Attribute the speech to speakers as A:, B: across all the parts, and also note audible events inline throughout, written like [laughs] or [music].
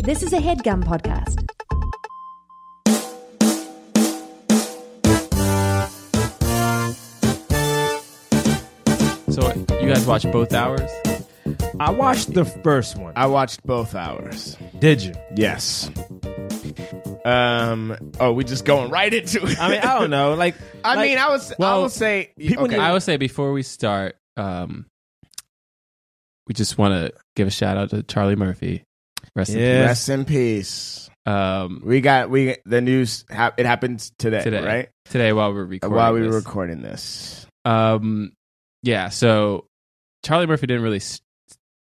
A: This is a headgum podcast.
B: So you guys watched both hours?
C: I watched the first one.
D: I watched both hours.
C: Did you?
D: Yes. Um. Oh, we just going right into it.
C: I mean, I don't know. Like,
D: [laughs] I
C: like-
D: mean, I was. I
C: well,
D: will say.
C: people
D: okay.
C: need-
B: I would say before we start, um, we just want to give a shout out to Charlie Murphy. Rest in
C: Yeah.
D: Rest in
B: peace.
D: peace.
B: Um,
D: We got we the news. Ha- it happens today,
B: Today.
D: right?
B: today while we're recording,
D: While we were
B: this.
D: recording this,
B: um, yeah. So Charlie Murphy didn't really s-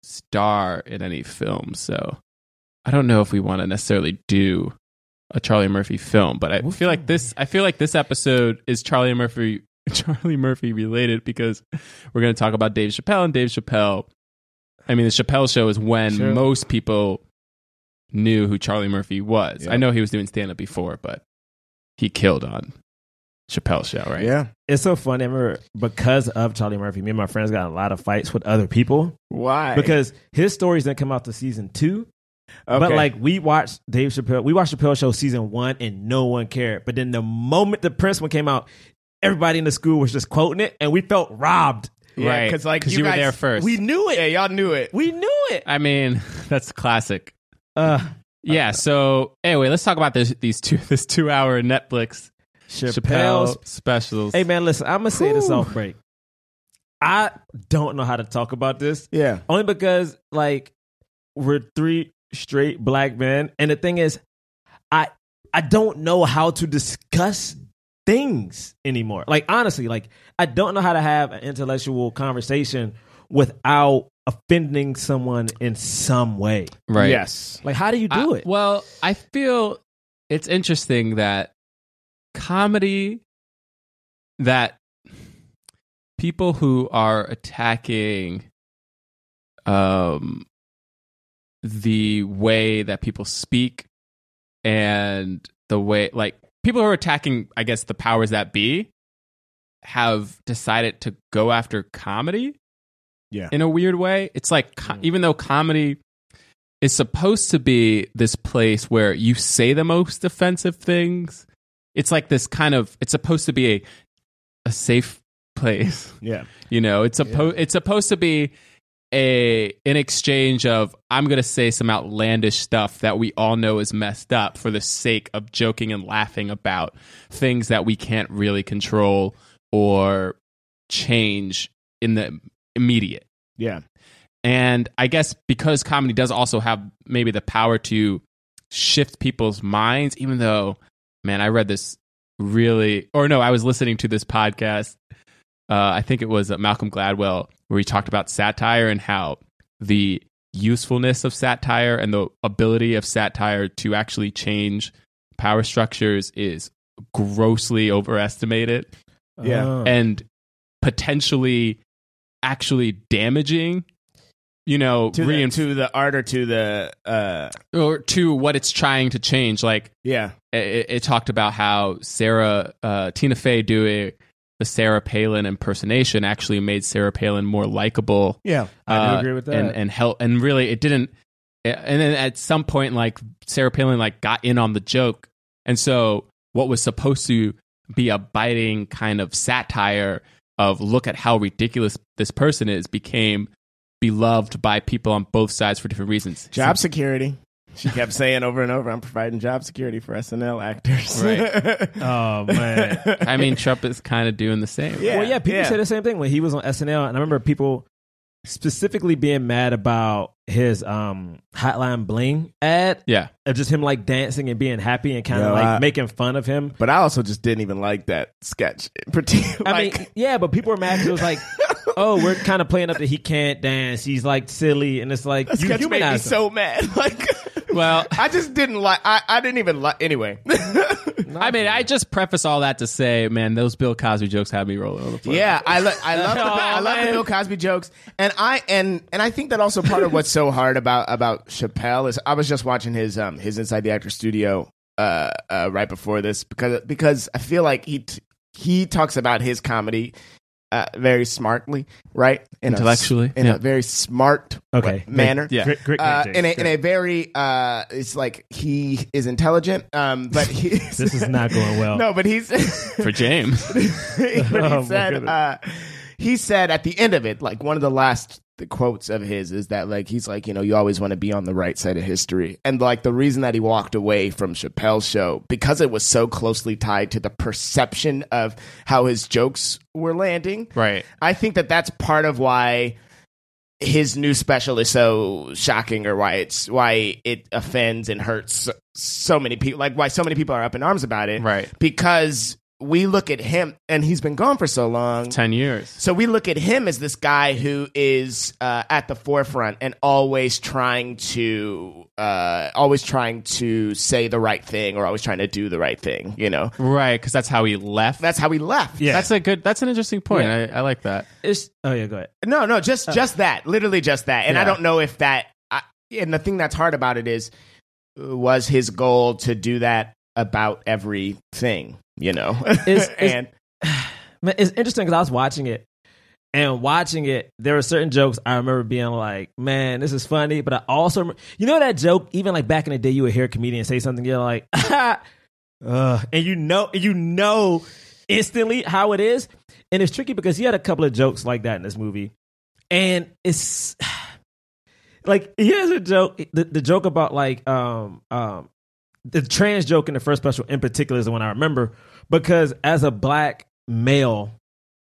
B: star in any film, so I don't know if we want to necessarily do a Charlie Murphy film, but I feel like this. I feel like this episode is Charlie Murphy. [laughs] Charlie Murphy related because we're going to talk about Dave Chappelle and Dave Chappelle. I mean, the Chappelle show is when
D: Sure.
B: most people knew who Charlie Murphy was.
D: Yeah.
B: I know he was doing stand up before, but he killed on Chappelle show, right?
D: yeah.
C: it's so funny. I remember because of Charlie Murphy, me and my friends got in a lot of fights with other people
D: Why?
C: because his stories didn't come out to season two.
D: okay.
C: But like we watched Dave Chappelle, we watched Chappelle Show season one, and no one cared. But then the moment the Prince one came out, everybody in the school was just quoting it, and we felt robbed.
B: Right.
D: because like
B: 'Cause you were
D: guys-
B: there first.
D: We knew it. Yeah, y'all knew it.
C: We knew it.
B: I mean, [laughs] that's classic.
C: Uh,
B: Yeah. So anyway, let's talk about this these two [laughs] this two hour Netflix
C: Chappelle's
B: Chappelle specials.
C: Hey man, listen, I'm gonna say this
D: Whew.
C: off break. I don't know how to talk about this
D: Yeah.
C: only because like we're three straight black men, and the thing is, I I don't know how to discuss things anymore. Like honestly, like I don't know how to have an intellectual conversation without offending someone in some way.
B: right.
D: Yes.
C: Like, how do you do
B: I-
C: it?
B: Well, I feel it's interesting that comedy that people who are attacking um the way that people speak and the way like people who are attacking I guess the powers that be have decided to go after comedy
D: Yeah.
B: in a weird way. It's like
C: Mm.
B: co- even though comedy is supposed to be this place where you say the most offensive things, it's like this kind of it's supposed to be a a safe place. [laughs]
D: Yeah.
B: You know, it's supposed it's supposed to be a an exchange of I'm going to say some outlandish stuff that we all know is messed up for the sake of joking and laughing about things that we can't really control or change in the immediate.
D: Yeah.
B: And I guess because comedy does also have maybe the power to shift people's minds, even though, man, I read this really, or no, I was listening to this podcast. Uh, I think it was uh, Malcolm Gladwell, where he talked about satire and how the usefulness of satire and the ability of satire to actually change power structures is grossly overestimated
D: Yeah.
C: Uh,
B: and potentially actually damaging you know
D: To, the,
B: reinf-
D: to the art or to the uh
B: or to what it's trying to change like
D: yeah
B: it, it talked about how sarah uh, tina fey doing the sarah palin impersonation actually made sarah palin more likable
D: yeah
C: I do
B: uh,
C: agree with that.
B: and and help and really it didn't and then at some point like sarah palin like got in on the joke and so what was supposed to be a biting kind of satire of look at how ridiculous this person is became beloved by people on both sides for different
C: [laughs]
B: reasons
D: job security. She kept saying over and over, "I'm providing job security for SNL actors." [laughs] Right.
B: [laughs]
C: oh man.
B: i mean trump is kind of doing the same
D: Yeah.
C: Well, yeah, people
D: yeah.
C: say the same thing when he was on SNL, and I remember people specifically being mad about his um Hotline Bling ad
B: yeah
C: of just him like dancing and being happy and kind of
D: Yo,
C: like
D: I-
C: making fun of him.
D: but I also just didn't even like that sketch. [laughs] in particular.
C: I
D: like,
C: mean, yeah, but people were mad. 'cause It
D: [laughs]
C: was like, oh, we're kind of playing up that he can't dance. He's like silly, and it's like
D: that
C: you
D: sketch made me
C: humanize him.
D: so mad. [laughs] Like,
B: Well-
D: I just didn't like. I, I didn't even like. [laughs] Anyway,
B: i mean i just preface all that to say man those bill cosby jokes have me rolling on the floor
D: yeah, I, lo- I love the,
B: Aw,
D: I love the
B: man.
D: Bill Cosby jokes, and I and and I think that also part of what's so hard about about Chappelle is I was just watching his um his Inside the Actor Studio uh, uh right before this because because I feel like he t- he talks about his comedy uh, very smartly, right? In a s-
B: Intellectually,
D: in
B: yeah.
D: a very smart
C: Okay.
D: wa- manner.
B: Yeah.
E: Great, great
D: Uh,
E: name,
D: in, a,
E: James.
D: in a very, uh, it's like he is intelligent, um, but he.
C: This is not going
D: [laughs]
C: well.
D: no, but he's
B: for James.
C: [laughs]
D: but
E: [laughs]
D: [laughs] he
E: Oh, my
D: said
E: goodness.
D: uh, he said at the end of it, like one of the last quotes of his is that like he's like you know you always want to be on the right side of history, and like the reason that he walked away from Chappelle's show because it was so closely tied to the perception of how his jokes were landing.
B: right.
D: I think that that's part of why his new special is so shocking or why it's why it offends and hurts so, so many people like why so many people are up in arms about it
B: Right.
D: because we look at him and he's been gone for so long
B: 10 years.
D: so we look at him as this guy who is uh, at the forefront and always trying to uh, always trying to say the right thing or always trying to do the right thing you know
B: Right, cuz that's how he left.
D: that's how he left
E: Yeah.
B: That's a good that's an interesting point. I, I like that.
C: It's oh yeah, go ahead.
D: No, no, just just that, literally just that. And I
B: Yeah.
D: don't know if that. I, and the thing that's hard about it is, uh, was his goal to do that about everything, you know? [laughs]
C: It's- it's-
D: and
C: Man, it's interesting because I was watching it and watching it, there were certain jokes I remember being like, man, this is funny. But I also, remember, you know, that joke, even like back in the day, you would hear a comedian say something, you're like, [laughs] Ugh, and you know, you know instantly how it is. And it's tricky because he had a couple of jokes like that in this movie. And it's [sighs] like, here's a joke the, the joke about like, um, um, the trans joke in the first special in particular is the one I remember because as a black male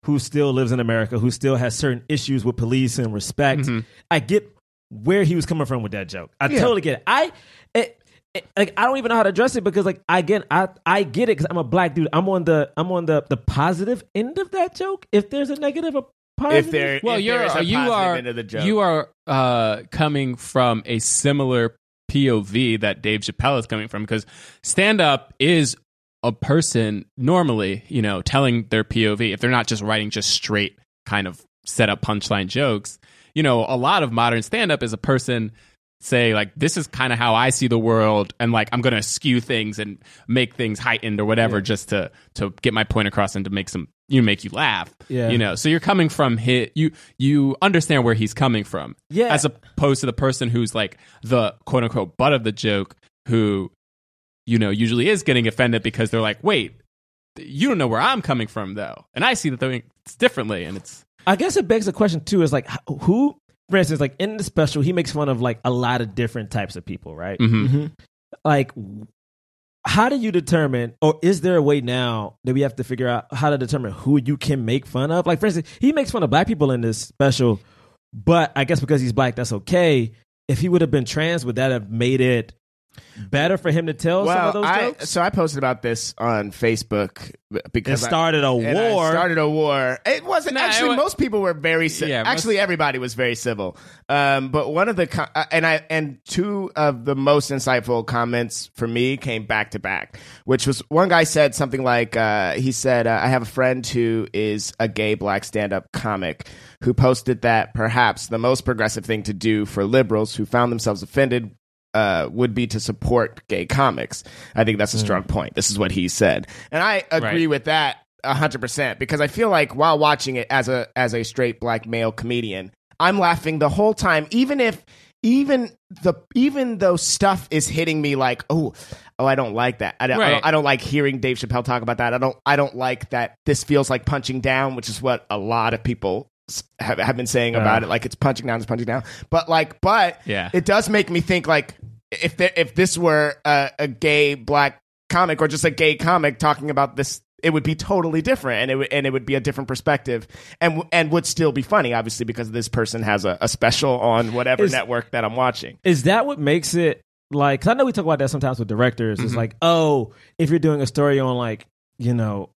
C: who still lives in America, who still has certain issues with police and respect,
D: Mm-hmm.
C: I get where he was coming from with that joke. I totally get it. I it, it- like I don't even know how to address it because like again I I get it because I'm a black dude. I'm on the I'm on the the positive end of that joke. If there's a negative, a positive.
D: if there,
B: Well,
D: if
B: you're
D: there is a
B: you
D: positive
B: are
D: end of the joke,
B: you are uh, coming from a similar POV that Dave Chappelle is coming from because stand up is a person normally, you know, telling their POV if they're not just writing just straight kind of set up punchline jokes. You know, a lot of modern stand up is a person say like this is kind of how I see the world and like I'm going to skew things and make things heightened or whatever just to to get my point across and to make some you know, make you laugh.
C: Yeah.
B: You know, so you're coming from his you you understand where he's coming from.
C: Yeah.
B: As opposed to the person who's like the quote unquote butt of the joke who you know usually is getting offended because they're like, "Wait, you don't know where I'm coming from though." And I see the thing it's differently and it's
C: I guess it begs the question too: is like h- who, for instance, like in the special, he makes fun of like a lot of different types of people, right?
B: mhm.
C: Like, how do you determine, or is there a way now that we have to figure out how to determine who you can make fun of? Like, for instance, he makes fun of black people in this special, but I guess because he's black, that's okay. If he would have been trans, would that have made it better for him to tell some of
D: well,
C: those
D: I,
C: jokes?
D: so I posted about this on Facebook b-
C: It
D: because I-
C: started a
D: and I
C: war.
D: started a war. It wasn't
B: Nah, it
D: actually.
B: wa-
D: most people were very. ci-
B: Yeah, most-
D: actually, everybody was very civil. Um, but one of the co- uh, and I and two of the most insightful comments for me came back to back, which was one guy said something like uh, he said uh, I have a friend who is a gay black stand up comic who posted that perhaps the most progressive thing to do for liberals who found themselves offended uh, would be to support gay comics. I think that's a strong point. This is what he said, and I agree
B: Hmm. Right.
D: with that hundred percent because I feel like while watching it as a as a straight black male comedian, I'm laughing the whole time, even if even the even though stuff is hitting me like oh oh I don't like that I don't, I,
B: Right.
D: don't I don't like hearing Dave Chappelle talk about that I don't I don't like that this feels like punching down which is what a lot of people s- have, have been saying about it like it's punching down it's punching down but like but
B: Yeah.
D: it does make me think like if there, if this were a, a gay black comic or just a gay comic talking about this it would be totally different and it would and it would be a different perspective and w- and would still be funny obviously because this person has a, a special on whatever
C: Is-
D: network that I'm watching
C: is that what makes it like because i know we talk about that sometimes with directors
B: Mm-hmm.
C: it's like oh if you're doing a story on like you know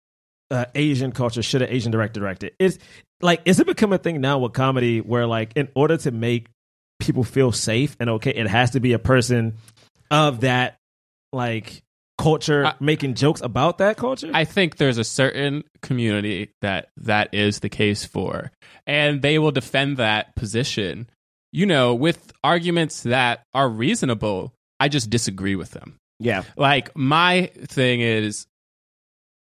C: uh, asian culture should an asian director direct it it's like is it become a thing now with comedy where like in order to make people feel safe and okay it has to be a person of that like culture
B: I-
C: making jokes about that culture
B: I think there's a certain community that that is the case for, and they will defend that position, you know, with arguments that are reasonable. I just disagree with them.
D: yeah
B: Like my thing is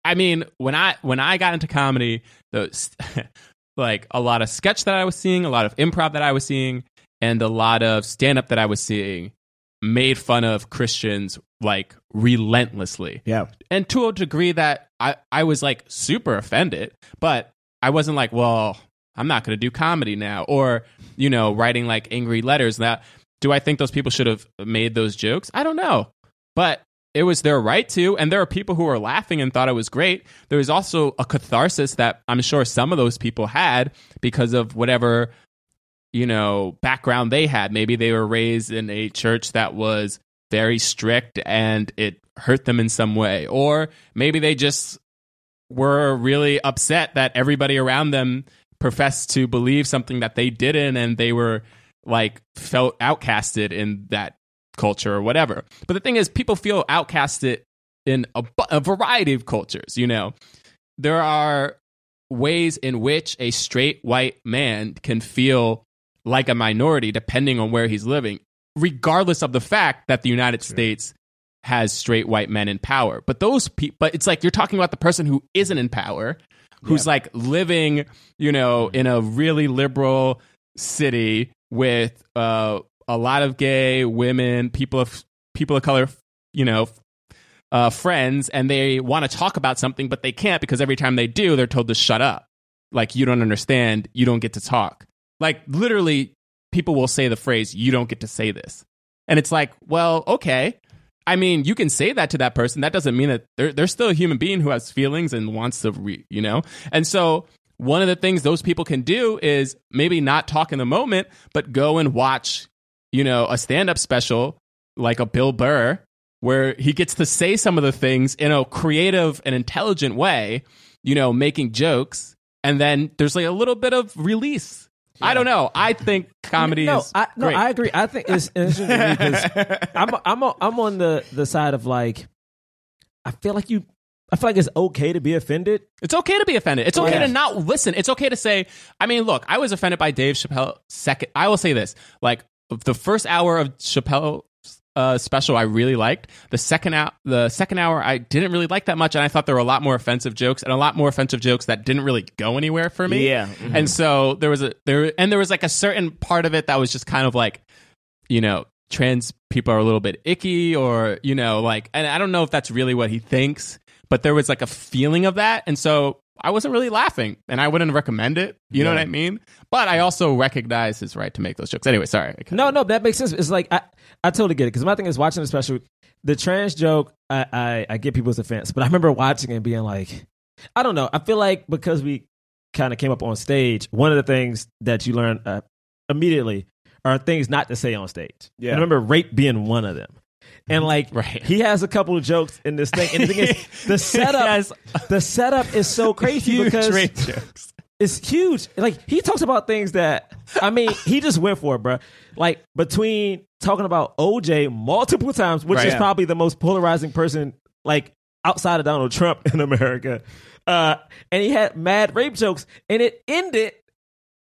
B: I mean, when I when I got into comedy, those [laughs] like a lot of sketch that I was seeing, a lot of improv that I was seeing, and a lot of stand up that I was seeing made fun of Christians like relentlessly.
D: Yeah.
B: And to a degree that I, I was like super offended, but I wasn't like, well, I'm not going to do comedy now or, you know, writing like angry letters. That do I think those people should have made those jokes? I don't know. But it was their right to and there are people who were laughing and thought it was great there was also a catharsis that i'm sure some of those people had because of whatever you know background they had maybe they were raised in a church that was very strict and it hurt them in some way or maybe they just were really upset that everybody around them professed to believe something that they didn't and they were like felt outcasted in that culture or whatever. But the thing is, people feel outcasted in a, bu- a variety of cultures. You know, there are ways in which a straight white man can feel like a minority depending on where he's living, regardless of the fact that the United States has straight white men in power. But those people, but it's like you're talking about the person who isn't in power, who's like living, you know, in a really liberal city with uh, a lot of gay women, people of people of color, you know, uh, friends, and they want to talk about something, but they can't because every time they do, they're told to shut up. Like you don't understand, you don't get to talk. Like literally, people will say the phrase, "You don't get to say this," and it's like, well, okay. I mean, you can say that to that person. That doesn't mean that they're they're still a human being who has feelings and wants to, re, you know. And so one of the things those people can do is maybe not talk in the moment, but go and watch, you know, a stand up special like a Bill Burr, where he gets to say some of the things in a creative and intelligent way, you know, making jokes. And then there's like a little bit of release. I don't know. I think comedy
C: no,
B: is
C: I, no,
B: great.
C: I agree. I think it's interesting because I'm I'm I'm on the the side of like I feel like you I feel like it's okay to be offended.
B: It's okay to be offended. It's okay
C: Yeah.
B: to not listen. It's okay to say, I mean, look, I was offended by Dave Chappelle second. I will say this. Like the first hour of Chappelle uh, special I really liked. The second out the second hour I didn't really like that much and I thought there were a lot more offensive jokes and a lot more offensive jokes that didn't really go anywhere for me.
D: Yeah.
B: And so there was a there and there was like a certain part of it that was just kind of like you know trans people are a little bit icky or you know like and i don't know if that's really what he thinks but there was like a feeling of that and so i wasn't really laughing and i wouldn't recommend it you know what i mean but i also recognize his right to make those jokes anyway sorry I kinda-
C: No, no, that makes sense. It's like I I totally get it because my thing is watching the special. The trans joke I, I I get people's offense, but I remember watching and being like, I don't know. I feel like because we kind of came up on stage, one of the things that you learn uh, immediately are things not to say on stage.
D: Yeah.
C: And I remember rape being one of them. And like
B: [laughs] Right.
C: he has a couple of jokes in this thing. And the thing is
B: [laughs]
C: the setup
B: Yes.
C: the setup
B: [laughs]
C: is so crazy
B: huge
C: because
B: rape jokes
C: it's huge. Like he talks about things that I mean, he just went for it, bro. Like between talking about OJ multiple times, which
B: Right.
C: is
B: Yeah.
C: probably the most polarizing person like outside of Donald Trump [laughs] in America. Uh, and he had mad rape jokes, and it ended.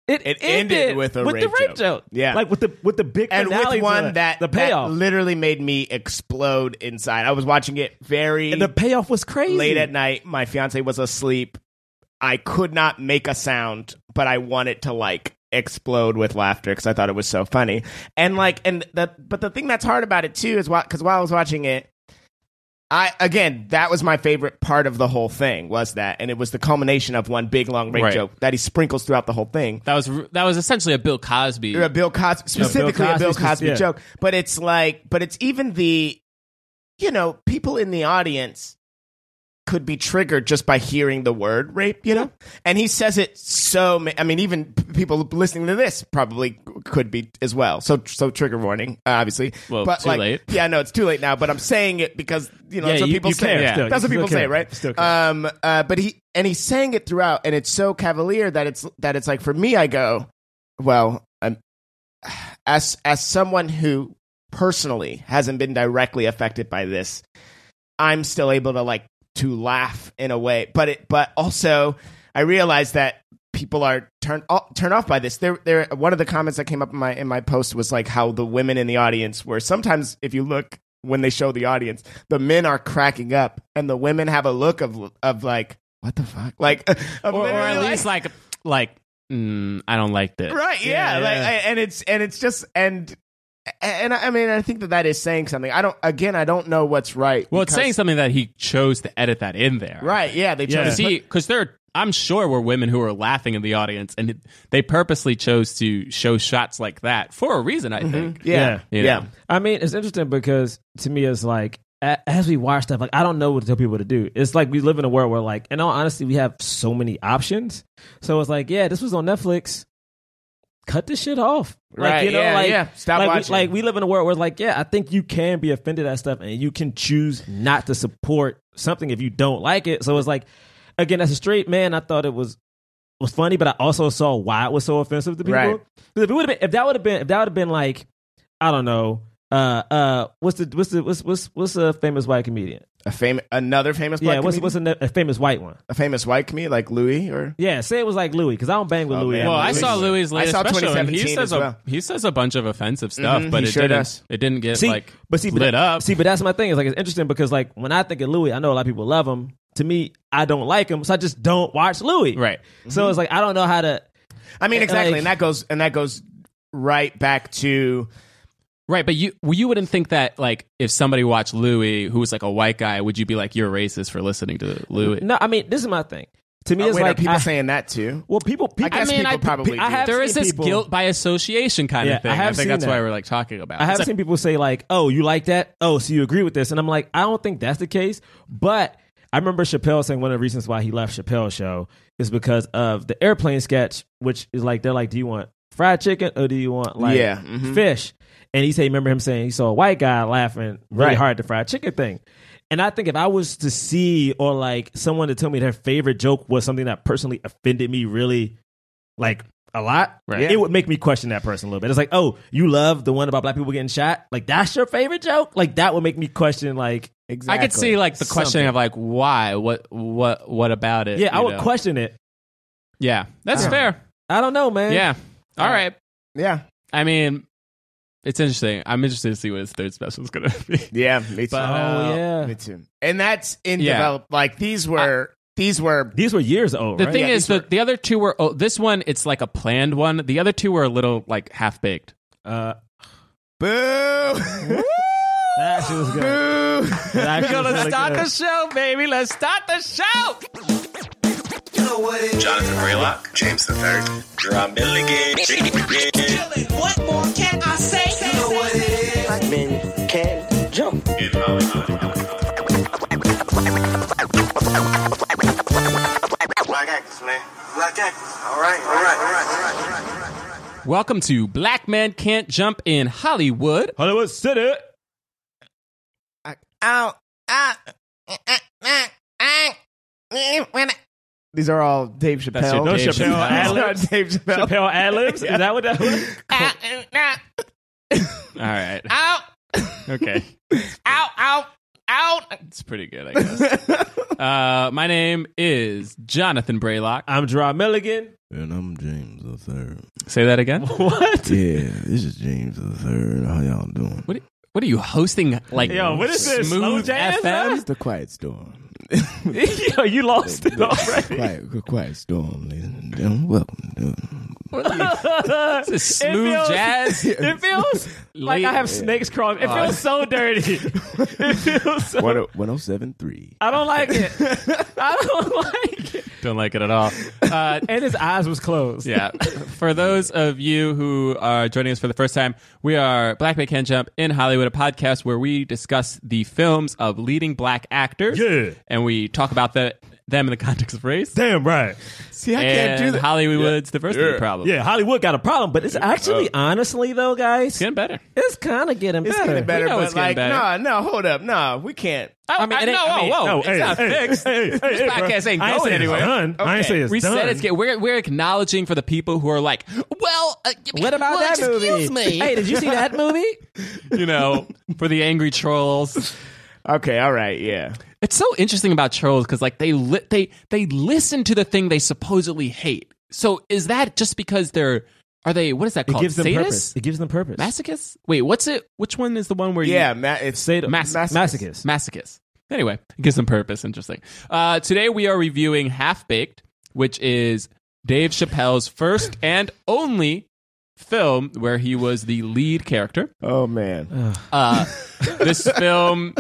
C: It,
D: It ended with a
C: the
D: rape
C: rape
D: joke.
C: joke.
D: Yeah.
C: like with the with the big
D: and with
C: finale to
D: one
C: the-
D: that
C: the
D: that
C: payoff.
D: literally made me explode inside. I was watching it very
C: and the payoff was crazy.
D: late at night. My fiance was asleep. I could not make a sound, but I wanted to like explode with laughter because I thought it was so funny. And like, and the but the thing that's hard about it too is why because while I was watching it, I again that was my favorite part of the whole thing was that, and it was the culmination of one big long rape
B: Right.
D: joke that he sprinkles throughout the whole thing.
B: [laughs] that was that was essentially a bill cosby
D: A Bill Cosby, specifically a Bill
C: Cosby,
D: Cosby
C: yeah.
D: joke. But it's like, but it's even the, you know, people in the audience could be triggered just by hearing the word rape, you know? And he says it so, ma- I mean, even p- people listening to this probably could be as well. So, so trigger warning, uh, obviously.
B: Well,
D: but
B: too
D: like,
B: late.
D: Yeah, no, it's too late now, but I'm saying it because, you know,
B: Yeah,
D: that's what
B: you-
D: people
B: you
D: say.
B: can, yeah.
C: Still,
D: That's what
C: you
D: people
C: still
D: say,
C: can.
D: right?
C: You still can.
D: um, uh, but he, and he's saying it throughout, and it's so cavalier that it's, that it's like, for me, I go, well, I'm, [sighs] as as someone who personally hasn't been directly affected by this, I'm still able to like to laugh in a way, but it but also I realize that people are turned o- turned off by this. There there one of the comments that came up in my in my post was like how the women in the audience were sometimes if you look when they show the audience, the men are cracking up and the women have a look of of like what the fuck, like [laughs] of
B: or, or
D: literally,
B: at least like like mm, I don't like this.
D: right, yeah,
C: Yeah,
D: like
C: yeah.
D: and it's and it's just and and I I mean I think that that is saying something. I don't again I don't know what's right.
B: Well, it's
D: because-
B: saying something that he chose to edit that in there,
D: right, yeah, they
B: [laughs]
C: Yeah.
D: chose
B: Because he, because there, are- I'm sure were women who were laughing in the audience, and they purposely chose to show shots like that for a reason.
C: Mm-hmm.
B: I think.
D: yeah, yeah,
B: You know?
C: I mean, it's interesting because to me, it's like a- as we watch stuff, like I don't know what to tell people to do. It's like we live in a world where, like, in all honesty, we have so many options. So it's like, yeah, this was on Netflix. Cut this shit off, Like,
D: Right, yeah, yeah. Stop
C: like,
D: watching.
C: We, like we live in a world where, like, yeah, I think you can be offended at stuff, and you can choose not to support something if you don't like it. So it's like, again, as a straight man, I thought it was was funny, but I also saw why it was so offensive to people.
D: Right.
C: 'Cause If it would have been, if that would have been, if that would have been like, I don't know, uh, uh, what's the what's the what's what's what's a famous white comedian?
D: a fam- another famous
C: yeah,
D: black
C: what's
D: comedian?
C: what's a, ne- a famous white one?
D: a famous white comedian like Louis or
C: Yeah, say it was like Louis because I don't bang with
D: Oh,
C: Louis.
D: man.
B: Well, I
D: Louis-
B: saw Louis'
D: I
B: latest
D: saw
B: special, and
D: 2017
B: he says
D: as
B: a
D: well.
B: he says a bunch of offensive
C: Mm-hmm.
B: stuff, but
D: he
B: it
D: sure
B: didn't
D: does.
B: it didn't get
C: see,
B: like
C: but see, but
B: lit
C: that-
B: up.
C: See, but that's my thing. It's like it's interesting because like when I think of Louis, I know a lot of people love him. To me, I don't like him, so I just don't watch Louis.
B: right?
C: So
D: Mm-hmm.
C: it's like I don't know how to.
D: I mean
C: Yeah,
D: exactly
C: like-
D: and that goes and that goes right back to
B: Right, but you well, you wouldn't think that like if somebody watched Louis, who was like a white guy, would you be like you're racist for listening to Louis?
C: No, I mean this is my thing. To me,
B: Oh,
D: uh,
C: it's
D: wait, are
C: like
D: people
C: I-
D: saying that too
C: well, people, people,
D: guess people probably
C: I
D: do.
C: have
B: there is
C: seen
B: this
C: people-
B: guilt by association kind
C: Yeah, I
B: of thing. I,
C: have
B: think
C: seen
B: that's why
C: that.
B: we're like talking about.
C: I
B: it.
C: have
B: It's
C: seen people say like, "Oh, you like that? Oh, so you agree with this?" And I'm like, I don't think that's the case. But I remember Chappelle saying one of the reasons why he left Chappelle's show is because of the airplane sketch, which is like they're like, "Do you want fried chicken or do you want like
D: Yeah,
B: mm-hmm.
D: mhm.
C: Mm-hmm. fish?" And he say, remember him saying he saw a white guy laughing really
D: Right.
C: hard at the fried chicken thing. And I think if I was to see or like someone to tell me their favorite joke was something that personally offended me really like a lot,
B: Right.
C: it would make me question that person a little bit. It's like, oh, you love the one about black people getting shot? Like that's your favorite joke? Like that would make me question like
D: exactly
B: I could see like the questioning of like why, what, what, what about it?
C: Yeah,
B: Eh,
C: I
B: you
C: would
B: know?
C: question it.
B: Yeah, that's
D: Yeah.
B: fair.
C: I don't know, man.
B: Yeah. All right.
D: yeah
B: I mean, it's interesting. I'm interested to see what his third special is going to [laughs] be.
D: yeah me too
B: But,
C: Oh
B: Uh,
C: yeah.
D: me too and that's in
B: Yeah.
D: develop like these were these were
C: These were years old,
B: The
C: right?
B: thing
D: Yeah,
B: is,
D: these
B: the, the other two were, oh, this one, it's like a planned one. The other two were a little like half baked.
C: uh,
D: boo
C: that shit was good.
B: [laughs]
D: boo [laughs]
C: That shit was really good.
B: show, baby. Let's start the show.
E: Jonathan Raylock, James the Third, Drum Milligan.
F: What more can I say? You know what it is.
G: black men can jump.
E: Black actors, man. Black actors. All right, all right, all right, all right.
B: Welcome to Black Man Can't Jump in Hollywood.
C: Hollywood City.
D: Ow, ow, these are all Dave Chappelle.
B: That's your Dave Chappelle.
C: Chappelle
D: These are
B: [laughs]
C: [laughs]
D: [laughs]
C: ad-libs.
D: Dave Chappelle.
C: Chappelle ad libs? Is that what that was?
B: All [laughs]
F: Uh,
B: right. Ow. Okay. ow, ow, ow. It's pretty good, I guess. [laughs] uh, my name is Jonathan Braylock.
C: [laughs] I'm Gerard Milligan.
H: And I'm James the Third.
B: Say that [laughs] again.
C: What?
H: Yeah, this is James the Third. How y'all doing?
B: What? What are you hosting? Like,
C: Yo, what is this? Slow
B: Smooth
C: jazz,
B: FM?
H: It's the quiet storm.
C: [laughs] Yo, you lost [laughs] it already.
H: Quiet, quiet storm, ladies and gentlemen. Welcome. To,
B: Is this smooth
C: feels- [laughs]
B: jazz.
C: It feels like I have snakes crawling. It feels so dirty. It feels so.
H: 1073.
C: I don't like [laughs] it. I don't like it.
B: Don't like it at all. Uh,
C: And his eyes was closed.
B: yeah. For those of you who are joining us for the first time, we are Black Man Can Jump in Hollywood, a podcast where we discuss the films of leading black actors.
C: Yeah.
B: And we talk about the, them in the [laughs] context of race.
C: Damn right.
D: See, I
B: and
D: can't do that.
B: Hollywood's diversity problem.
C: Yeah, Hollywood got a problem, but it's actually, honestly though, guys,
B: It's getting better.
C: it's kind of getting
D: It's
C: better.
D: getting better,
B: We know
D: but
B: it's getting
D: like,
B: better. Oh.
D: no, no, hold up, no, we can't.
B: I mean,
C: it
B: no,
C: ain't- I mean,
B: whoa, whoa.
C: no,
B: it's
C: hey,
B: not
C: hey,
B: fixed.
C: hey, hey,
B: this
C: hey, bro.
B: podcast ain't
C: I ain't
B: going
C: say it's
B: anywhere.
C: done. I ain't
D: Okay.
C: say it's
B: we
C: done.
B: said it's get, we're we're acknowledging for the people who are like, well, uh,
C: What about
B: well,
C: that
B: excuse
C: movie?
B: Me,
C: Hey, did you see that [laughs] movie?
B: you
C: [laughs]
B: know, for the angry trolls.
D: Okay, all right, yeah.
B: It's so interesting about trolls because like they li- they they listen to the thing they supposedly hate. So is that just because they're Are they? What is that
C: It
B: called?
C: gives them
B: Sadists?
C: purpose. It gives them purpose.
B: Masochists? Wait, what's it? Which one is the one where you-
D: Yeah, ma- it's
C: Sado-
B: Mas-
C: masochist.
B: masochist. Anyway, it gives them purpose. Interesting. Uh, today we are reviewing Half Baked, which is Dave Chappelle's first and only film where he was the lead character.
D: oh man,
B: Uh, this film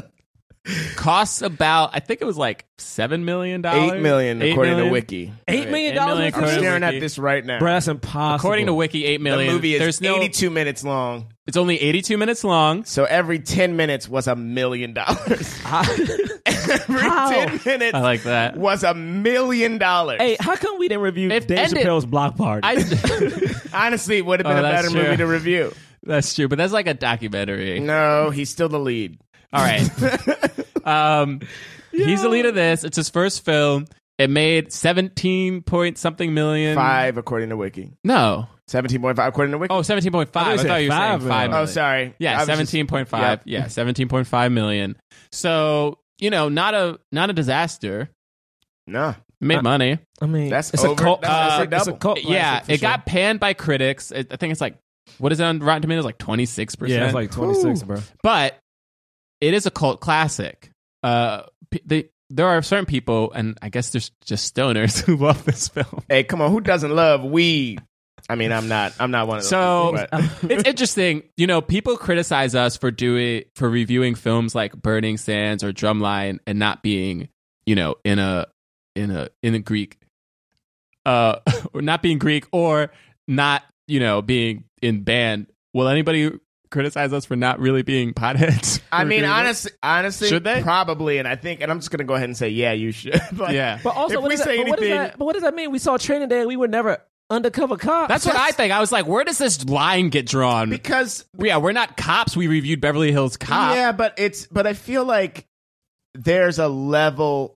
B: costs about, I think it was like seven million dollars,
D: eight million
B: Eight
D: according
B: million?
D: to Wiki.
C: Eight million
B: Eight million
C: dollars.
D: I'm
B: According to
D: staring at
B: Wiki.
D: this right now.
C: Bro, that's impossible.
B: According to Wiki, eight
D: the
B: million.
D: movie is
B: There's no.
D: 82 minutes long,
B: It's only 82 minutes long.
D: so every 10 minutes was a million
C: [laughs]
D: dollars. Every
C: Oh.
D: 10 minutes
B: I like that.
D: was a million dollars.
C: Hey, how come we didn't review
B: If-
C: Dave
B: and it-
C: Chappelle's block party?
B: I,
D: Honestly, it would have been
B: Oh,
D: a
B: that's
D: better
B: true.
D: movie to review.
B: [laughs] that's true, but that's like a documentary.
D: No, he's still the lead.
B: All
D: [laughs]
B: right. um, He's the lead of this. It's his first film. It made 17 point something million.
D: Five according to Wiki.
B: No.
D: 17.5 according to Wiki.
B: Oh, 17.5.
C: I thought
B: I
C: you
B: thought
C: said
B: you were saying
C: five
B: 5
C: million.
D: Oh,
B: million.
D: sorry. I
B: Yeah,
D: was just-
B: 17.5. Yeah, 17.5 million. So, you know, not a not a disaster.
D: No,
B: Made money.
C: I mean,
D: that's
C: it's
D: over-
C: a cult.
D: that's-
C: uh,
D: that's a
C: it's a
D: double.
C: cult.
B: yeah,
C: Uh, classic for
B: it
C: sure.
B: got panned by critics. It, I think it's like what is it on Rotten Tomatoes like 26%.
C: Yeah, it's like twenty six, bro.
B: but it is a cult classic. Uh, p- they, there are certain people, and I guess there's just stoners [laughs] who love this film.
D: Hey, come on. Who doesn't love weed? I mean, I'm not. I'm not one of those.
B: So
D: people, but-
B: it's interesting, you know. People criticize us for doing for reviewing films like Burning Sands or Drumline and not being, you know, in a in a in a Greek, uh, [laughs] or not being Greek or not, you know, being in band. Will anybody criticize us for not really being potheads?
D: [laughs] I mean,
B: Reviewing this?
D: honestly, honestly,
B: Should they?
D: Probably, and I think, and I'm just gonna go ahead and say, yeah, you should. [laughs] Like,
B: yeah.
C: But also,
D: If
C: what
D: we
C: is that-
D: say
C: but what is
D: anything-
C: that? But what does that mean? We saw Training Day. and We were never undercover cops.
B: That's what I think. I was like, where does this line get drawn?
D: because
B: yeah, we're not cops. We reviewed Beverly Hills Cop.
D: yeah, but it's but I feel like there's a level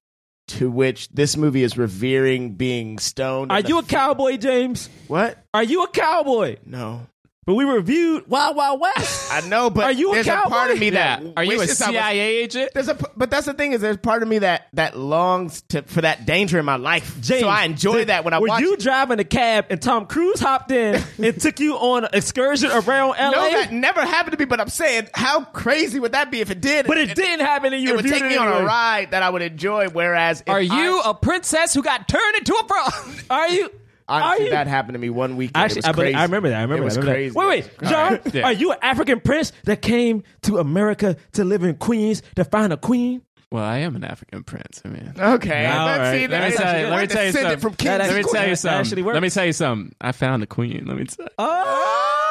D: to which this movie is revering being stoned.
C: Are
D: and the-
C: you a cowboy, James?
D: what?
C: Are you a cowboy?
D: No,
C: But we reviewed Wild Wild West.
D: I know, but
C: Are you a
D: there's a part of
C: cowboy?
D: me
B: Yeah.
D: that
B: Are you a
D: wishes I was-
B: CIA agent?
D: There's a, p- but that's the thing is, there's part of me that that longs to for that danger in my life. [laughs]
C: James,
D: so I enjoy
C: did-
D: that when I
C: were
D: watch.
C: you
D: it.
C: driving a cab and Tom Cruise hopped in and took you on an excursion around LA?
D: no, that never happened to me. But I'm saying, how crazy would that be if it did?
C: but it
D: And-
C: didn't happen and you
D: it would
C: reviewed
D: take me on a
C: anyway.
D: ride that I would enjoy. Whereas, if
B: Are
D: I-
B: you a princess who got turned into a [laughs] frog?
C: Are you?
D: Honestly,
C: are you?
D: that happened to me one weekend. It
C: Actually,
D: was
C: I, believe,
D: crazy.
C: I remember that. I remember
D: it was
C: that. I remember
D: crazy.
C: that. Wait, wait, John,
B: Yeah.
C: are you an African prince that came to America to live in Queens to find a queen?
B: Well, I am an African prince. I mean,
D: Okay,
C: All
D: let's
C: right.
D: see.
B: let me
C: Let
D: that-
B: tell you, let me
D: we're
B: tell you
D: descended
B: something.
D: From kings
C: That
B: let me
D: and
C: actually-
B: tell you
C: that
B: something.
C: actually works.
B: Let me tell you something. I found a queen. Let me tell you.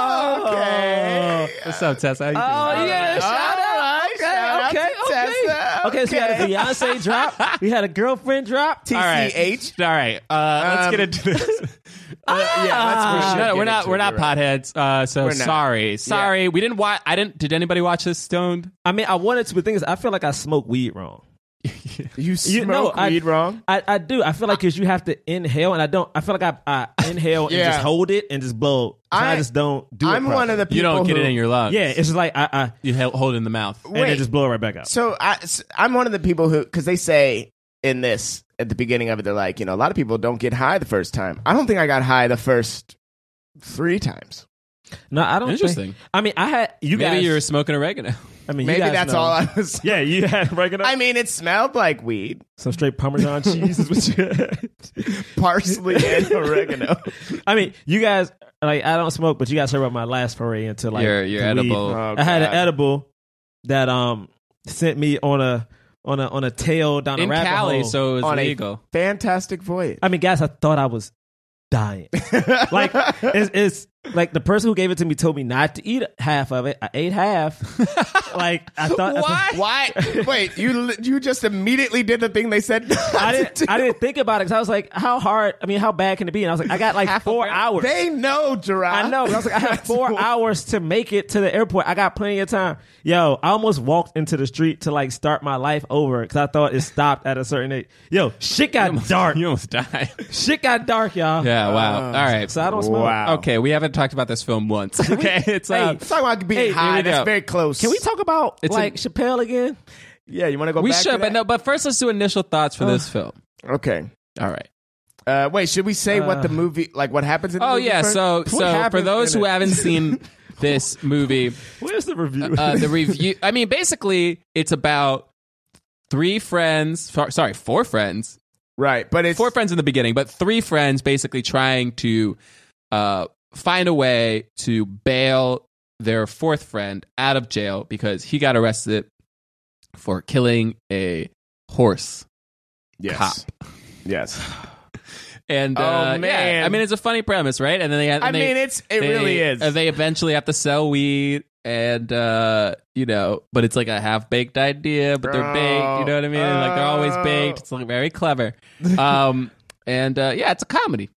C: Oh,
D: Okay.
B: What's up, Tessa? How you
C: Oh,
B: doing?
C: yeah, shout out.
D: right,
C: Okay,
D: shout out
C: okay,
D: to
C: okay.
D: Tessa.
C: Okay, so we had a Beyonce drop. We had a girlfriend drop.
D: T-
B: All right.
D: TCH.
B: All right. Uh, let's
D: Um, Ah.
B: get into this.
D: [laughs]
C: Uh,
B: No,
D: yeah, let's
B: we're not. We're not
D: pot.
B: potheads. Uh, so
D: We're not.
B: sorry, sorry. We didn't watch. I didn't. Did anybody watch this stoned?
C: I mean, I wanted to, but the thing is, I feel like I smoke weed wrong.
D: You
C: You know,
D: smoke
C: I-
D: weed wrong.
C: I, I do. I feel like because you have to inhale, and I don't. I feel like I, I inhale
D: Yeah.
C: and just hold it and just blow. So I,
D: I-
C: just don't do it.
D: I'm one
C: properly.
D: of the people
B: You don't get
D: who,
B: it in your lungs.
C: Yeah, it's just like I, I
B: you hel- hold it in the mouth.
C: and
D: Wait.
C: then just blow it right back out.
D: So I, s- I'm one of the people who, because they say in this at the beginning of it, they're like, you know, a lot of people don't get high the first time. I don't think I got high the first three times.
C: No, I don't.
B: Interesting.
C: Think, I mean, I had you
B: Maybe
C: guys.
B: you were smoking oregano.
C: I mean, you
D: Maybe
C: guys
D: that's
C: know.
D: all I was.
C: [laughs] Yeah, you had
D: [laughs]
C: regular.
D: I mean, it smelled like weed,
C: some straight
D: [laughs]
C: Parmesan cheese is what you had.
D: parsley
C: [laughs]
D: and oregano.
C: I mean, you guys like I don't smoke, but you guys heard about my last foray into like
B: Your- your
C: the weed.
B: edible.
D: Oh,
C: I had an
D: God.
C: edible that um sent me on a on a on a tail down
B: in
C: a rabbit
B: Cali,
C: hole.
B: so it was
D: on
B: [laughs] legal.
D: a fantastic voyage.
C: I mean, guys, I thought I was
D: [laughs]
C: dying. like it's, it's like the person who gave it to me told me not to eat half of it. I
D: [laughs]
C: ate half. like I thought. [laughs] I,
D: Why? [laughs] Wait, you li- you just immediately did the thing they said.
C: [laughs] I
D: not to
C: didn't.
D: do.
C: I didn't think about it because I was like, "How hard? I mean, how bad can it be?" And I was like, "I got like four hours."
D: They know, Gerard.
C: I know. But I was like, I [laughs] had four
D: That's-
C: hours to make it to the airport. I got plenty of time. Yo, I almost walked into the street to like start my life over because I thought it stopped at a certain age. Yo, shit got dark.
B: You almost died. Uh,
C: Shit got dark, y'all.
B: yeah. Wow. All right.
C: So I don't smoke.
D: Wow.
B: okay, we haven't talked about this film
D: [laughs]
B: once. Okay, it's uh,
D: Let's talk about being
B: Hey, here we
D: high.
B: go.
D: That's very close.
C: Can we talk about
B: It's
C: like
B: a-
C: Chappelle again?
D: Yeah, you want to go
B: we
D: back to
B: should, but
D: that? Oh.
B: no. But first, let's do initial thoughts for this film.
D: Okay.
B: All right.
D: Uh, wait, should we say what the movie, like what happens in the
B: Oh
D: movie?
B: yeah,
D: first?
B: so
D: What
B: so for
D: happens
B: those
D: in
B: who
D: it? [laughs]
B: haven't seen this movie,
C: Where's the review?
B: uh,
D: [laughs]
C: [laughs]
B: the review. I mean, basically, it's about three friends. fo- Sorry, four friends.
D: Right, but it's.
B: Four friends in the beginning, but three friends basically trying to uh, find a way to bail their fourth friend out of jail because he got arrested for killing a horse.
D: yes. Yes.
B: And
D: Oh,
B: uh,
D: man.
B: yeah, I mean, it's a funny premise, right? And then they, and
D: I
B: they-
D: mean, it's it
B: they-
D: really is.
B: and they eventually have to sell weed, and uh, you know, but it's like a half baked idea, but they're
D: Bro.
B: baked. You know what I mean? Like they're always
D: Oh.
B: baked. It's like very clever. Um, [laughs] and uh, yeah, it's a comedy.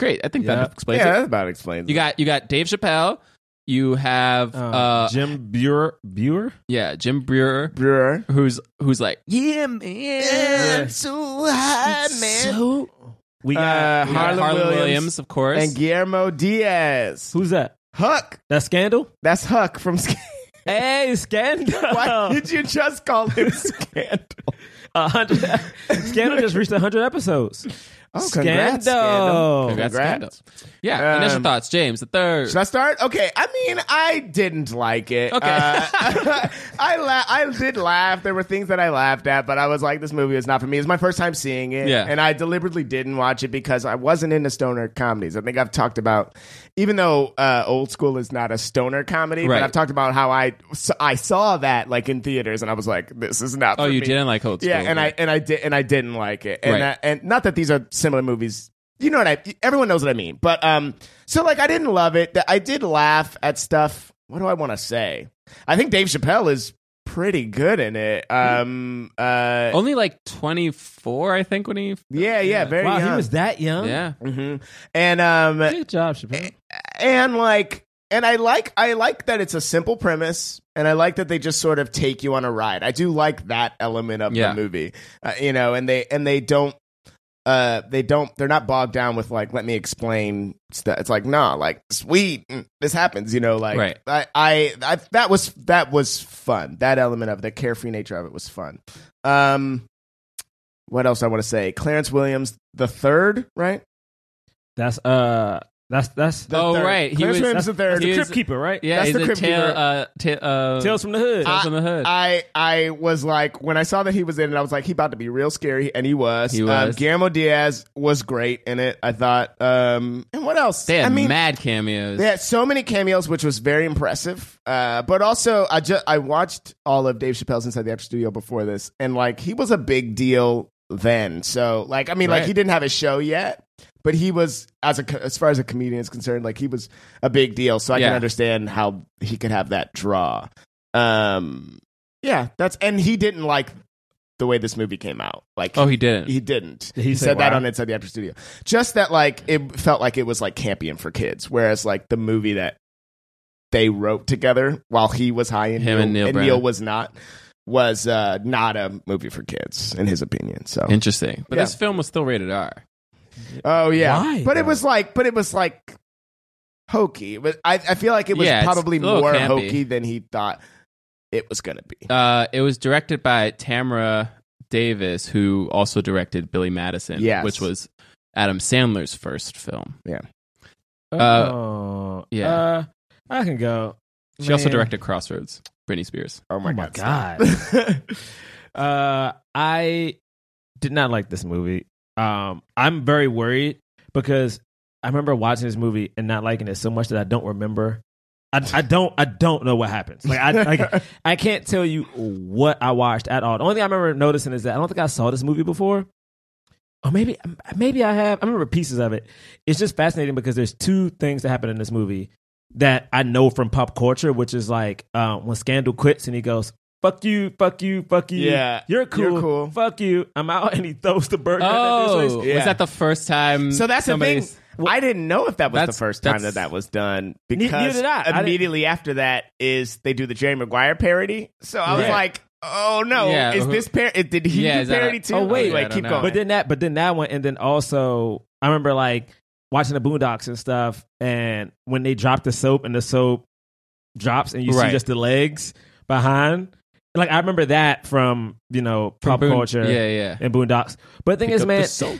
B: Great. I think that explains
D: yeah,
B: it.
D: that about explains.
B: You
D: it.
B: got you got Dave Chappelle. You have uh,
D: Oh,
C: Jim Buer Buer.
B: yeah Jim Brewer,
D: Brewer.
B: who's who's like yeah man,
D: I'm so high, man.
B: So,
C: We
D: Uh,
C: got,
B: We got
C: we got-
D: Harlan
B: Harlan, Williams,
D: Williams
B: of course,
D: and Guillermo Diaz.
C: who's that?
D: Huck.
C: That Scandal?
D: That's
B: [laughs]
D: Huck from. Sc- [laughs]
C: Hey, Scandal! [laughs]
B: Oh.
D: Why did you just call him Scandal?
C: A hundred-
B: [laughs]
C: Scandal just reached 100 episodes.
D: Oh, congrats, Scandal.
B: Congrats,
D: Congrats.
B: Scandal. Yeah, initial
D: Um,
B: thoughts, James the third.
D: Should I start? Okay. I mean, I didn't like it.
B: Okay.
D: Uh, [laughs] I la- I did laugh. There were things that I laughed at, but I was like, this movie is not for me. It's my first time seeing it.
B: Yeah.
D: And I deliberately didn't watch it because I wasn't into stoner comedies. I think I've talked about, even though uh, Old School is not a stoner comedy,
B: Right.
D: but I've talked about how I, so I saw that like in theaters and I was like, this is not
B: Oh,
D: for
B: you
D: me.
B: didn't like Old
D: Yeah.
B: School,
D: And
B: yeah.
D: I, and I did and I didn't like it. And
B: Right.
D: that- and not that these are similar movies. You know what I everyone knows what I mean. But um so like I didn't love it. That- I did laugh at stuff. What do I want to say? I think Dave Chappelle is pretty good in
C: Hmm.
D: it. Um uh
B: Only like 24, I think, when he.
D: yeah, yeah, very
C: Oh, Wow,
D: young.
C: he was that young?
B: Yeah.
D: hmm And um
C: Good job, Chappelle.
D: and like and I like I like that it's a simple premise and I like that they just sort of take you on a ride. I do like that element of
B: Yeah.
D: the movie. Uh, you know, and they and they don't uh they don't they're not bogged down with like let me explain stuff. It's like nah, like sweet mm, this happens, you know, like
B: Right.
D: I, I I that was that was fun. That element of it, the carefree nature of it was fun. Um what else I want to say? Clarence Williams the third, right?
C: That's, uh, that's, that's,
D: The
B: Oh,
D: third.
B: right. He
D: Clarence
B: was-
D: Williams the
C: that's
D: third.
B: he
C: the
B: was-
C: Crypt Keeper, right?
B: Yeah,
D: That's
B: he's
D: the
B: a
D: Crypt
B: tail,
D: Keeper.
B: uh, ta- uh,
C: Tales from the Hood.
B: Tales from the Hood.
D: I I was like when I saw that he was in it, I was like he about to be real scary, and he was.
B: He was.
D: Um, Guillermo Diaz was great in it. I thought. Um, and what else?
B: they had
D: I mean,
B: mad cameos.
D: they had so many cameos, which was very impressive. Uh, but also, I just I watched all of Dave Chappelle's Inside the Actor Studio before this, and like he was a big deal then. So like I mean,
B: Right.
D: like he didn't have a show yet, but he was as a co- as far as a comedian is concerned, like he was a big deal. So I
B: Yeah.
D: can understand how he could have that draw. Um, yeah, that's and he didn't like the way this movie came out. Like
B: Oh, he didn't.
D: he didn't.
C: Did
D: He,
C: he say
D: said that
C: why?
D: on Inside the Actor Studio. Just that, like, it felt like it was like campy and for kids, whereas like the movie that they wrote together while he was high and
B: Him
D: Neil,
B: and Neil Brennan.
D: was not was uh, not a movie for kids in his opinion. So
B: Interesting. But
D: Yeah.
B: this film was still rated R.
D: oh yeah,
C: Why,
D: but it
C: though?
D: was like, but it was like hokey. But I, I feel like it was
B: Yeah, it's
D: probably
B: a little
D: more
B: campy.
D: hokey than he thought it was gonna be.
B: Uh, it was directed by Tamra Davis, who also directed Billy Madison,
D: Yes.
B: which was Adam Sandler's first film. uh,
C: oh,
B: yeah.
C: Uh, I can go.
B: She also
C: Man.
B: directed Crossroads, Britney Spears.
D: Oh my,
C: Oh my
D: god,
C: god. [laughs] uh, I did not like this movie. Um, I'm very worried because I remember watching this movie and not liking it so much that I don't remember. I, I don't I don't know what happens. Like
D: [laughs]
C: I like I can't tell you what I watched at all. The only thing I remember noticing is that I don't think I saw this movie before. Or maybe maybe I have. I remember pieces of it. It's just fascinating because there's two things that happen in this movie that I know from pop culture, which is like um, when Scandal quits and he goes, "Fuck you, fuck you, fuck you,
D: Yeah,
C: you're cool,
D: you're cool."
C: fuck you, I'm out," [laughs] and he throws the burger. at this
B: Oh,
C: place.
D: Yeah.
B: was that the first time?
D: So that's the thing.
B: somebody's-
D: I didn't know if that was the
B: That's-
D: first time
B: that's-
D: that that was done
C: neither
D: because
C: did I. I didn't-
D: immediately after that is they do the Jerry Maguire parody. So I was
B: Right.
D: like, oh no,
B: Yeah.
D: is this parody? Did he
B: Yeah,
D: do
B: is that a-
D: parody too?
B: Oh, wait.
D: Anyway,
B: Yeah, I don't
D: keep
B: know.
D: going.
B: Right.
C: But then that, but then that one, and then also I remember like watching the Boondocks and stuff, and when they drop the soap and the soap drops, and you
B: Right.
C: see just the legs behind. Like I remember that from you know pop
B: Boon-
C: culture
B: Yeah, yeah.
C: and Boondocks. But the thing
B: Pick
C: is,
B: up
C: man,
B: the soap.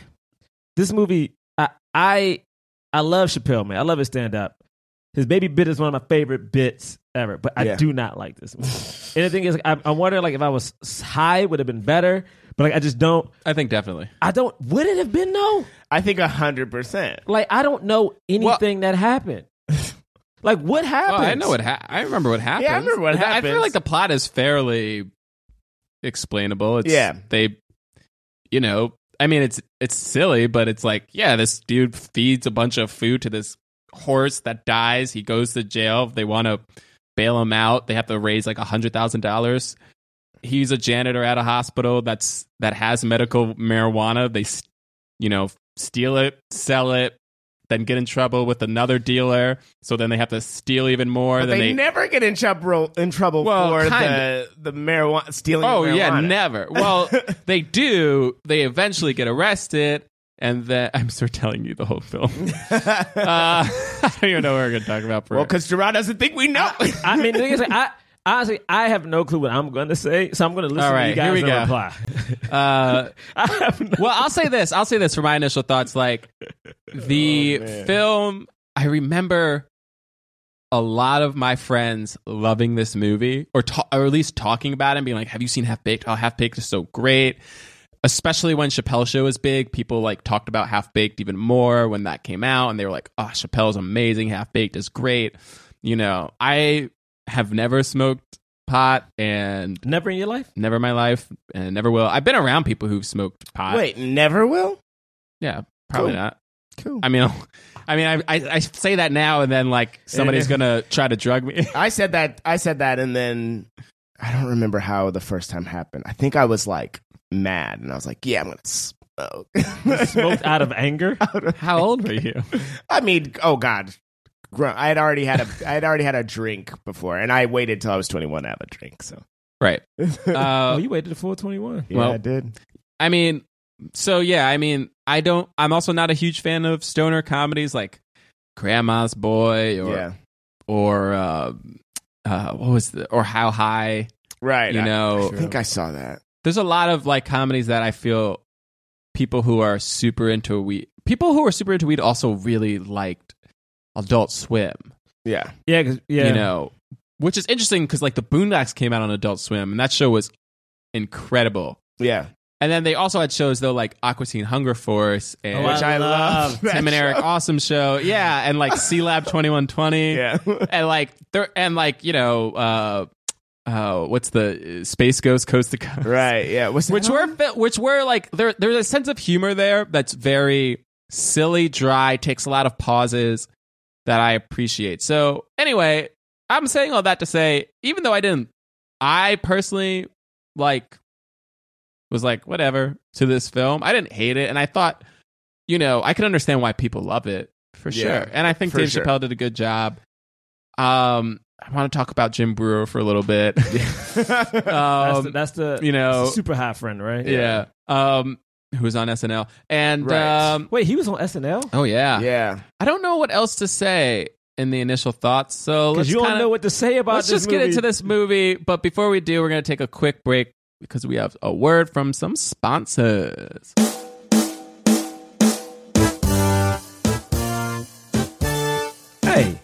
C: this movie, I, I, I love Chappelle, man. I love his stand up. His baby bit is one of my favorite bits ever, but I
D: Yeah.
C: do not like this. Movie. and the thing is, I, I wonder like if I was s- high, would have been better. But like, I just don't.
B: I think definitely.
C: I don't. Would it have been though?
D: I think hundred percent.
C: Like, I don't know anything
B: [laughs]
C: that happened. like, what
B: Oh,
C: happened?
B: I know what hap I remember what happened.
D: remember what
B: I
D: happens.
B: feel like the plot is fairly explainable. It's,
D: Yeah.
B: they, you know, I mean, it's it's silly, but it's like, yeah, this dude feeds a bunch of food to this horse that dies. He goes to jail. They want to bail him out. They have to raise like a hundred thousand dollars. He's a janitor at a hospital that's that has medical marijuana. They, s- you know, steal it, sell it, then get in trouble with another dealer. So then they have to steal even more.
D: But
B: then
D: they, never get in trouble in trouble
B: Well,
D: for
B: kinda.
D: the the marijuana stealing.
B: Oh
D: the
B: yeah,
D: marijuana.
B: never.
D: [laughs]
B: Well, they do. They eventually get arrested, and then I'm sort of telling you the whole film. uh,
D: [laughs]
B: [laughs] I don't even know what we're gonna talk about. For
D: Well, because Gerard doesn't think
B: [laughs]
D: we know.
C: I mean, the thing is, like, I honestly, I have no clue what I'm going to say, so I'm going to listen
B: All
C: to
B: right,
C: you guys
B: here we
C: and
B: go.
C: reply.
B: [laughs] uh,
C: [laughs] I have no-
B: well, I'll say this. I'll say this for my initial thoughts. Like the film, I remember a lot of my friends loving this movie, or ta- or at least talking about it, and being like, "Have you seen Half Baked? Oh, Half Baked is so great." Especially when Chappelle Show was big, people like talked about Half Baked even more when that came out, and they were like, "Oh, Chappelle's amazing. Half Baked is great." You know, I have never smoked pot and
C: Never in your life?
B: never in my life and never will. I've been around people who've smoked pot.
D: Wait, never will.
B: Yeah, probably not.
D: Cool.
B: I mean, I mean, I, I, I say that now and then like somebody's gonna try to drug
D: [laughs]
B: me.
D: I said that. I said that, and then I don't remember how the first time happened. I think I was like mad, and I was like, "Yeah, I'm gonna smoke." [laughs]
C: Smoked out of anger?
B: How old were you?
D: I mean, oh god, Gr- I had already had a I had already had a drink before, and I waited till I was 21 to have a drink. So [laughs]
B: Right.
C: [laughs] oh,
B: Uh,
C: you waited to 421.
D: yeah,
B: Well-
D: I did.
B: I mean, so yeah, I mean, I don't. I'm also not a huge fan of stoner comedies like Grandma's Boy or
D: yeah,
B: or uh, uh, what was the or How High.
D: right.
B: you
D: I-
B: know,
D: I think I saw that.
B: there's a lot of like comedies that I feel people who are super into weed, people who are super into weed also really liked Adult Swim,
D: Yeah,
C: Yeah, 'cause- yeah.
B: you know, which is interesting because like the Boondocks came out on Adult Swim and that show was incredible.
D: yeah.
B: And then they also had shows though like Aqua Teen Hunger Force and
D: Which Oh, I, love.
C: love
B: Tim and Eric Awesome Show, yeah, and
D: [laughs]
B: like C Lab Twenty One Twenty,
D: Yeah. [laughs]
B: and like thir- and like you know, uh, uh, what's the Space Ghost Coast to Coast,
D: Right. Yeah. What's that
B: which
D: on?
B: were fi- which were like there there's a sense of humor there that's very silly dry takes a lot of pauses that i appreciate so anyway i'm saying all that to say even though i didn't i personally like was like whatever to this film i didn't hate it and i thought you know i could understand why people love it for
D: Yeah,
B: sure and i think
D: for
B: dave
D: sure.
B: chappelle did a good job um i want to talk about jim brewer for a little
D: [laughs]
B: bit
C: That's,
B: um,
C: the, that's the
B: you know-
C: that's the super high friend, right?
B: yeah. Um, who was on SNL and
D: Right.
B: um,
C: Wait, he was on SNL?
B: oh yeah.
D: [laughs] Yeah.
B: I don't know what else to say in the initial thoughts, so let's
C: Because you don't
B: kinda-
C: know what to say about
B: let's
C: this
B: just get
C: movie.
B: into this movie. But before we do, we're gonna take a quick break because we have a word from some sponsors.
C: Hey,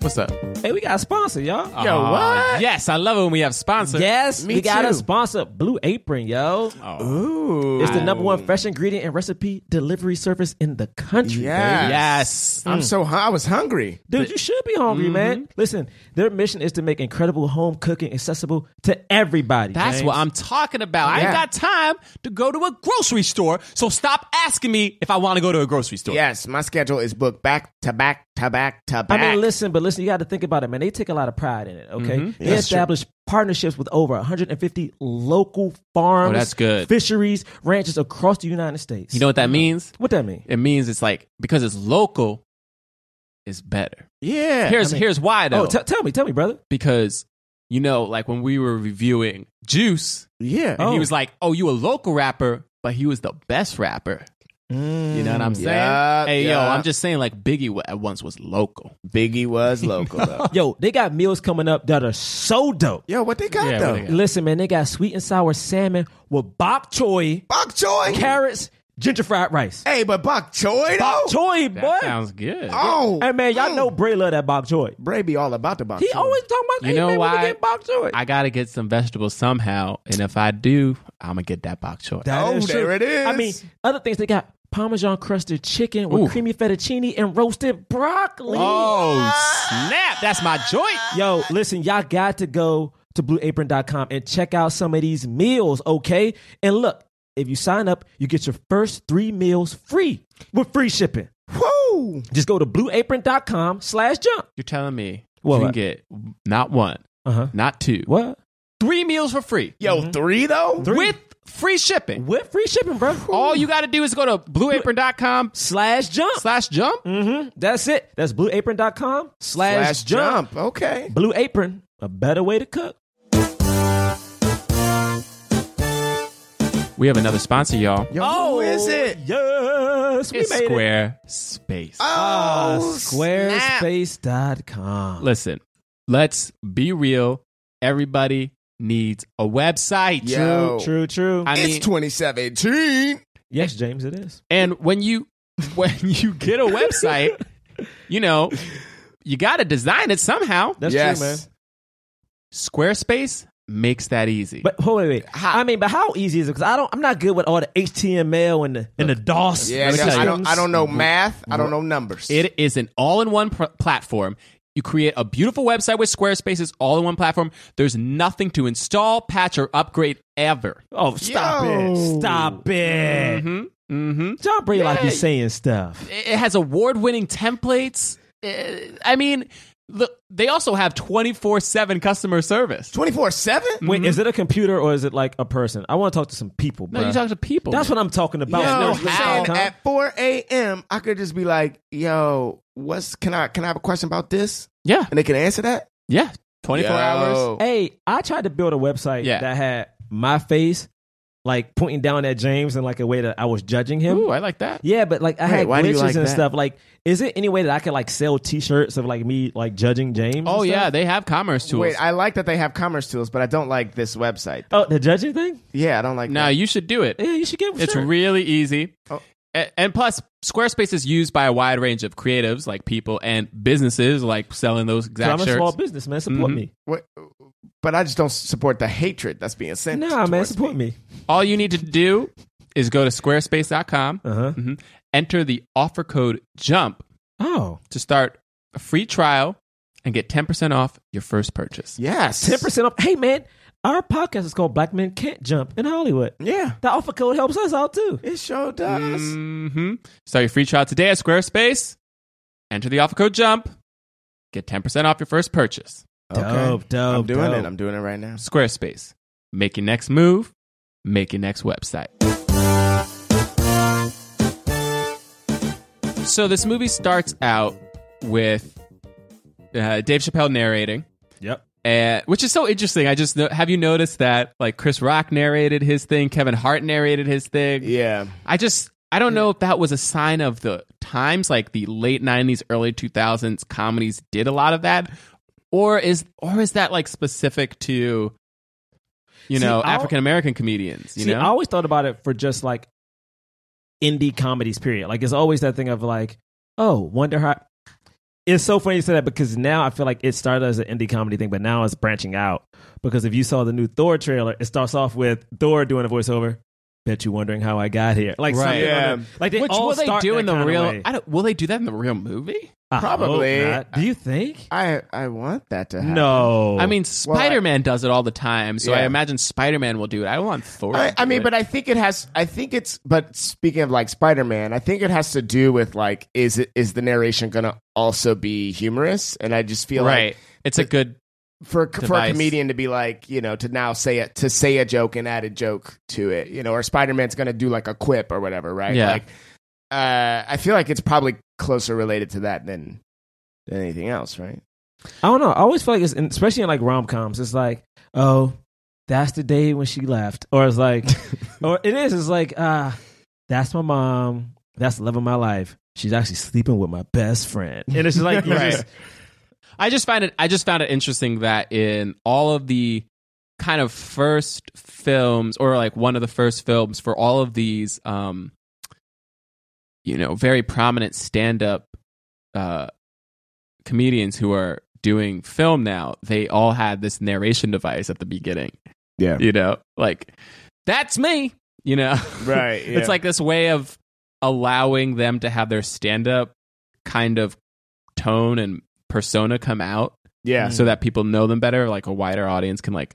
B: What's up?
C: hey, we got a sponsor, y'all.
D: Yo,
B: Aw,
D: what?
B: Yes, I love it when we have sponsors.
C: yes,
D: me
C: we got
D: too. Oh.
C: a sponsor, Blue Apron, yo.
D: Ooh.
C: It's the number one fresh ingredient and recipe delivery service in the country.
D: Yeah.
C: baby.
B: Yes.
D: I'm so hu- I was hungry.
C: Dude, you should be hungry,
D: Mm-hmm.
C: man. Listen, their mission is to make incredible home cooking accessible to everybody.
B: That's
C: James.
B: what I'm talking about. I
D: Yeah.
B: ain't got time to go to a grocery store, so stop asking me if I want to go to a grocery store.
D: Yes, my schedule is booked back to back to back to
C: I
D: back.
C: mean, listen, but listen, you got to think about it, man. They take a lot of pride in it, okay?
D: Mm-hmm.
C: They establish partnerships with over 150 local farms,
B: Oh, that's good.
C: fisheries, ranches across the United States.
B: You know what that means?
C: what that mean?
B: it means it's like because it's local it's better
D: Yeah.
B: here's here's why though
C: Oh, t- tell me, tell me, brother.
B: because you know like when we were reviewing juice
D: yeah.
B: and
C: Oh.
B: he was like oh you a local rapper but he was the best rapper you know what
C: Mm,
B: i'm saying
D: Yup,
B: hey yo
D: yup.
B: i'm just saying like biggie wa- at once was local
D: Biggie was local though.
C: Yo, they got meals coming up that are so dope.
D: [laughs] Yo, what they got
B: Yeah, what
D: though?
B: they got?
C: Listen, man, they got sweet and sour salmon with bok choy,
D: Bok choy.
C: carrots, ginger fried rice.
D: Hey, but bok choy though.
C: Bok choy,
B: That
C: boy.
B: sounds good.
D: Oh,
C: hey man, y'all
D: mm.
C: know Bray love that bok choy.
D: Bray be all about the bok.
C: He
D: choy.
C: always talking about
B: You
C: hey,
B: know
C: man,
B: why?
C: We get bok choy.
B: I gotta get some vegetables somehow, and if I do, I'm gonna get that bok choy.
C: That
D: Oh,
C: is true.
D: there it is.
C: I mean, other things they got Parmesan crusted chicken with
B: Ooh.
C: creamy fettuccine and roasted broccoli.
B: oh snap! That's my joint.
C: Yo, listen, y'all got to go to blueapron.com and check out some of these meals, okay? And look, if you sign up, you get your first three meals free with free shipping.
D: Woo!
C: Just go to blueapron.com slash jump.
B: You're telling me
C: What?
B: you can get not one,
C: Uh-huh.
B: not two,
C: What?
B: three meals for free
D: Yo, three though.
B: with free shipping.
C: With free shipping, bro.
B: All you gotta do is go to blueapron.com
C: slash jump.
B: slash jump.
D: Mm.
C: mm-hmm. That's it. That's blueapron.com slash,
D: Last jump. Okay.
C: Blue Apron, a better way to cook.
B: We have another sponsor, y'all.
D: Yo, oh, who is it?
C: Yes, we
B: It's
C: made it. Uh,
B: Square Space.
C: Ah,
D: Oh, snap.
C: Squarespace.com.
B: Listen, let's be real. Everybody needs a website.
D: Yo,
C: True, true.
B: I mean,
D: it's 2017.
C: yes, James, it is.
B: and when you when you get a website, you know, you got to design it somehow.
C: That's
D: yes.
C: true, man.
B: Squarespace makes that easy.
C: But hold wait, wait. I mean, but how easy is it? Because I don't, I'm not good with all the HTML and the and the DOS.
D: Yeah,
B: Let me
D: I,
B: tell you.
D: don't. I don't know math. I don't know numbers.
B: It is an all-in-one pr- platform. You create a beautiful website with Squarespace. It's all-in-one platform. There's nothing to install, patch, or upgrade ever.
C: Oh, stop
D: Yo.
C: it! Stop it!
B: Mm-hmm. Mm-hmm.
C: John Bray like
B: Yeah.
C: he's saying stuff.
B: It has award-winning templates. Uh, I mean, look, they also have 24/7 customer service.
D: 24 seven.
C: Wait, is it a computer or is it like a person? I want to talk to some people.
B: No,
C: bruh.
B: you talk to people.
C: That's what I'm talking about.
B: Yeah,
D: Yo,
B: no
C: Squarespace
B: how.
D: saying
C: dot com.
D: at 4 a.m. I could just be like, "Yo, what's can I can I have a question about this?"
B: Yeah,
D: And they can answer that.
B: yeah. 24
D: Yo.
B: hours.
C: Hey, I tried to build a website
B: Yeah.
C: that had my face like pointing down at James in like a way that I was judging him.
B: Ooh, I like that.
C: Yeah, but like I
D: Wait,
C: had
D: why do you
C: glitches
D: like
C: and
D: that?
C: stuff. Like, is it any way that I could like sell T-shirts of like me like judging James? and
B: Oh yeah,
C: stuff?
B: they have commerce tools.
D: Wait, I like that they have commerce tools, but I don't like this website.
C: Oh, the judging thing?
D: Yeah, I don't like.
B: now
D: that.
B: you should do it.
C: Yeah, you should give.
B: It's
C: sure.
B: really easy.
D: Oh.
B: A- And plus, Squarespace is used by a wide range of creatives, like people, and businesses, like selling those
C: 'Cause
B: exact
C: I'm a
B: shirts.
C: small business man.
D: Mm-hmm.
C: Support
B: Mhm.
C: me.
D: What- but I just don't support the hatred that's being sent.
C: Nah, man,
D: towards
C: support me.
B: All you need to do is go to squarespace.com,
C: Uh huh.
B: mhm, enter the offer code JUMP
C: Oh,
B: to start a free trial and get 10% off your first purchase.
D: Yes,
C: ten percent off. Hey, man, our podcast is called Black Men Can't Jump in Hollywood.
D: Yeah,
C: The offer code helps us out too.
D: it sure does.
C: Mm-hmm.
B: hmm Start your free trial today at Squarespace. Enter the offer code JUMP. Get 10% off your first purchase.
D: Okay.
C: Dope, dope.
D: I'm doing
C: dope.
D: it. I'm doing it right now.
B: Squarespace. Make your next move. Make your next website. So this movie starts out with uh, Dave Chappelle narrating,
C: Yep.
B: and, which is so interesting. I just have you noticed that like Chris Rock narrated his thing, Kevin Hart narrated his thing.
D: Yeah,
B: I just I don't know if that was a sign of the times, like the late '90s, early 2000s comedies did a lot of that, or is or is that like specific to you
C: See,
B: know
C: I'll-
B: African American comedians? You
C: See, I
B: know,
C: always thought about it for just like indie comedies. Period. Like it's always that thing of like, oh, wonder how. It's so funny you say that because now I feel like it started as an indie comedy thing, but now it's branching out. Because if you saw the new Thor trailer, it starts off with Thor doing a voiceover. Bet you wondering how I got here. Like
B: Right.
C: something
D: Yeah.
C: on the- like they
B: which
C: all
B: will they
C: start
B: do in
C: that
B: the
C: kinda
B: real?
C: way.
B: I don't, will they do that in the real movie?
C: I hope
D: Probably.
C: not. Do you think?
D: I I want that to happen.
C: no.
B: I mean, Spider Man does it all the time, so I
D: Yeah.
B: imagine Spider Man will do it. I don't want Thor.
D: I,
B: to
D: I
B: do
D: mean,
B: it.
D: but I think it has. I think it's. But speaking of like Spider Man, I think it has to do with like is it is the narration going to also be humorous? And I just feel
B: right,
D: like
B: it's a good
D: for for a
B: Device.
D: comedian to be like you know to now say it to say a joke and add a joke to it, you know, or Spider Man's going to do like a quip or whatever, right?
B: Yeah.
D: Like, uh, I feel like it's probably closer related to that than than anything else, right?
C: I don't know. I always feel like it's, and especially in like rom coms, it's like, oh, that's the day when she left, or it's like, or it is. It's like, ah, that's my mom. That's the love of my life. She's actually sleeping with my best friend, and it's just
D: [laughs]
C: like, you
B: Right.
C: just-
B: I just find it. I just found it interesting that in all of the kind of first films, or like one of the first films for all of these um, you know, very prominent stand up uh, comedians who are doing film now, they all had this narration device at the beginning.
D: Yeah.
B: You know, like, that's me, you know? [laughs]
D: [laughs] Right. yeah.
B: It's like this way of allowing them to have their stand up kind of tone and persona come out
D: yeah.
B: so that people know them better, like a wider audience can like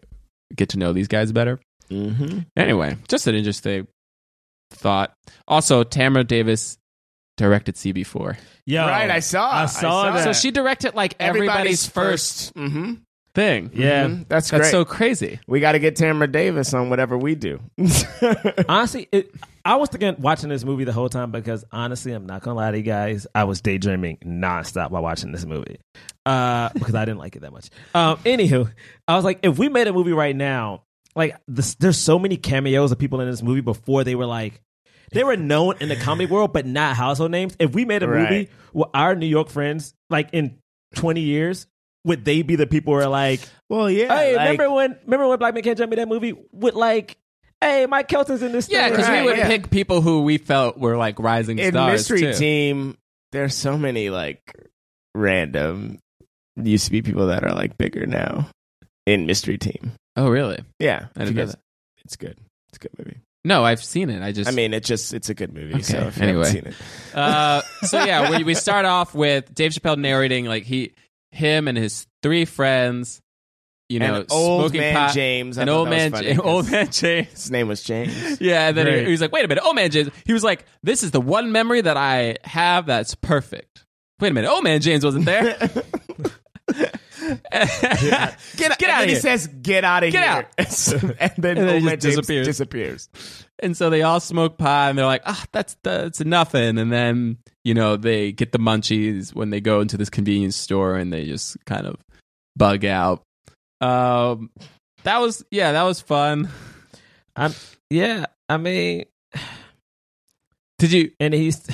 B: get to know these guys better.
D: Mm-hmm.
B: Anyway, just an interesting thought. Also, Tamara Davis directed CB4.
C: Yo,
D: right. I saw.
C: I saw that.
B: So she directed like everybody's, first
D: Mm-hmm.
B: thing. Mm-hmm.
C: Yeah.
D: Mhm. That's great.
B: That's so crazy.
D: we got to get Tamara Davis on whatever we do. [laughs]
C: [laughs] Honestly, it, I was thinking watching this movie the whole time because honestly, I'm not gonna lie to you guys, I was daydreaming nonstop while watching this movie uh, because I didn't like it that much. Um, anywho, I was like, if we made a movie right now, like this, there's so many cameos of people in this movie before they were like. They were known in the comedy world, but not household names. If we made a
D: Right.
C: movie with our New York friends, like in 20 years, would they be the people who are like,
D: well, yeah.
C: hey, remember when remember when Black Man Can't Jump in that movie with like, hey, Mike Kelton's in this.
B: Yeah,
C: thing.
B: because
D: Right,
B: we would
D: yeah.
B: pick people who we felt were like rising
D: in
B: stars.
D: Mystery
B: too.
D: Team, there's so many like random used to be people that are like bigger now in Mystery Team.
B: Oh, really?
D: Yeah,
B: I
D: if
B: didn't
D: you
B: know
D: guys-
B: that.
D: it's good. It's a good movie.
B: No, I've seen it. I just.
D: I mean, it just it's a good movie.
B: Okay,
D: So if you
B: anyway.
D: haven't seen it,
B: Uh, so yeah, we, we start off with Dave Chappelle narrating like he, him and his three friends, you know,
D: and old
B: smoking
D: man
B: pot,
D: James, I
B: an
D: thought
B: old
D: that was
B: man,
D: funny
B: Ja- [laughs]
D: 'cause
B: old man James.
D: His name
B: [laughs]
D: was James.
B: Yeah, and then he,
C: Great.
B: he was like, "Wait a minute, oh man, James." He was like, "This is the one memory that I have that's perfect." Wait a minute, oh man, James wasn't
D: [laughs]
B: there.
D: Get,
B: Get
D: and
B: out
D: then
B: of
D: He
B: here.
D: says, "Get out of
B: Get
D: here!" Out. [laughs] and then
B: And then
D: old
B: he
D: man
B: just
D: James
B: disappears.
D: disappears.
B: and so they all smoke pot, and they're like, "Ah, that's that's nothing." And then you know they get the munchies when they go into this convenience store, and they just kind of bug out. Um, that was yeah, that was fun.
C: I'm, yeah, I mean,
B: Did you?
C: and he's.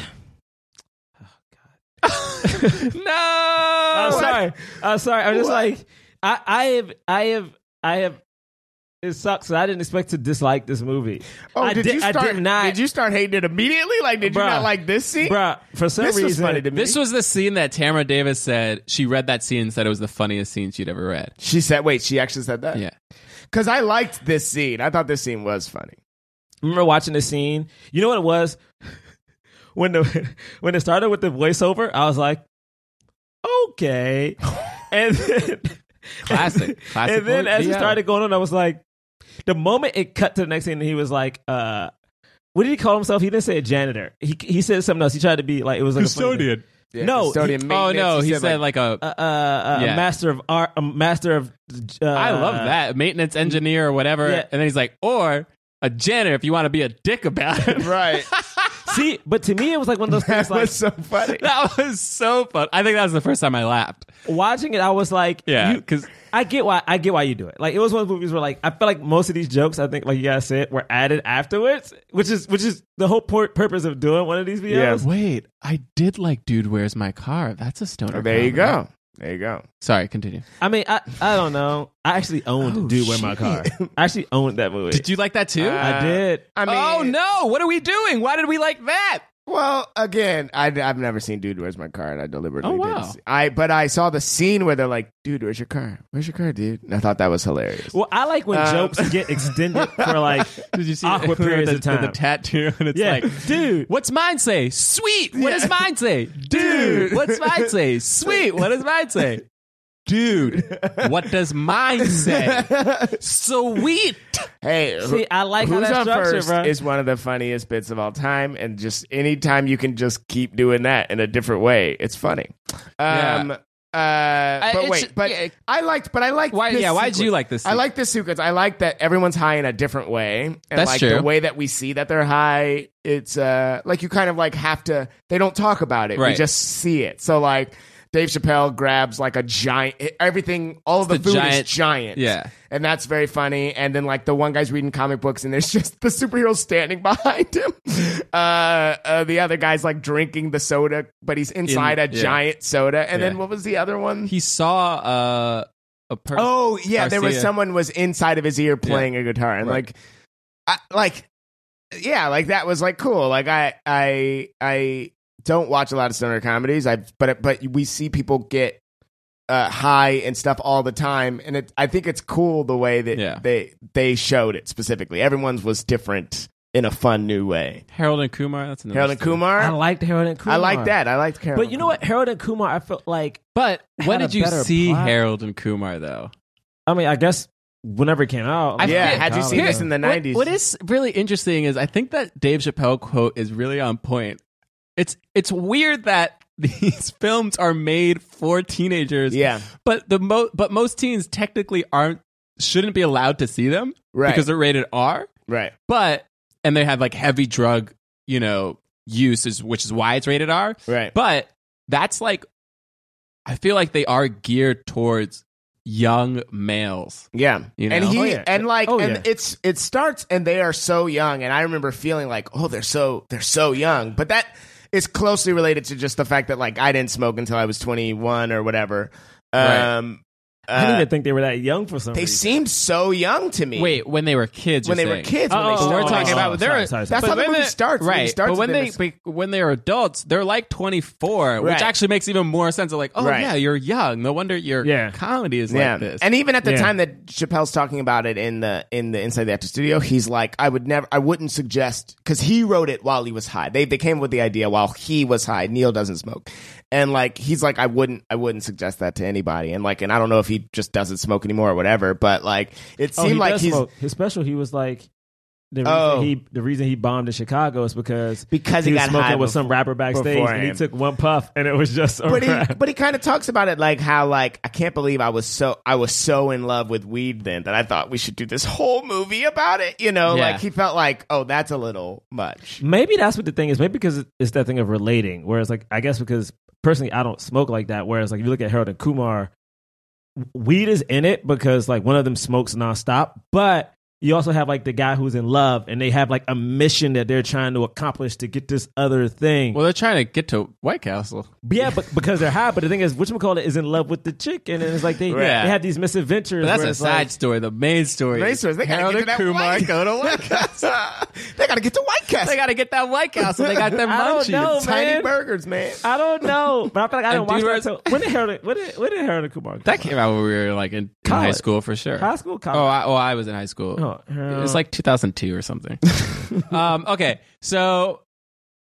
C: [sighs] oh,
D: [laughs]
B: No,
C: I'm sorry. I'm sorry. I'm just
D: What?
C: like, I, I have, I have, I have. It sucks. that I didn't expect to dislike this movie.
D: Oh,
C: I
D: did,
C: did-
D: you
C: I
D: start?
C: did not-
D: you start hating it immediately? Like, did you
C: Bruh.
D: not like this scene?
C: Bruh, for some
D: this
C: reason,
D: was funny to me.
B: This was the scene that Tamara Davis said she read that scene and said it was the funniest scene she'd ever read.
D: She said, "Wait, she actually said that."
B: Yeah.
D: because I liked this scene. I thought this scene was funny.
C: remember watching the scene. You know what it was [laughs] when the [laughs] when it started with the voiceover. I was like,
B: [laughs]
C: okay, and then
B: Classic. Classic
C: [laughs] And then as it
B: VO.
C: started going on, I was like, the moment it cut to the next scene, he was like, uh. What did he call himself? He didn't say a janitor. He he said something else. He tried to be like it was like a funny thing.
D: Yeah,
C: No,
D: custodian
B: Oh
D: maintenance,
B: no, he said like, a.
C: uh, uh,
B: Yeah.
C: a master of art, a master of. Uh,
B: I love that maintenance engineer or whatever,
C: yeah.
B: and then he's like, or a janitor if you want to be a dick about it.
D: [laughs] right.
C: See, but to me, it was like one of those
B: [laughs]
D: that
C: things. Like
D: was so funny.
B: That was so fun. I think that was the first time I laughed.
C: watching it, I was like,
B: Yeah,
C: you-
B: because
C: I get why I get why you do it. Like it was one of the movies where like I feel like most of these jokes I think like you guys said were added afterwards, which is which is the whole pur- purpose of doing one of these videos.
B: wait, I did like "Dude, Where's My Car?" That's a stoner.
D: there you
B: comedy.
D: go. There you go.
B: Sorry, continue.
C: I mean, I I don't know. I actually owned Dude Where My Car. I actually owned that movie.
B: Did you like that too?
D: Uh,
C: I did.
D: I mean,
B: oh no! What are we doing? Why did we like that?
D: Well, again, I, have never seen Dude, Where's My Car? And I deliberately
B: Oh, wow.
D: didn't. See, I but I saw the scene where they're like, "Dude, where's your car? Where's your car, dude?" And I thought that was hilarious.
C: Well, I like when
D: Um,
C: jokes get extended for like
B: Did you see
C: awkward
B: the, [laughs]
C: periods
B: the,
C: of time.
B: the tattoo? And it's
C: yeah,
B: like,
C: dude.
B: what's mine say? Sweet. What does mine say? [laughs] Dude.
D: Dude.
B: What's mine [laughs] say? Sweet. What does mine say?
D: [laughs]
B: Dude. What does mine say? Sweet.
D: hey, who-
C: See, I like how
D: Who's
C: that's
D: on
C: structured,
D: first
C: bro.
D: is one of the funniest bits of all time, and just anytime you can just keep doing that in a different way, it's funny.
B: Yeah.
D: Um, uh, but
B: it's-
D: wait, but
B: yeah.
D: I liked, but I liked.
B: Why?
D: this
B: yeah. Why did you
D: sequence.
B: like this?
D: I like this sequence. I like that everyone's high in a different way, and
B: That's
D: like
B: true.
D: the way that we see that they're high. It's uh, like you kind of like have to. They don't talk about it. We
B: Right.
D: just see it. So like. Dave Chappelle grabs like a giant everything. All of the,
B: the
D: food
B: giant-
D: is giant.
B: Yeah.
D: and that's very funny. And then like the one guy's reading comic books, and there's [laughs] just the superhero standing [laughs] behind him. Uh, uh the other guy's like drinking the soda, but he's inside a
B: yeah.
D: giant soda. And then
B: Yeah.
D: what was the other one?
B: He saw uh, a person.
D: Oh yeah, there was
B: Garcia.
D: someone was inside of his ear playing a guitar, and
B: Right.
D: like, I, like yeah, like that was like cool. Like I I I don't watch a lot of stoner comedies. I but but we see people get uh, high and stuff all the time, and it I think it's cool the way that
B: Yeah.
D: they they showed it specifically. Everyone's was different in a fun new way.
B: Harold and Kumar. That's another.
D: Harold and
B: story.
D: Kumar.
C: I liked Harold and Kumar.
D: I like that. I liked Harold.
C: But you know what? Harold and Kumar, I felt like,
B: But when
C: Had a
B: did you
C: better
B: see
C: plot.
B: Harold and Kumar though?
C: I mean, I guess whenever it came out.
B: I
C: I'm
D: Yeah,
C: like,
D: had you
C: oh,
D: seen
C: yeah.
D: this in the
B: What-
D: nineties?
B: what is really interesting is I think that Dave Chappelle quote is really on point. It's it's weird that [laughs] these films are made for teenagers.
D: Yeah.
B: But the mo- but most teens technically aren't shouldn't be allowed to see them
D: Right.
B: because they're rated R.
D: right?
B: But and they have like heavy drug, you know, use is which is why it's rated R.
D: Right.
B: But that's like I feel like they are geared towards young males.
D: Yeah.
B: You
D: And
B: know?
D: he
B: Oh,
C: yeah.
D: and like
C: Oh,
D: and
C: yeah.
D: it's it starts and they are so young and I remember feeling like, "Oh, they're so they're so young." But that is closely related to just the fact that like I didn't smoke until I was 21 or whatever.
B: Right.
D: Um
C: I didn't
D: uh,
C: even think they were that young for some
D: they
C: reason.
D: seemed so young to me.
B: Wait, when they were kids,
D: when they
B: you're
D: were
B: saying.
D: kids, when
C: Oh,
D: they
C: oh,
D: started.
B: But we're
C: oh,
B: talking
C: oh,
B: about
C: oh,
B: they're
C: sorry, sorry,
D: that's
C: sorry.
D: how the
B: when
D: movie
B: they-
D: starts. The movie
B: right?
D: starts
B: but
D: with
B: when
D: them
B: they
D: as-
B: be- when they're adults, they're like twenty four,
D: Right.
B: which actually makes even more sense. Of like, oh
D: Right.
B: yeah, you're young. No wonder your
C: Yeah.
B: comedy is
D: yeah.
B: like this.
D: And even at the
C: Yeah.
D: time that Chappelle's talking about it in the in the Inside the Actor Studio, he's like, I would never, I wouldn't suggest because he wrote it while he was high. They they came with the idea while he was high. Neil doesn't smoke, and like he's like, I wouldn't, I wouldn't suggest that to anybody. And like, and I don't know if he just doesn't smoke anymore or whatever, but like it
C: Oh,
D: seemed
C: he
D: like
C: does
D: he's
C: smoke. [laughs] his special. He was like the reason
D: Oh.
C: he the reason he bombed in Chicago is because
D: Because he
C: was
D: got high
C: smoking with
D: bef-
C: some rapper backstage and he
D: beforehand.
C: took one puff and it was just a
D: but he
C: wrap.
D: but he kind of talks about it like how like I can't believe I was so I was so in love with weed then that I thought we should do this whole movie about it. You know,
B: Yeah.
D: like he felt like oh that's a little much.
C: Maybe that's what the thing is. Maybe because it's that thing of relating. Whereas, like, I guess because personally, I don't smoke like that. Whereas, like, if you look at Harold and Kumar, weed is in it because like one of them smokes nonstop, but you also have like the guy who's in love and they have like a mission that they're trying to accomplish to get this other thing.
B: well, they're trying to get to White Castle.
C: yeah, but because they're high. But the thing is, whatchamacallit is in love with the chick, and then it's like they,
B: Yeah.
C: they have these misadventures.
B: But that's
C: where
B: a
C: it's
B: side
C: like-
B: story. The main story.
D: Race
B: is
D: horse, They gotta
B: Harold
D: get to that
B: and Kumar
D: White
B: go to White [laughs] Castle.
D: Castle. they gotta get to White Castle.
B: they got to get that White Castle. They
D: [laughs]
B: got their
C: I don't
B: munchies.
C: know,
D: tiny
C: man.
D: burgers, man.
C: I don't know, but I feel like I
B: And
C: didn't watch that.
B: Divas-
C: until- When did Harold? When did, when did Harold and Kumar? Come
B: That
C: out?
B: came out when we were like in, in high
C: College.
B: school for sure.
C: High school, college.
B: Oh, I, oh, I was in high school.
C: Oh,
B: It's like 2002 or
C: [laughs]
B: something. um, okay, so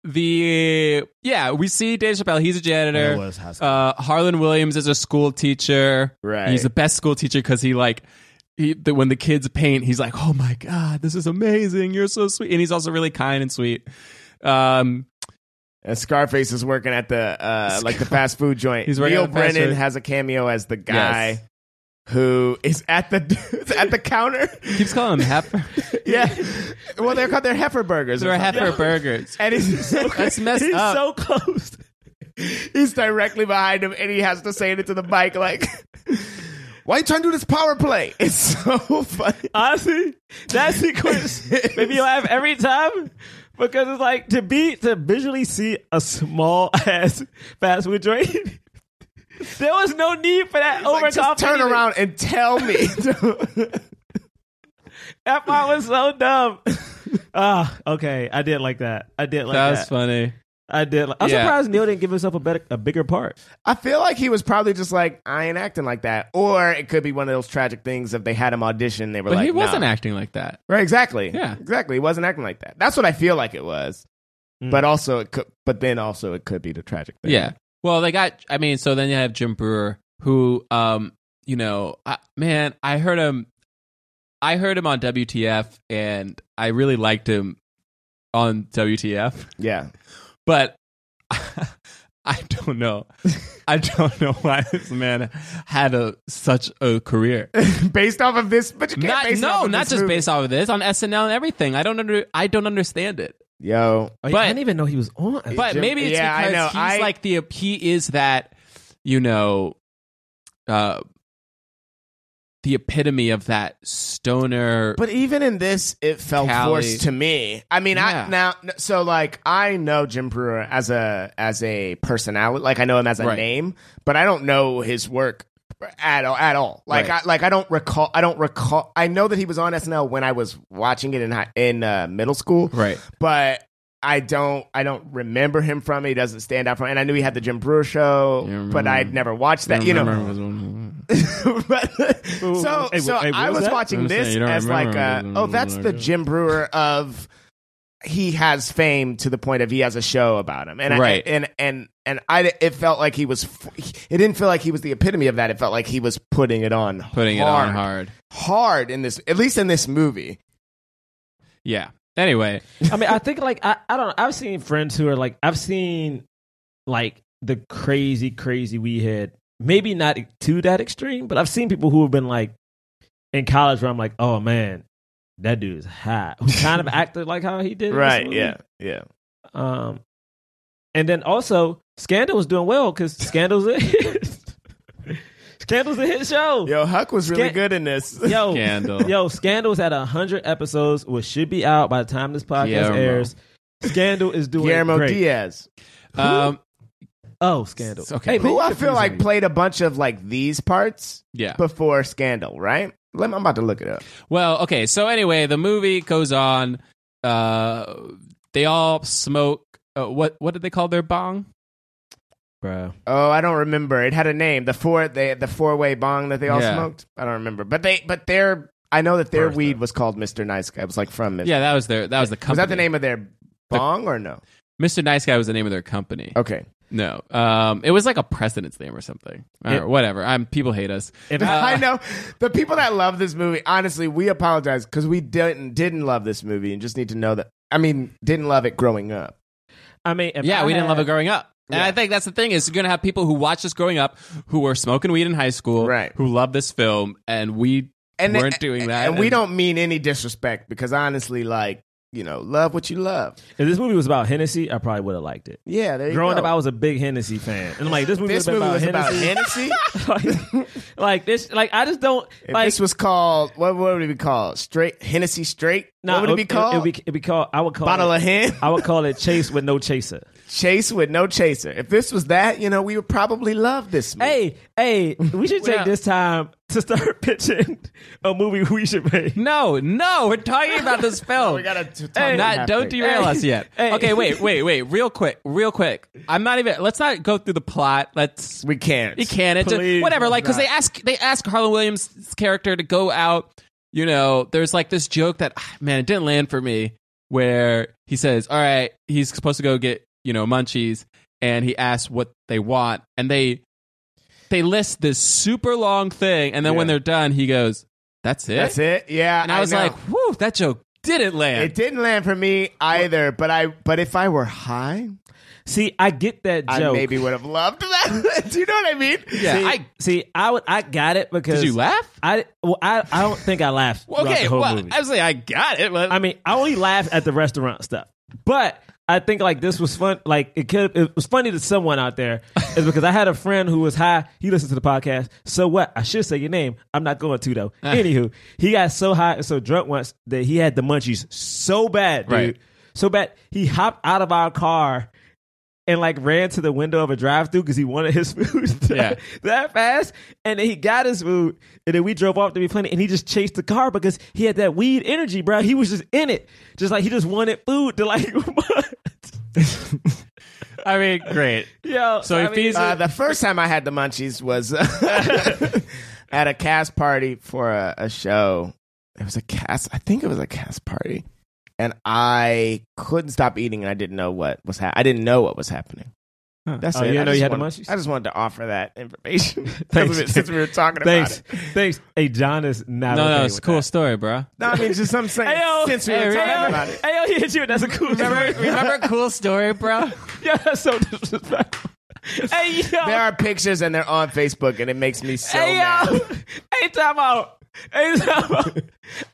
B: the yeah, we see Dave Chappelle. He's a janitor.
C: That was high school.
B: uh, Harlan Williams is a school teacher.
D: Right.
B: He's the best school teacher because he like. He, the, when the kids paint, he's like, "Oh my god, this is amazing! You're so sweet," and he's also really kind and sweet. Um,
D: And Scarface is working at the uh, like the fast food joint.
B: He's working
D: Neil
B: at the fast
D: Brennan
B: food.
D: has a cameo as the guy
B: Yes.
D: who is at the [laughs] is at
B: [laughs]
D: the counter.
B: keeps calling him
C: [laughs]
B: heifer.
D: yeah. Well, they're called their heifer burgers. or
B: They're
D: something.
B: heifer burgers.
D: And he's
B: [laughs]
D: [laughs]
B: That's messed
C: He's
B: up.
C: so close.
D: he's directly behind him, and he has to say it into the mic like. [laughs] Why you trying to do this power play? It's so [laughs] funny.
C: Honestly, that sequence
B: [laughs]
C: made me laugh every time because it's like to be to visually see a small [laughs] ass fast food joint. [laughs] there was no need for that
D: Like, just
C: overconfidence.
D: turn around and tell me.
C: That part was so [laughs] dumb. Ah, okay. I did like that. I did like
B: that
C: that.
B: was funny.
C: I did. Like, I'm
B: Yeah.
C: surprised Neil didn't give himself a better, a bigger part.
D: I feel like he was probably just like, I ain't acting like that. Or it could be one of those tragic things if they had him audition, they were
B: But
D: like,
B: he wasn't
D: "Nah."
B: acting like that.
D: Right, exactly.
B: Yeah.
D: Exactly. He wasn't acting like that. That's what I feel like it was. But also it could but then also it could be the tragic thing.
B: Yeah. Well, they got. I mean, so then you have Jim Brewer, who, um, you know, I, man, I heard him. I heard him on WTF, and I really liked him on WTF,
D: Yeah. [laughs]
B: but [laughs] I don't know. I don't know [laughs] why this man had a such a career.
D: based off of this but you can't
B: Not,
D: base it off
B: no,
D: of
B: not
D: this
B: just
D: movie.
B: based off of this on SNL and everything. I don't under. I don't understand it.
D: Yo.
C: Oh, yeah,
B: But-
C: I didn't even know he was on.
B: [laughs] But
D: Jim-
B: maybe it's
D: yeah, I
B: because
D: know.
B: he's
D: I-
B: like the he is that you know, uh, the epitome of that stoner.
D: But even in this, it felt
B: Cali.
D: forced to me. I mean,
B: Yeah.
D: I now so like I know Jim Brewer as a as a personality, like I know him as a
B: Right.
D: name, but I don't know his work at all at all like
B: Right.
D: I like I don't recall I don't recall I know that he was on SNL when I was watching it in high, in uh, middle school
B: Right.
D: but I don't I don't remember him from it he doesn't stand out from it. and I knew he had the Jim Brewer show
B: You remember-
D: but I'd never watched that
B: I
D: you
B: remember
D: know
B: it was one-
D: [laughs] But- so
C: hey,
D: so
C: hey, what
D: I
C: was
D: was
C: that?
D: watching
B: I'm saying
D: this
B: you don't
D: as like
B: remember
D: uh
B: him.
D: oh that's the Jim Brewer of he has fame to the point of he has a show about him and
B: Right.
D: I, and and and I it felt like he was f- it didn't feel like he was the epitome of that it felt like he was putting it on
B: putting it on hard.
D: hard in this at least in this movie
B: Yeah. Anyway,
C: I mean, I think like I, I don't know. I've seen friends who are like I've seen like the crazy, crazy we had. Maybe not e, to that extreme, but I've seen people who have been like in college where I'm like, oh man, that dude's hot. Who
B: [laughs]
C: kind of acted like how he did, in this movie.
D: yeah
C: Um, and then also Scandal was doing well because Scandal's a [laughs] Scandal's a hit show.
D: yo Huck was really
C: Scan-
D: good in this
C: [laughs] Yo,
B: Scandal.
C: Yo, Scandal's at 100 episodes, which should be out by the time this podcast
B: Guillermo.
C: airs. Scandal is doing
D: [laughs] Guillermo
C: great.
D: Diaz
B: um,
C: Oh, Scandal.
B: It's okay.
C: man,
D: who
C: you
D: I feel
C: confusing
D: like
C: me.
D: played a bunch of like these parts
B: yeah.
D: before Scandal right Let me, I'm about to look it up
B: Well, okay. So anyway, the movie goes on. Uh, they all smoke. Uh, what what did they call their bong?
C: Bruh.
D: Oh, I don't remember. It had a name. The four they the four way bong that they all
B: Yeah.
D: smoked. I don't remember. But they but their I know that their
C: Bertha.
D: weed was called Mr. Nice Guy. It was like from Mr.
B: Yeah, that was their that was the company.
D: was that the name of their bong or no?
B: Mr. Nice Guy was the name of their company.
D: Okay.
B: No, um, it was like a president's name or something or
C: Yeah.
B: whatever. Um, people hate us. Uh,
D: [laughs]
C: If
D: I
C: I,
D: know the people that love this movie. Honestly, we apologize because we didn't didn't love this movie and just need to know that. I mean, didn't love it growing up.
C: I mean, if
B: yeah,
C: I
B: we didn't
C: had-
B: love it growing up. And I think that's the thing is you're gonna have people who watched this growing up who were smoking weed in high school,
D: Right.
B: Who love this film, and we
D: And
B: weren't doing that.
D: And, we don't mean any disrespect because honestly, like you know, love what you love.
C: If this movie was about Hennessy, I probably would have liked it.
D: Yeah, there you
C: Growing
D: go.
C: up, I was a big Hennessy fan, and I'm like, this movie
D: this
C: was
D: movie
C: about
D: was about
C: Hennessy.
D: Hennessy.
C: [laughs] like, like this, like I just don't
D: If
C: like.
D: this was called what, what would it be called? Straight Hennessy Straight?
C: nah,
D: what would it be called?
C: It, would be, it'd be called. I would call
D: Bottle
C: it,
D: of Hen?
C: I would call it Chase with no chaser.
D: Chase with no chaser. If this was that, you know, we would probably love this movie.
C: [laughs] Hey, hey, we
B: [laughs]
C: should take
B: Yeah.
C: this time to start [laughs] pitching a movie we should make.
B: No, no, we're talking about
D: [laughs]
B: this film.
D: we gotta t- talk
B: Hey,
D: about
B: not,
D: that
B: don't
D: thing.
B: derail
C: Hey.
B: us yet.
C: Hey.
B: Okay, wait, wait, wait. Real quick, real quick. I'm not even. Let's not go through the plot. Let's.
D: we can't.
B: You can't. It's
C: Please,
B: whatever. Like, because
C: let's
B: they ask they ask Harlan Williams' character to go out. You know, there's like this joke that ah, man, it didn't land for me. Where he says, "All right, he's supposed to go get you know munchies," and he asks what they want, and they they list this super long thing, and then when
D: Yeah.
B: they're done, he goes, "That's it."
D: That's it. Yeah.
B: And I was
D: know.
B: like, "Whew, that joke didn't land."
D: it didn't land for me either, but I but if I were high,
C: See, I get that
D: I
C: joke.
D: maybe would have loved that. [laughs] Do you know what I mean?
B: Yeah,
C: See,
B: I
C: see, I would, I got it because
B: did. You laugh?
C: I, well, I, I don't think I laughed.
B: Well,
C: throughout
B: [laughs] okay,
C: the whole
B: well,
C: movie.
B: I was like, I got it. But
C: I mean, I only laughed at the restaurant stuff, but I think like this was fun. Like it could, it was funny to someone out there, is because I had a friend who was high. He listened to the podcast. So what? I should say your name. I'm not going to though. Anywho, he got so high and so drunk once that he had the munchies so bad, dude,
B: Right.
C: so bad. He hopped out of our car. And like ran to the window of a drive-through because he wanted his [laughs] food that,
B: Yeah.
C: that fast, and then he got his food, and then we drove off to be funny, and he just chased the car because he had that weed energy, bro. He was just in it, just like he just wanted food to like. [laughs]
B: I mean, great.
C: Yo,
B: So
C: I
B: if
C: mean,
B: he's
D: Uh, the first time I had the munchies was uh, [laughs] at a cast party for a, a show. It was a cast, I think it was a cast party, and I couldn't stop eating, and I didn't know what was hap- I didn't know what was happening. That's
C: Oh,
D: it.
C: you didn't
D: I
C: know
D: just
C: you had the
D: wanted-
C: munchies?
D: I just wanted to offer that
C: [laughs]
D: information [laughs]
C: Thanks.
D: since we- since we were talking
C: thanks,
D: about it.
C: thanks. Hey, John is not.
B: no,
C: okay
B: no, it's a
C: with
B: cool
C: that.
B: story, bro.
D: No, I mean just I'm saying
C: Hey, yo,
D: since we
C: hey,
D: were talking
C: yo,
D: about it.
C: Hey, yo, he hit you. That's a cool. Remember,
B: cool story, bro?
C: [laughs] yeah, that's so disrespectful. hey, yo,
D: There are pictures and they're on Facebook, and it makes me so
C: hey,
D: mad.
C: yo, [laughs] hey, time out. Hey,
D: [laughs]
C: time out.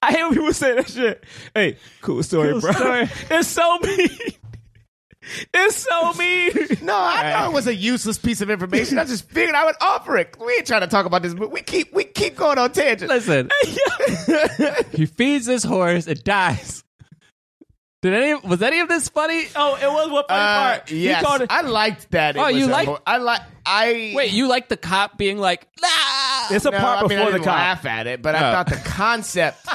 C: I hear people say that shit. Hey, cool story, bro. [laughs] It's so mean. It's so mean.
D: [laughs] No, I know it was a useless piece of information. I just figured I would offer it. We ain't trying to talk about this, but we keep we keep going on tangents.
B: [laughs] Listen,
D: it
B: he feeds his horse, it dies. Did any was any of this funny?
C: Oh, it was one funny
D: uh,
C: part. He
D: yes,
C: called it.
D: I liked that. It
B: Oh,
D: was
B: you
D: a
B: like-
D: hor- I like. I
B: Wait, you like the cop being like, ah,
C: It's a
D: No,
C: part
D: I mean, I
C: before the
D: didn't
C: cop.
D: laugh at it, but I
B: Oh.
D: thought the concept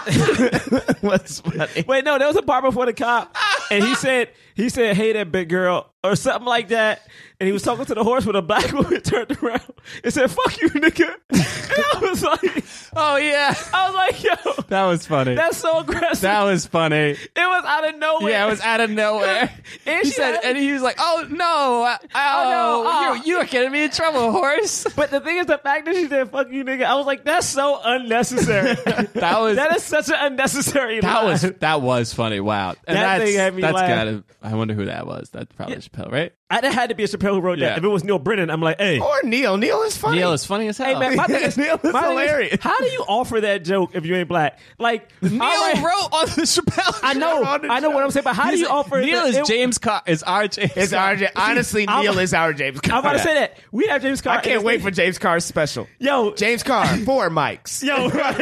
C: [laughs]
D: was funny.
C: Wait, no, there was a part before the cop,
D: [laughs]
C: and he said he said, "Hey, that big girl," or something like that. And he was talking to the horse with a black [laughs] woman turned around and said, "Fuck you, nigga." [laughs] And I was like,
B: Oh yeah,
C: I was like, yo,
B: that was funny.
C: that's so aggressive.
B: that was funny.
C: it was out of nowhere.
B: Yeah, it was out of nowhere.
C: And
B: he
C: she
B: said,
C: had-
B: and he was like, "Oh no, I- oh,
C: no, oh."
B: you, you are getting me in trouble, horse."
C: But the thing is, the fact that she said "fuck you, nigga," I was like, that's so unnecessary.
B: [laughs] That was
C: that is such an unnecessary.
B: That
C: line.
B: was that was funny. Wow, and
C: That
B: that's,
C: thing had me
B: that's
C: laugh.
B: gotta. I wonder who that was. That's probably Chappelle, right?
C: I, that had to be a Chappelle who wrote
B: Yeah. Oh,
C: that. If it was Neil Brennan, I'm like, hey.
D: Or Neil. Neil is funny.
B: Neil is funny as hell.
C: Hey man, my thing
B: [laughs]
C: is,
D: Neil is
C: my thing is,
D: hilarious.
C: how do you offer that joke if you ain't black? Like Neil
B: wrote on the Chappelle.
C: I know,
D: on the
C: I know what I'm saying, but how do you offer?
B: Neil
C: the-
B: is
C: it-
B: James Car is our James.
D: It's
B: Carr.
D: our, Ja- honestly,
C: I'm-
D: Neil is our James Carr.
C: I'm about to say that we have James Carr.
D: I can't wait for James Carr's special.
C: yo
D: James Carr, four mics.
C: [laughs]
B: [laughs]
C: yo. right.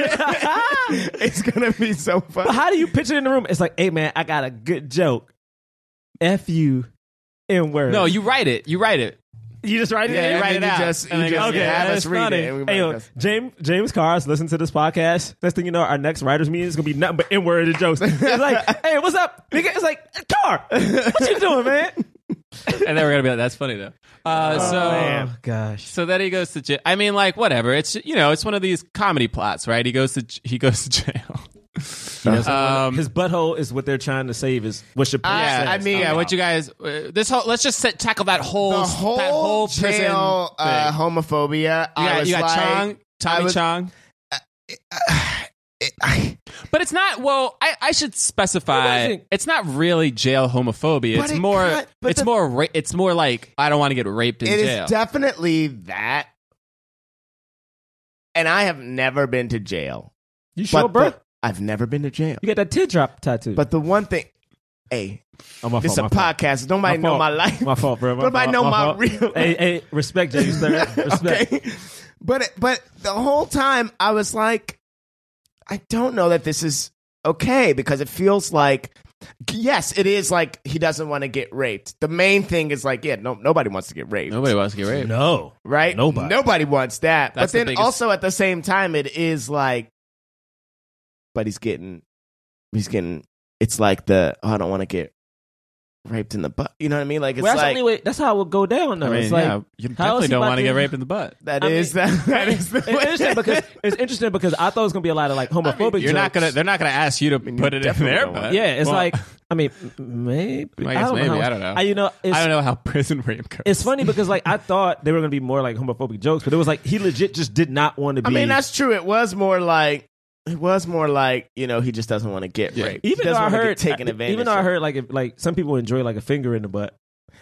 D: It's going to be so
C: But
D: fun.
C: how do you pitch it in the room? It's like, hey man, I got a good joke. F you, in words.
B: No, you write it. You write it.
C: you just write it.
D: Yeah,
C: in?
D: and
B: write
D: then
B: it
D: you
B: out.
D: just,
B: And
D: you
B: then
D: just
B: go,
C: Okay,
D: have
C: that's
D: us read
C: funny.
D: it. and we
C: Hey,
D: make
C: yo,
D: us-
C: James James Cars, listen to this podcast. Next thing you know, our next writers meeting is gonna be nothing but n-word and
D: [laughs]
C: jokes. It's like, hey, what's up, nigga? It's like, Car, what you doing, man?
B: And then we're gonna be like, "That's funny though." Uh, so.
C: Oh, gosh,
B: So then he goes to jail. I mean, like whatever. It's you know, it's one of these comedy plots, right? He goes to j- he goes to [laughs] jail. Um,
C: his butthole is what they're trying to save. Is what Chappelle
D: I-
C: says.
D: I mean,
B: yeah,
D: uh,
B: what you guys? Uh, this whole let's just set, tackle that whole
D: the
B: that whole
D: whole
B: prison
D: jail
B: thing.
D: uh, homophobia.
B: You
D: I
B: got,
D: was
B: you got
D: like,
B: Chong, Tommy
D: I was- [sighs]
B: Chong. But it's not. Well, I, I should specify.
C: It wasn't-
B: it's not really jail homophobia.
D: But
B: It's
D: it
B: more.
D: cut- but
B: it's
D: the-
B: more. Ra- it's more like I don't want to get raped in
D: It
B: jail.
D: is definitely that. And I have never been to jail.
C: you sure,
D: But
C: bro?
D: the- I've never been to jail.
C: you got that teardrop tattoo.
D: But the one thing, hey,
C: oh, my
D: this is a
C: fault, my fault.
D: podcast. Nobody know
C: fault.
D: my life.
C: My fault, bro. My
D: Nobody
C: fault,
D: know my
C: fault.
D: real-
C: Hey, hey, respect, James. Thurman.
B: [laughs]
D: [laughs]
C: Respect.
D: okay. But it- but the whole time I was like, I don't know that this is okay because it feels like. Yes, it is like he doesn't want to get raped. The main thing is like, yeah, no, nobody wants to get raped,
B: Nobody wants to get raped.
C: No,
D: right?
C: Nobody.
D: nobody wants that.
B: That's
D: but
B: the
D: then
B: biggest-
D: also at the same time, it is like, but he's getting, he's getting. It's like the oh, I don't want to get raped in the butt. You know what I mean? Like it's
C: well, that's
D: like
C: the only way. That's how it would go down. Though
B: I mean,
C: it's like,
B: yeah, you
C: how else
B: definitely
C: you
B: don't
C: about
B: want to
C: to-
B: get raped in the butt.
D: That
C: I
D: is
C: mean-
D: [laughs] that. That is the.
C: it's interesting because it's interesting because I thought it was gonna be a lot of like homophobic.
B: You're not
C: jokes.
B: gonna. They're not gonna ask you to
D: mean, you
B: put it in
D: definitely
B: their
D: don't want
B: butt.
D: it.
C: Yeah, it's
B: Well,
C: like I mean, m- maybe
B: I guess maybe, I don't know.
C: you know, it's,
B: I don't know how [laughs] prison rape goes.
C: It's funny because like I thought they were gonna be more like homophobic jokes, but it was like he legit just did not want to be.
D: I mean, that's true. It was more like it was more like you know he just doesn't want to get raped. He
C: even though
D: doesn't
C: I
D: wanna get
C: heard uh,
D: taken advantage.
C: Even though I
D: of.
C: heard like if, like some people enjoy like a finger in the butt.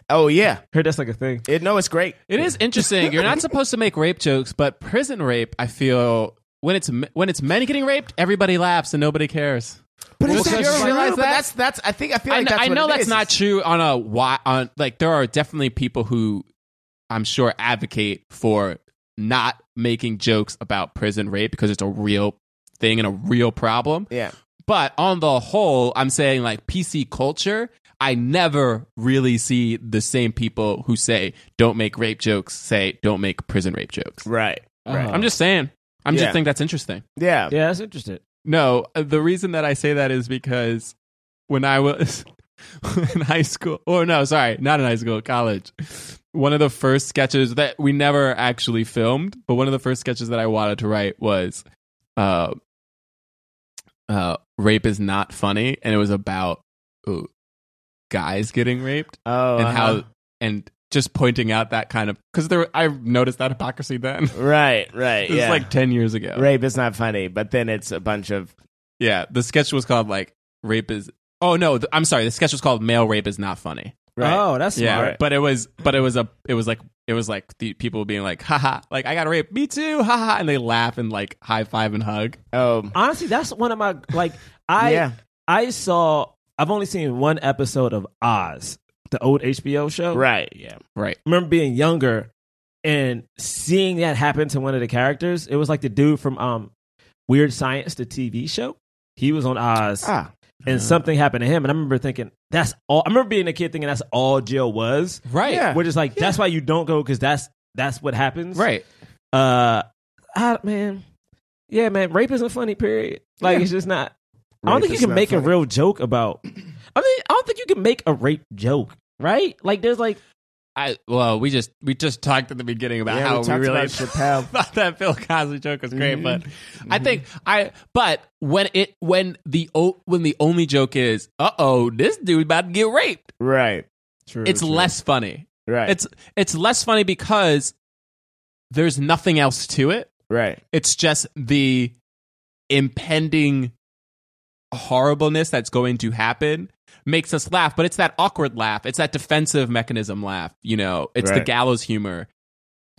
D: oh yeah,
C: Heard that's like a thing.
D: it, no, it's great.
B: It is interesting. You're
D: [laughs]
B: not supposed to make rape jokes, but prison rape, I feel when it's when it's men getting raped, everybody laughs and nobody cares.
D: But
B: is that true?
D: But that's that's. I think I feel
B: I,
D: like
B: kn-
D: that's.
B: I
D: what
B: know
D: it
B: that's
D: is.
B: not true on a why on like there are definitely people who I'm sure advocate for not making jokes about prison rape because it's a real thing and a real problem.
D: Yeah.
B: But on the whole, I'm saying like PC culture, I never really see the same people who say don't make rape jokes say don't make prison rape jokes.
D: Right. Right.
B: I'm just saying. I'm
D: Yeah.
B: just think that's interesting.
D: Yeah.
C: Yeah, that's interesting.
B: No, uh, the reason that I say that is because when I was [laughs] in high school, or no, sorry, not in high school, college, one of the first sketches that we never actually filmed, but one of the first sketches that I wanted to write was uh, uh, Rape is Not Funny. And it was about uh, guys getting raped
D: Oh.
B: and
D: uh-huh.
B: how, and just pointing out that kind of, because there, I noticed that hypocrisy then. [laughs]
D: Right. Right.
B: It was
D: yeah.
B: like 10 years ago.
D: rape is not funny, but then it's a bunch of.
B: Yeah, the sketch was called like "Rape is." Oh no, th- I'm sorry. The sketch was called "Male Rape is Not Funny."
D: Right.
C: Oh, that's
B: Yeah,
C: smart.
B: but it was, but it was a, it was like, it was like the people being like, "Haha!" Like I got raped, me too, haha! And they laugh and like high five and hug.
D: Oh.
C: Honestly, that's one of my
D: [laughs]
C: like I
D: Yeah.
C: I saw I've only seen one episode of Oz, the old HBO show.
D: Right. Yeah.
B: Right.
C: remember being younger and seeing that happen to one of the characters. It was like the dude from um, Weird Science, the TV show. He was on Oz,
D: Ah.
C: and something happened to him. And I remember thinking, that's all. I remember being a kid thinking that's all jail was.
B: Right.
D: Yeah.
C: We're just like, that's why you don't go because that's that's what happens.
B: Right.
C: Uh, I, man, yeah, man, rape isn't funny. Period. Like it's just not. I don't
D: Rape
C: think you
D: is
C: can
D: not
C: make a
D: funny.
C: real joke about. I mean, I don't think you can make a rape joke, right? Like there's like
B: I well, we just we just talked at the beginning about
D: Yeah, we
B: how we,
D: talked
B: really
D: about
B: [laughs]
D: Chappelle.
B: thought that Bill Cosby joke was great, but
D: Mm-hmm.
B: I think I but when it when the o- when the only joke is uh oh this dude about to get raped,
D: [laughs] Right. True.
B: it's less funny.
D: Right.
B: It's it's less funny because there's nothing else to it.
D: right.
B: It's just the impending horribleness that's going to happen makes us laugh, but it's that awkward laugh. It's that defensive mechanism laugh, you know. It's the
D: Right.
B: gallows humor.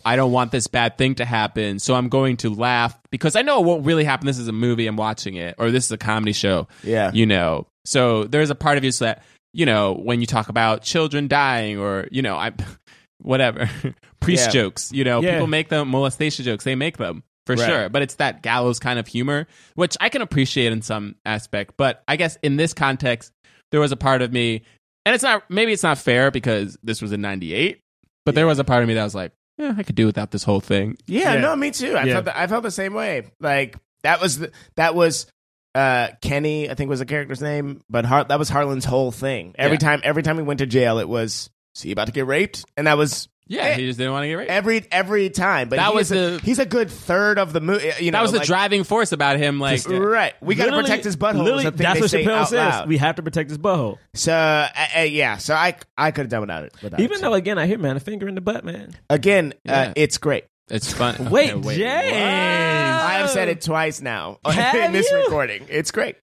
B: I don't want this bad thing to happen, so I'm going to laugh because I know it won't really happen. This is a movie, I'm watching it, or this is a comedy show,
D: Yeah.
B: you know. So there's a part of you that, you know, when you talk about children dying or, you know, I [laughs] whatever. [laughs] Priest
D: Yeah.
B: jokes, you know,
C: Yeah.
B: people make them molestation jokes, they make them for
D: Right.
B: sure. But it's that gallows kind of humor, which I can appreciate in some aspect. But I guess in this context, there was a part of me and it's not maybe it's not fair because this was in ninety eight, but there was a part of me that was like, Yeah, I could do without this whole thing.
D: Yeah,
C: Yeah.
D: no, me too. I
C: Yeah.
D: felt the, I felt the same way. Like that was the, that was uh, Kenny, I think was the character's name, but Har- that was Harlan's whole thing. Every
B: Yeah.
D: time, every time he went to jail, it was see about to get raped, and that was
B: Yeah, he just didn't want to get raped.
D: every every time. But
B: That
D: he
B: was
D: is a-
B: the-
D: he's a good third of the movie. You know,
B: that was the
D: like-
B: driving force about him, like
D: Right, we got to
C: literally-
D: protect his butthole.
C: literally,
D: is the thing
C: that's
D: they
C: what
D: say
C: Chappelle
D: out
C: says.
D: loud.
C: We have to protect his butthole.
D: so uh, uh, yeah, so I I could have done without it. Without
C: Even
D: it.
C: though, again, I hear man, a finger in the butt, man.
D: again,
B: Yeah.
D: uh, it's great.
B: it's
D: [laughs]
B: fun. [laughs]
C: Wait,
B: Okay,
C: James.
D: I have said it twice now [laughs] in
C: Have
D: this
C: you?
D: recording. It's great.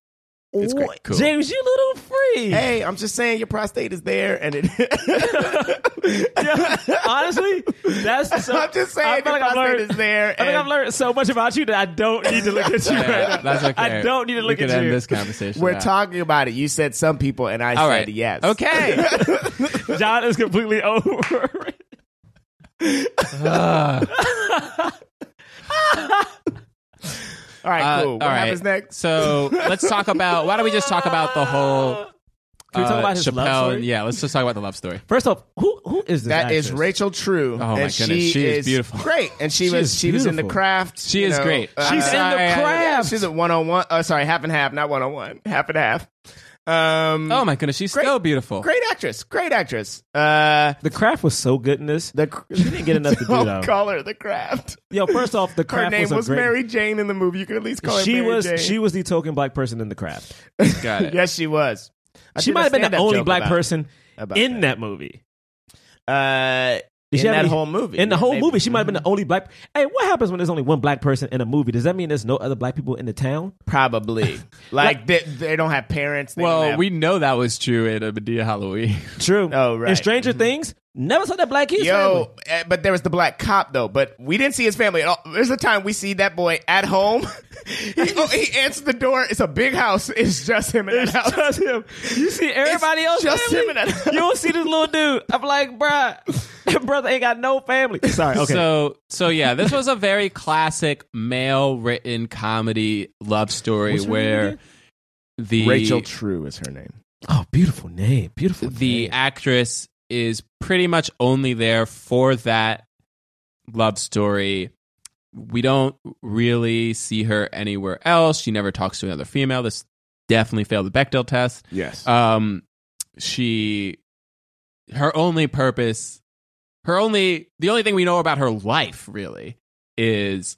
D: It's great.
C: Wh- James, you little freak.
D: Hey, I'm just saying your prostate is there, and it. [laughs]
C: [laughs] Honestly,
D: [laughs]
C: that's so,
D: I'm just
C: I
D: saying
C: feel
D: your
C: like I've
D: prostate
C: learned.
D: is there.
C: I think
D: and
C: I've learned so much about you that I don't need to look at
B: Okay,
C: you. [laughs] right now.
B: that's okay.
C: I don't need to
B: We
C: look
B: can
C: at
B: end
C: you.
B: this conversation.
D: [laughs] We're
B: now.
D: talking about it. You said some people, and I
B: All
D: said
B: right.
D: yes. [laughs]
B: Okay.
C: John is completely over. it.
B: Ugh.
D: All right.
B: Uh,
D: Cool. what
B: all right.
D: happens next?
B: So let's talk about. Why don't we just talk about
C: [laughs]
B: the whole?
C: Can we talk
B: uh,
C: about his
B: Chappelle?
C: love story?
B: Yeah, let's just talk about the love
C: [laughs]
B: story.
C: First off, who who is this?
D: That is
C: actress?
D: Rachel True.
B: Oh, my
D: and
B: goodness, she is beautiful.
D: Great, and she,
C: She
D: was
C: is
D: she was in the
C: beautiful.
D: craft.
B: She
D: you
B: is
D: know,
B: great.
D: uh,
C: She's in
B: Sorry, I-
C: the craft.
D: She's a one on one. Oh, sorry, half and half, not one on one. Half and half. Um,
B: Oh my goodness, she's so beautiful.
D: great actress, great actress. Uh,
C: the craft was so good in this.
D: the
C: She didn't get enough to do
D: [laughs]
C: though.
D: don't call her the craft.
C: Yo, first off, the
D: Oh, Her
C: craft
D: name
C: a
D: was
C: great-
D: Mary Jane in the movie. You could at least call her
C: She
D: Mary
C: was
D: Jane.
C: she was the token black person in the craft.
B: Got
D: [laughs]
B: it.
D: yes, she was. I did
C: she
D: a
C: might have been the
D: stand-up
C: only
D: joke
C: black
D: about-
C: person
D: about
C: in that, movie.
D: Uh,
C: Did
D: in
C: she have
D: that
C: any-
D: whole movie.
C: In the whole
D: Maybe. Mm-hmm.
C: movie, she might have been the only black. Hey, what happens when there's only one black person in a movie? Does that mean there's no other black people in the town? [laughs]
D: Probably. like, they, they don't have parents. They don't
B: Well,
D: have-
B: we know that was true in a Medea Halloween.
C: True.
D: Oh, right.
C: In Stranger Things, never saw that black kid.
D: Yo, eh, but there was the black cop though. But we didn't see his family at all. There's a time we see that boy at home. [laughs] he, oh, he answers the door. It's a big house. It's just him in that house.
C: just him. You see everybody
D: It's
C: else.
D: just
C: family?
D: him in that-
C: [laughs] You don't see this little dude. I'm like, bruh, [laughs] that brother ain't got no family. Sorry. [laughs] Okay.
B: So, so yeah, this was a very classic male-written comedy love story
C: What's her name
B: where
C: again?
B: the
D: True is her name.
C: oh, beautiful name. Beautiful.
B: the
C: name.
B: actress is pretty much only there for that love story. We don't really see her anywhere else. She never talks to another female. This definitely failed the Bechdel test.
D: Yes.
B: Um, she, her only purpose, her only, the only thing we know about her life really is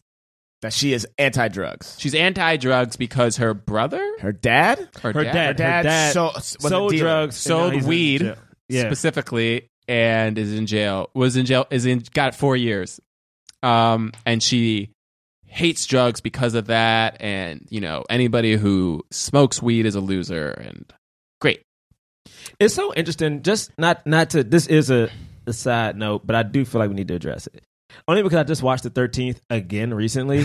D: that she is anti-drugs.
B: she's anti drugs because her brother,
D: Her dad
C: her dad, her
D: dad
C: dad,
D: so- was a
C: sold
D: dealer.
C: drugs, and now
B: sold
C: he's in
B: weed.
C: jail. Yeah.
B: specifically and is in jail was in jail is in got four years um and she hates drugs because of that and you know anybody who smokes weed is a loser and great
C: it's so interesting just not not to this is a, a side note but i do feel like we need to address it only because i just watched the 13th
D: [laughs]
C: again recently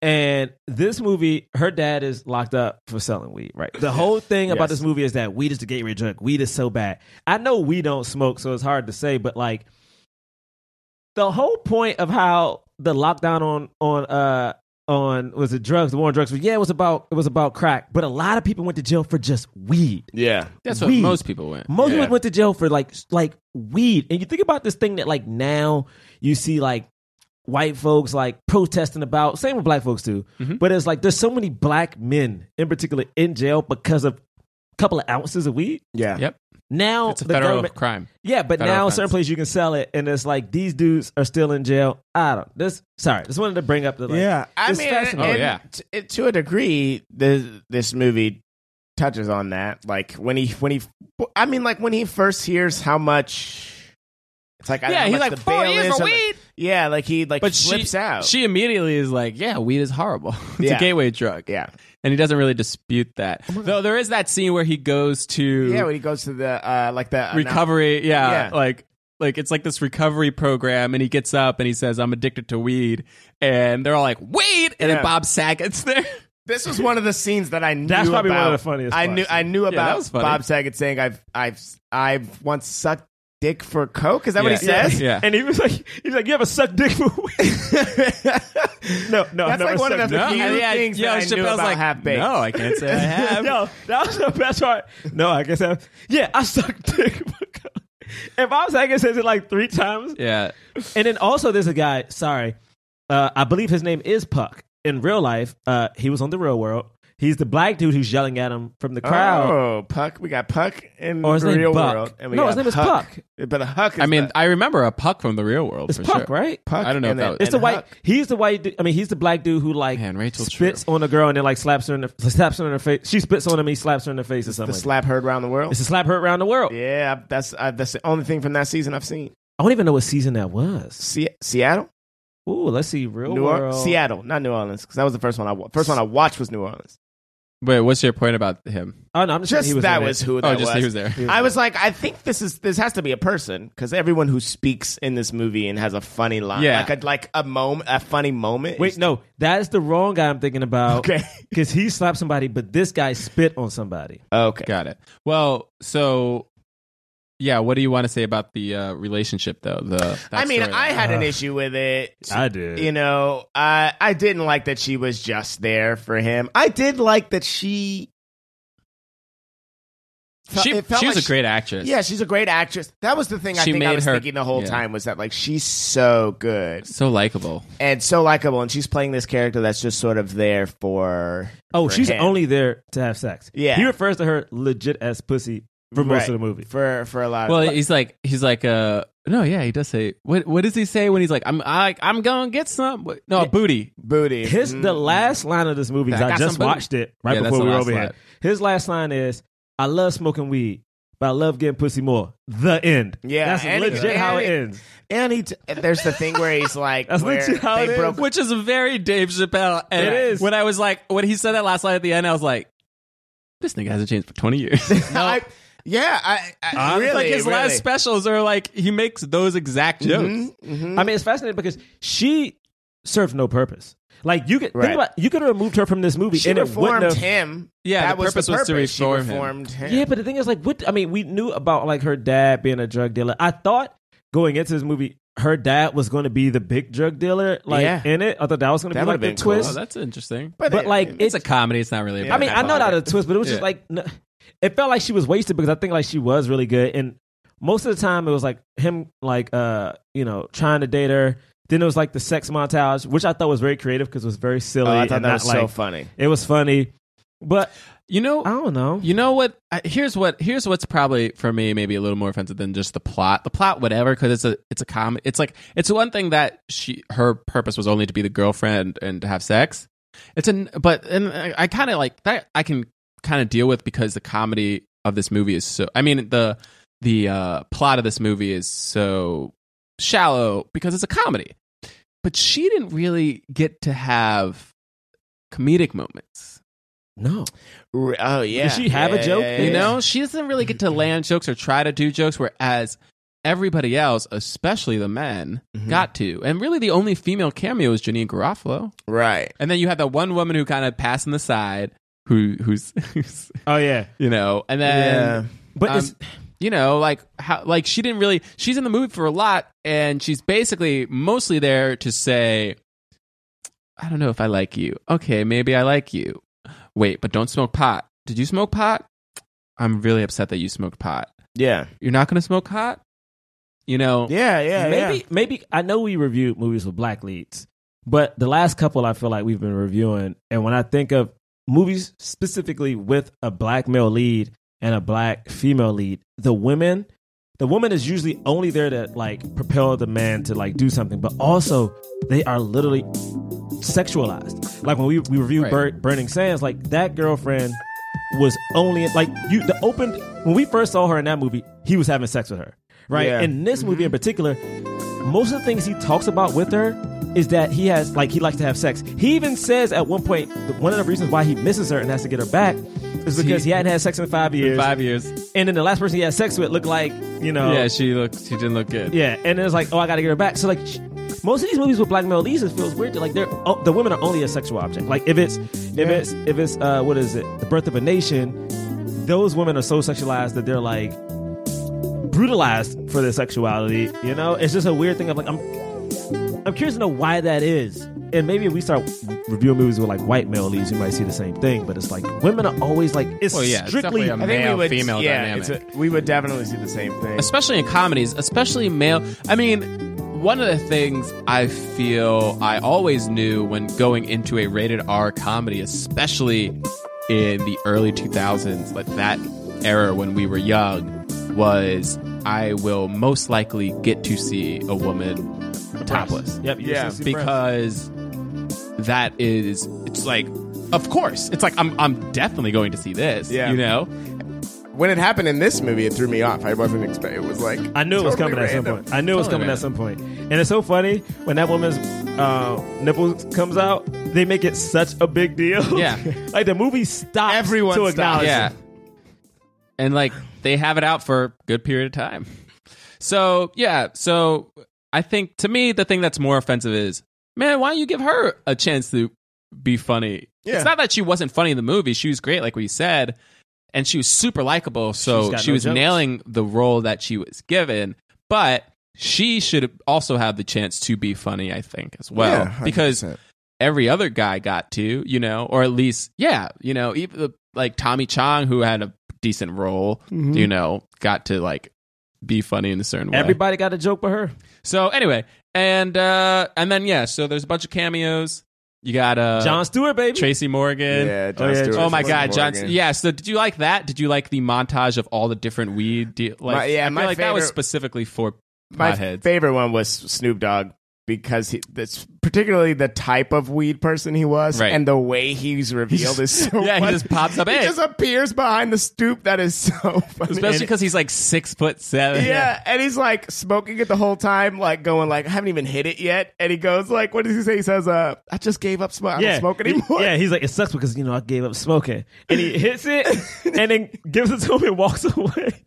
C: and this movie her dad is locked up for selling weed right the whole thing
D: Yes.
C: about this movie is that weed is the gateway drug weed is so bad i know we don't smoke so it's hard to say but like the whole point of how the lockdown on on uh on was it drugs the war on drugs yeah it was about it was about crack but a lot of people went to jail for just weed
D: Yeah.
B: that's what
C: Weed.
B: most people went
C: most
D: Yeah.
C: people went to jail for like like weed, and you think about this thing that like now you see like white folks like protesting about. Same with black folks too.
D: Mm-hmm.
C: But it's like there's so many black men in particular in jail because of a couple of ounces of weed.
D: Yeah.
B: Yep.
C: Now
B: It's a
C: the
B: federal
C: government-
B: crime.
C: Yeah, but
B: federal
C: now
B: offense.
C: certain places you can sell it, and it's like these dudes are still in jail. I don't. This sorry, just wanted to bring up the like,
D: yeah, I
C: it's
D: mean,
C: fascinating.
B: Oh, yeah.
D: t- it- to a degree, this this movie touches on that. Like when he when he, I mean, like when he first hears how much. It's like I
B: Yeah,
D: don't
B: he's
D: know how much
B: like,
D: the
B: four
D: bail
B: years
D: is
B: for
D: or the-
B: weed?
D: yeah, like he like
B: But she,
D: flips out.
B: she immediately is like, yeah, weed is horrible. [laughs] it's
D: Yeah.
B: a gateway drug.
D: yeah, Oh
B: And he doesn't really dispute that. Though there is that scene where he goes to
D: yeah. When he goes to the uh like the
B: recovery. Yeah,
D: Yeah.
B: Like, like it's like this recovery program, and he gets up and he says, "I'm addicted to weed," and they're all like, "Weed!" And
D: Yeah.
B: then Bob Saget's there.
D: This was one of the scenes that I knew.
C: That's probably one
D: about.
C: of the funniest
D: I
C: parts.
D: knew. I knew
B: that
D: about
B: was funny.
D: Bob Saget saying, "I've, I've, I've once sucked dick for coke." Is that what he
B: Yeah.
D: says?
B: Yeah.
C: And he was like, he's like, you ever suck dick for weed?
D: [laughs]
C: no, no,
D: That's
C: I've never
D: like one of
C: sucked
B: [laughs]
D: the
C: dick.
D: few
B: And yeah,
D: things
B: yo,
D: that I knew
B: Chappelle's
D: about
B: like,
D: half-baked.
B: No, I can't
D: [laughs]
B: say I have.
C: Yo, that was the best part. No, I guess I. Yeah, I suck [laughs] dick. for coke. If I was, I guess says it like three times.
B: Yeah,
C: And then also, there's a guy. Sorry, uh, I believe his name is Puck. In real life, uh, he was on the Real World. He's the black dude who's yelling at him from the crowd.
D: Oh, Puck. We got Puck in
C: Or Oh, his
D: the
C: name
D: real
C: Buck.
D: world. And we
C: No, his
D: got
C: name is
D: But a Huck is
B: I mean,
D: the-
B: I remember a puck from the real world.
C: It's
B: for
C: Puck,
B: sure.
C: right?
D: Puck.
B: I don't know
D: and
B: if
D: then-
B: that was-
C: It's the
D: and
C: white.
D: Huck.
C: He's the white. du- I mean, he's the black dude who like
B: Man, Rachel
C: spits on a girl and then like slaps her in the like, slaps her in her face. She spits on him. He slaps her in the face or
D: The
C: something. like that.
D: slap heard around the world.
C: it's a slap her around the world.
D: Yeah, that's uh, that's the only thing from that season I've seen.
C: I don't even know what season that was.
D: Se- Seattle,
C: Ooh, let's see. Real
D: New
C: world.
D: Orleans, Seattle, not New Orleans, because that was the first one I wa- first one I watched was New Orleans.
B: Wait, what's your point about him?
C: Oh no, I'm just, saying
D: Just
C: he was
D: that
C: in it.
D: was who
B: Oh,
D: that
B: just
D: was.
B: he was there.
D: I was like, I think this is this has to be a person because everyone who speaks in this movie and has a funny line,
B: Yeah.
D: like a like a moment, a funny moment.
C: Wait, no, that is the wrong guy I'm thinking about. [laughs]
D: Okay.
C: because he slapped somebody, but this guy spit on somebody.
D: okay,
B: Got it. Well, so yeah, what do you want to say about the uh, relationship though? The that
D: I mean,
B: storyline?
D: I had an issue with it.
C: did.
D: You know, I I didn't like that she was just there for him. I did like that she. Fe-
B: she
D: it felt
B: she was
D: like
B: a great actress.
D: Yeah, she's a great actress. That was the thing I
B: She
D: think I
B: made
D: was
B: her-
D: thinking the whole
B: yeah.
D: time was that like she's so good
B: so likable.
D: and so likable, and she's playing this character that's just sort of there for.
C: Oh,
D: for
C: she's
D: him.
C: only there to have sex.
D: Yeah.
C: he refers to her legit as pussy for most
D: Right.
C: of the movie.
D: for for a lot.
B: Well,
D: of,
B: he's like he's like uh no, yeah, he does say what what does he say when he's like I'm I, I'm going to get some What- no, a booty.
D: booty.
C: His
D: Mm.
C: the last line of this movie. 'cause
B: I
C: I,
B: got
C: just
B: some booty.
C: watched it right
B: Yeah, that's
C: before
B: the
C: we were
B: last
C: over
B: line.
C: here. His last line is, "I love smoking weed, but I love getting pussy more." The end.
D: Yeah,
C: that's
D: and he-
C: legit how it
D: and he-
C: ends.
D: and he. T- there's the thing where he's like,
C: [laughs] That's
D: where
C: literally how
D: they
C: it is.
D: broke. [laughs]
B: Which is very Dave Chappelle. And
C: It is.
B: When I was like when he said that last line at the end, I was like this nigga hasn't changed for 20 [laughs] years.
D: I- yeah, I, I
B: Honestly,
D: really
B: like his
D: really.
B: last specials are like he makes those exact jokes.
D: Mhm, mhm.
C: I mean, it's fascinating because she served no purpose. Like you could
D: Right.
C: think about, you could have removed her from this movie,
D: She
C: and it wouldn't
D: reformed
C: have.
D: him.
B: Yeah,
D: that
B: the
D: was
B: purpose
D: the
B: was
D: purpose.
B: to reform
D: she
B: him.
D: reformed him.
C: Yeah, but the thing is, like, what? I mean, we knew about like her dad being a drug dealer. I thought going into this movie, her dad was going to be the big drug dealer, like
D: Yeah.
C: in it. I thought that was going to
D: That
C: be like
D: would've
C: the
D: been cool.
B: Oh,
C: twist.
B: that's interesting.
D: But,
C: but,
D: it-
C: like,
B: It's a comedy. It's not really.
D: Yeah.
B: about
C: I mean, I know that
B: politics.
C: a twist, but it was just
B: Yeah.
C: like n- it felt like she was wasted because I think like she was really good, and most of the time it was like him like uh you know trying to date her. Then it was like the sex montage, which I thought was very creative because it was very silly.
D: oh, I
C: and
D: thought that
C: not,
D: was
C: like,
D: so funny.
C: It was funny, but
B: You know,
C: I don't know.
B: You know what? I- Here's what. Here's what's probably for me maybe a little more offensive than just the plot. The plot, whatever, because it's a it's a comedy. It's like it's one thing that she her purpose was only to be the girlfriend and to have sex. It's an but and I, I kind of like that. I can kind of deal with because the comedy of this movie is so. I mean the the uh, plot of this movie is so shallow because it's a comedy. But she didn't really get to have comedic moments.
C: No,
D: R- Oh yeah.
C: Does she have a
D: Yeah,
C: joke?
D: yeah, yeah,
B: You
D: yeah.
B: know, she doesn't really get to land jokes or try to do jokes, whereas everybody else, especially the men, got to. And really, the only female cameo is Janine Garofalo.
D: Right.
B: And then you have that one woman who kind of passed on the side, who who's, [laughs] who's
C: oh yeah,
B: you know, and then
C: but
B: um,
C: it's
B: you know, like how like she didn't really. She's in the movie for a lot, and she's basically mostly there to say, "I don't know if I like you. Okay, maybe I like you. Wait, but don't smoke pot. Did you smoke pot? I'm really upset that you smoked pot.
D: Yeah.
B: You're not going to smoke pot. You know,
D: Yeah, yeah,
C: maybe maybe I know we reviewed movies with black leads, but the last couple I feel like we've been reviewing, and when I think of movies specifically with a black male lead and a black female lead, the women, the woman is usually only there to like propel the man to like do something, but also they are literally sexualized. Like when we we reviewed
B: Right.
C: Bur- Burning Sands, like that girlfriend was only like you the open when we first saw her in that movie, he was having sex with her. Right?
D: Yeah.
C: In this movie in particular, most of the things he talks about with her is that he has like he likes to have sex. He even says at one point that one of the reasons why he misses her and has to get her back is because he, hadn't had sex in five years.
B: five years.
C: And then the last person he had sex with looked like, you
D: Oh.
C: know,
B: Yeah, she looked. She didn't look good.
C: yeah, and then it's like, oh, I gotta get her back. So like, sh- most of these movies with black male leads, it feels weird. That, like they're oh, the women are only a sexual object. Like if it's if it's if it's uh, what is it, the birth of a nation, those women are so sexualized that they're like brutalized for their sexuality. You know, it's just a weird thing. of like, I'm I'm curious to know why that is. And maybe if we start reviewing movies with like white male leads, we might see the same thing. But it's like women are always like it's
B: Well, yeah, it's
C: strictly
B: definitely a
D: I think we
B: Male,
D: would,
B: female
D: yeah,
B: dynamic.
D: it's a- we would definitely see the same thing.
B: especially in comedies, especially male. I mean, one of the things I feel I always knew when going into a rated R comedy, especially in the early 2000s, like that era when we were young, was I will most likely get to see a woman topless
C: Yep. you're
D: Yeah,
C: supposed to see breasts.
B: because that is it's like of course it's like I'm I'm definitely going to see this
D: Yeah.
B: you know
D: When it happened in this movie, it threw me off. I wasn't expecting. It was like
C: I knew it was
D: totally
C: coming at some
D: random.
C: point. I knew it was
B: Totally
C: coming at some point. And it's so funny when that woman's uh, nipples comes out, they make it such a big deal.
B: Yeah.
C: [laughs] like the movie stops
D: Everyone
C: to
D: stops.
C: acknowledge
B: yeah.
C: it.
B: And like they have it out for a good period of time. So yeah, so I think to me the thing that's more offensive is, man, why don't you give her a chance to be funny?
D: Yeah.
B: It's not that she wasn't funny in the movie; she was great, like we said, and she was super likable.
C: She's
B: So
C: got
B: she
C: no
B: was
C: jokes.
B: nailing the role that she was given, but she should also have the chance to be funny, I think, as well,
D: Yeah,
B: because
D: 100%.
B: every other guy got to, you know, or at least, yeah, you know, even the, like Tommy Chong, who had a decent role,
C: Mm-hmm.
B: you know, got to like be funny in a certain way.
C: Everybody got a joke for her.
B: So anyway, and uh and then yeah, so there's a bunch of cameos. You got uh
C: John Stewart, baby.
B: Tracy Morgan.
D: yeah,
C: Oh,
D: John
C: yeah,
D: Stewart.
B: Oh my
D: Tracy
B: God, John!
D: Morgan.
B: Yeah, so did you like that? Did you like the montage of all the different weed? De- like,
D: My- yeah,
B: I feel
D: my
B: like that was
D: favorite-
B: specifically for
D: My
B: potheads.
D: favorite one was Snoop Dogg because he, that's particularly the type of weed person he was,
B: Right.
D: and the way he's
B: [laughs]
D: revealed is so.
B: yeah, he
D: funny.
B: just pops up,
D: He
B: "Hey."
D: just appears behind the stoop. That is so funny.
B: especially
D: And-
B: because he's like six foot seven.
D: Yeah, and he's like smoking it the whole time, like going like, I haven't even hit it yet. And he goes like, what does he say? He says, uh, I just gave up smoking. I don't smoke anymore.
C: Yeah, he's like, it sucks because you know I gave up smoking, and he hits it, [laughs] and then gives it to him and walks away.
D: [laughs]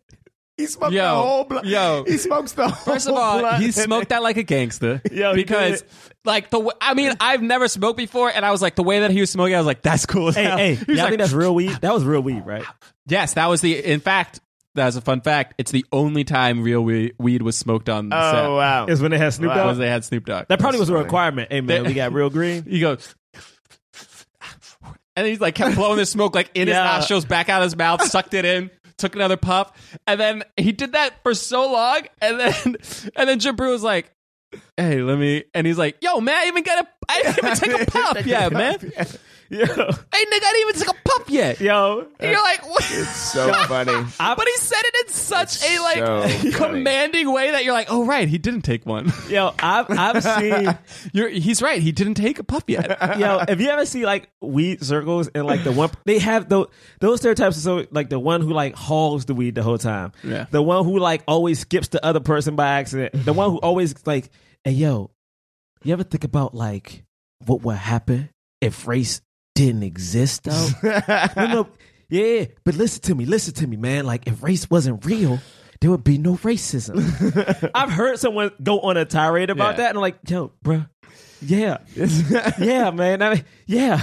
D: He smoked
B: Yo,
D: the whole blunt.
B: yo.
D: he smokes the whole
B: First of all,
D: blunt.
B: he smoked that like a gangster.
C: [laughs] Yo, he did
B: because
C: it.
B: like the w- I mean, I've never smoked before, and I was like the way that he was smoking, I was like, that's cool. As
C: Hey,
B: hell.
C: hey,
B: He was
C: y'all
B: like,
C: think that's real weed? That was real weed, right?
B: yes, that was the. In fact, that was a fun fact. It's the only time real we- weed was smoked on the set.
D: [laughs] Oh wow. [laughs]
C: Is when they had Snoop
D: Wow.
B: Was
C: Dogg.
B: they had Snoop Dogg.
C: That probably was a
D: funny.
C: requirement. Hey man,
B: They-
C: we got real green.
B: he goes. And he's like kept blowing the smoke like in
C: Yeah.
B: his nostrils, back out of his mouth, sucked it in, took another puff, and then he did that for so long, and then and then Jim Brew was like, "Hey, let me," and he's like, "Yo, man, I even got a, I didn't even take a puff, yeah, man. Hey, nigga,
C: [laughs]
B: I
C: Yo,
B: didn't even take a puff yet."
C: yo,
B: And You're like, what?
D: It's so funny.
B: [laughs] but he said it in such a
D: [laughs] so
B: like
D: funny.
B: commanding way that you're like, "Oh, right, he didn't take one.
C: yo. I've [laughs] I've seen.
B: [laughs] You're, he's right, he didn't take a puff
C: [laughs]
B: yet."
C: Yo, if you ever see like weed circles and like the one they have those those stereotypes are so like the one who like hauls the weed the whole time.
B: Yeah.
C: The one who like always skips the other person by accident. The one who always like hey yo, you ever think about like what would happen if race didn't
B: [laughs]
C: exist though? no, no. Yeah, but listen to me, listen to me, man. Like if race wasn't real, there would be no racism.
B: [laughs]
C: I've heard someone go on a tirade about
B: Yeah.
C: that and I'm like, yo, bruh, yeah.
D: [laughs]
C: yeah, man. I mean, yeah.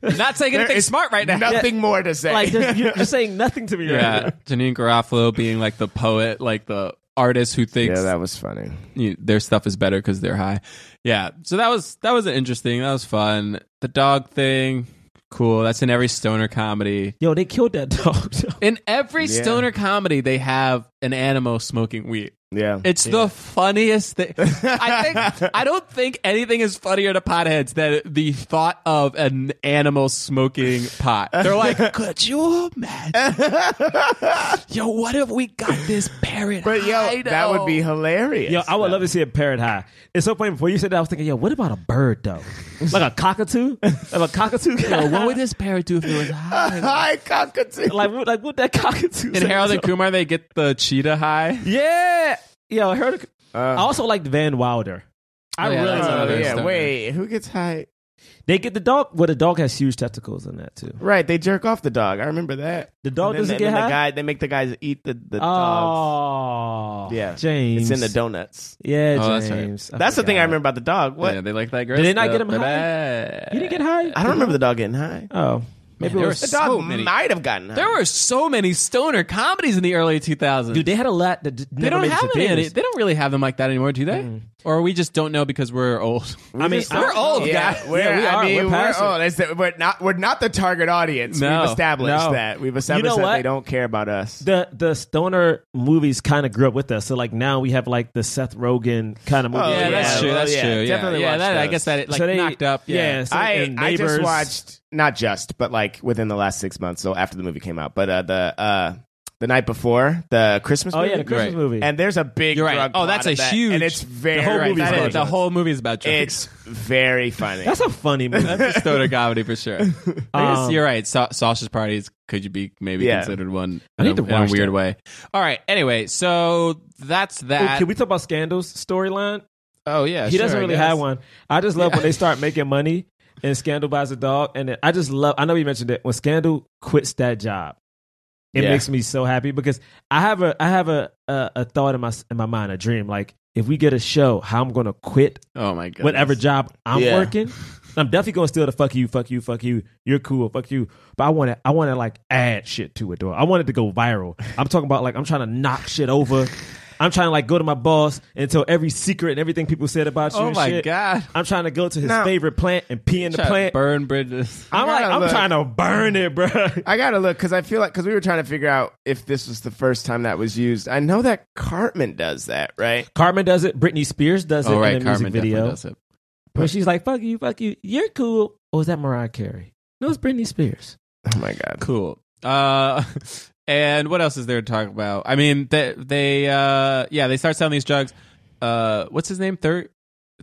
B: Not saying anything
D: is
B: smart right now.
D: Nothing more to say.
C: like just, you're just saying nothing to me
B: Yeah, [laughs]
C: right
B: Janine Garofalo being like the poet, like the artist who thinks
D: yeah, that was funny.
B: you- their stuff is better because they're high. Yeah, so that was that was interesting. That was fun. The dog thing, cool. That's in every stoner comedy.
C: now. Yo, they killed that dog. [laughs]
B: In every
D: Yeah.
B: stoner comedy, they have an animal smoking weed.
D: Yeah.
B: It's the funniest
C: [laughs]
B: thing. I think I don't think anything is funnier to potheads than the thought of an animal smoking pot. They're
C: [laughs]
B: like, could you imagine? Yo, what if we got this parrot?
D: but yo,
B: high,
D: that would be
B: though?
D: hilarious. [laughs]
C: Yo, I would love to see a parrot high. It's so funny. Before you said that, I was thinking, yo, what about a
D: [laughs]
C: bird though? like a cockatoo? Like a cockatoo?
B: Yo, what would this parrot do if it was high?
D: Hi, cockatoo.
C: [laughs] like, what, like what that cockatoo?
B: In
C: say?
B: Harold and Kumar, they get the cheetah high.
C: Yeah. Yo, I heard. I also liked Van Wilder. I
B: Oh, yeah,
C: really
B: that's
C: love
B: another
C: it.
D: Uh, yeah,
B: stuff.
D: wait. Who gets high?
C: They get the dog. Well, the dog has huge testicles in that too.
D: Right, they jerk off the dog. I remember that.
C: The dog
D: And
C: doesn't
D: then,
C: Oh,
D: and
C: get
D: then
C: high.
D: The guy, they make the guys eat the, the dogs.
C: oh,
D: Yeah.
C: James.
D: It's in the donuts.
C: Yeah,
B: Oh, that's right.
C: James. I
D: That's the thing I
C: forgot.
D: remember about the dog. What?
B: Yeah, they like that.
C: Did they not get him
B: them
C: high? You didn't get high.
D: I don't remember the dog getting high.
C: Oh, maybe it
B: there
C: was.
B: was-
D: The dog
B: So many-
D: might have gotten high.
B: There were so many stoner comedies in the early 2000s.
C: Dude, they had a lot that d-
B: They
C: never
B: don't
C: made it
B: have
C: to
B: any. any-
C: theaters.
B: They don't really have them like that anymore, do they?
C: Mm.
B: Or we just don't know because we're old.
C: I mean,
B: we're
C: I-
B: old,
D: yeah,
B: guys.
D: We're,
C: Yeah, we
D: I
C: are.
D: mean,
C: We're
D: we're,
C: past it.
D: old. It's that we're not. We're not the target audience.
B: No.
D: We've established
C: No.
D: that. We've established
C: know
D: that
C: what?
D: they don't care about us.
C: the the stoner movies kind of grew up with us. So like now we have like the Seth Rogen kind of movie.
D: Oh,
B: yeah,
D: yeah,
B: that's true.
D: well,
B: That's
D: yeah,
B: true. Yeah,
D: definitely
B: yeah.
D: watch
B: That, I
D: those.
B: guess that it, like
C: So they-
B: knocked up. Yeah,
C: yeah, so-
D: I,
C: and
D: I just
C: Neighbors.
D: watched not just but like within the last six months, so after the movie came out, but uh, the uh, the night before the Christmas.
C: Oh
D: movie,
C: yeah, the Christmas
B: Right.
C: movie.
D: and there's a big
B: you're right.
D: drug
B: Oh,
D: plot
B: that's a
D: of that,
B: huge.
D: and it's very
C: whole
D: right,
C: movie's
D: that
B: that
C: about
D: is-
B: is- the whole movie's about drugs.
D: [laughs] It's very funny.
C: that's a funny
B: [laughs]
C: movie.
B: It's stoner comedy for
C: [laughs]
B: sure. I guess
C: Um,
B: you're right. Sa- sausage parties could you be maybe
D: Yeah.
B: considered one?
C: I
B: in
C: need
B: a,
C: to
B: in a
C: watch
B: weird
C: that.
B: way. All right. Anyway, so that's
C: Oh,
B: that.
C: can we talk about Scandal's storyline?
B: oh yeah,
C: he
B: sure,
C: doesn't
B: I
C: really
B: guess.
C: have one. I just love when they start making money and Scandal buys a dog. And then I just love, I know you mentioned it, when Scandal quits that job, it
D: Yeah.
C: makes me so happy because I have a, I have a, a, a thought in my, in my mind, a dream. Like, if we get a show, how I'm going to quit
B: Oh my god.
C: whatever job I'm
D: Yeah.
B: [laughs]
C: working. I'm definitely going to steal the fuck you, fuck you, fuck you. You're cool, fuck you. But I want to, I want to like add shit to it, though. I want it to go viral. I'm talking about like I'm trying to knock shit over. I'm trying to like go to my boss and tell every secret and everything people said about you.
B: Oh
C: and
B: my
C: shit.
B: god.
C: I'm trying to go to his
D: Now-
C: favorite plant and pee in the
B: Try to
C: plant.
B: Burn bridges.
C: I'm like,
D: gotta
C: I'm
D: look.
C: trying to burn it, bro.
B: [laughs]
D: I gotta look because I feel like because we were trying to figure out if this was the first time that was used. I know that Cartman does that, right?
C: Carmen does it. Britney Spears does it
B: oh right,
C: in the music
B: Carmen
C: video.
B: definitely does it.
C: But she's like, "Fuck you, fuck you. You're cool." Or is that Mariah Carey? No, it's Britney Spears.
D: Oh my god.
B: Cool. Uh, [laughs] and what else is there to talk about? I mean, they, they uh, yeah, they start selling these drugs. Uh, what's his name? Third,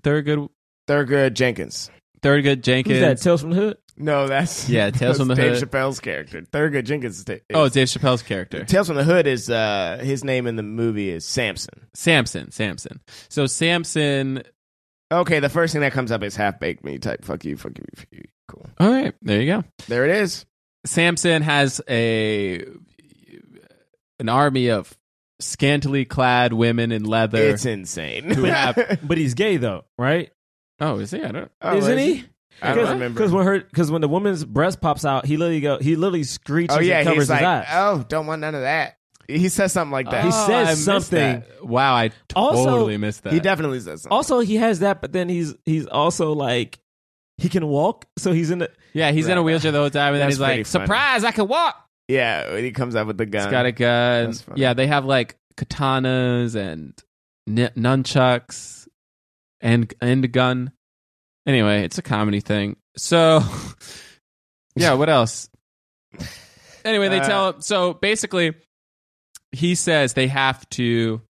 B: third good,
D: Thurgood Jenkins.
B: third good
C: Who's that?
B: Jenkins.
C: Tales from the Hood.
D: No, that's
B: Yeah, Tales
D: that's
B: from the
D: Dave
B: Hood.
D: Chappelle's character. Thurgood Jenkins. Is da-
B: Oh, Dave Chappelle's character,
D: Tales from the Hood is uh, his name in the movie is Samson.
B: Samson. Samson. So Samson.
D: Okay, the first thing that comes up is half baked me type. Fuck you, fuck you, fuck you. Cool.
B: All right, there you go.
D: There it is.
B: Samson has a an army of scantily clad women in leather.
D: It's insane. [laughs]
B: who have-
C: But he's gay though, right?
B: oh, is he? I don't.
D: Oh,
C: Isn't
D: is-
C: he?
D: I don't remember.
C: Because when her, because when the woman's breast pops out, he literally go, he literally screeches
D: Oh yeah,
C: and covers
D: he's like,
C: his eyes.
D: oh, don't want none of that. He says something like that.
C: He
B: Oh,
C: says
B: I missed
C: something.
B: that. Wow, I
C: Also-
B: totally missed that.
D: he definitely says something.
C: Also, he has that, but then he's he's also like he can walk, so he's in the
B: Yeah, he's in a wheelchair the whole time, and then
D: That's
B: he's like,
D: pretty funny.
B: "Surprise! I can walk."
D: yeah, when he comes out with the gun.
B: He's got a gun.
D: That's funny.
B: Yeah, they have like katanas and n- nunchucks and and a gun. Anyway, it's a comedy thing. So, [laughs] yeah, what else? Anyway, they
D: Uh,
B: tell him. So basically, he says they have to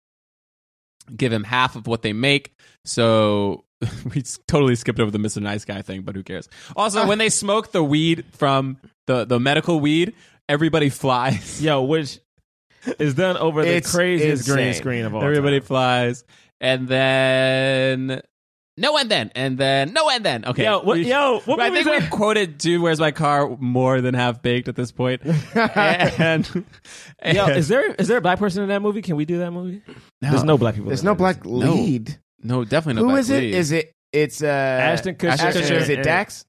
B: give him half of what they make. So [laughs] we s- totally skipped over the Mr. Nice Guy thing, but who cares?
D: [laughs]
B: Also, when they smoke the weed from the, the medical weed, everybody flies.
C: yo, which is done over the
D: It's
C: craziest green
D: insane.
C: screen of all.
B: everybody
C: time.
B: flies. And then. No, and then. And then. No, and then. Okay.
C: Yo, what,
B: We-
C: yo, what
B: I
C: movie
B: think
C: is
B: we've
C: that?
B: quoted Dude, Where's My Car more than half baked at this
C: [laughs]
B: point. and. [laughs] and
C: Yo, is there is there a black person in that movie? Can we do that movie? There's no black people.
D: There's
C: in
D: no
C: that
D: black
B: No.
D: lead.
B: No, definitely
D: Who
B: no
D: is
B: black
D: it?
B: lead.
D: Is it? It's uh,
C: Ashton Kutcher.
D: Ashton
B: Ashton
D: Is it
C: and-
D: Dax?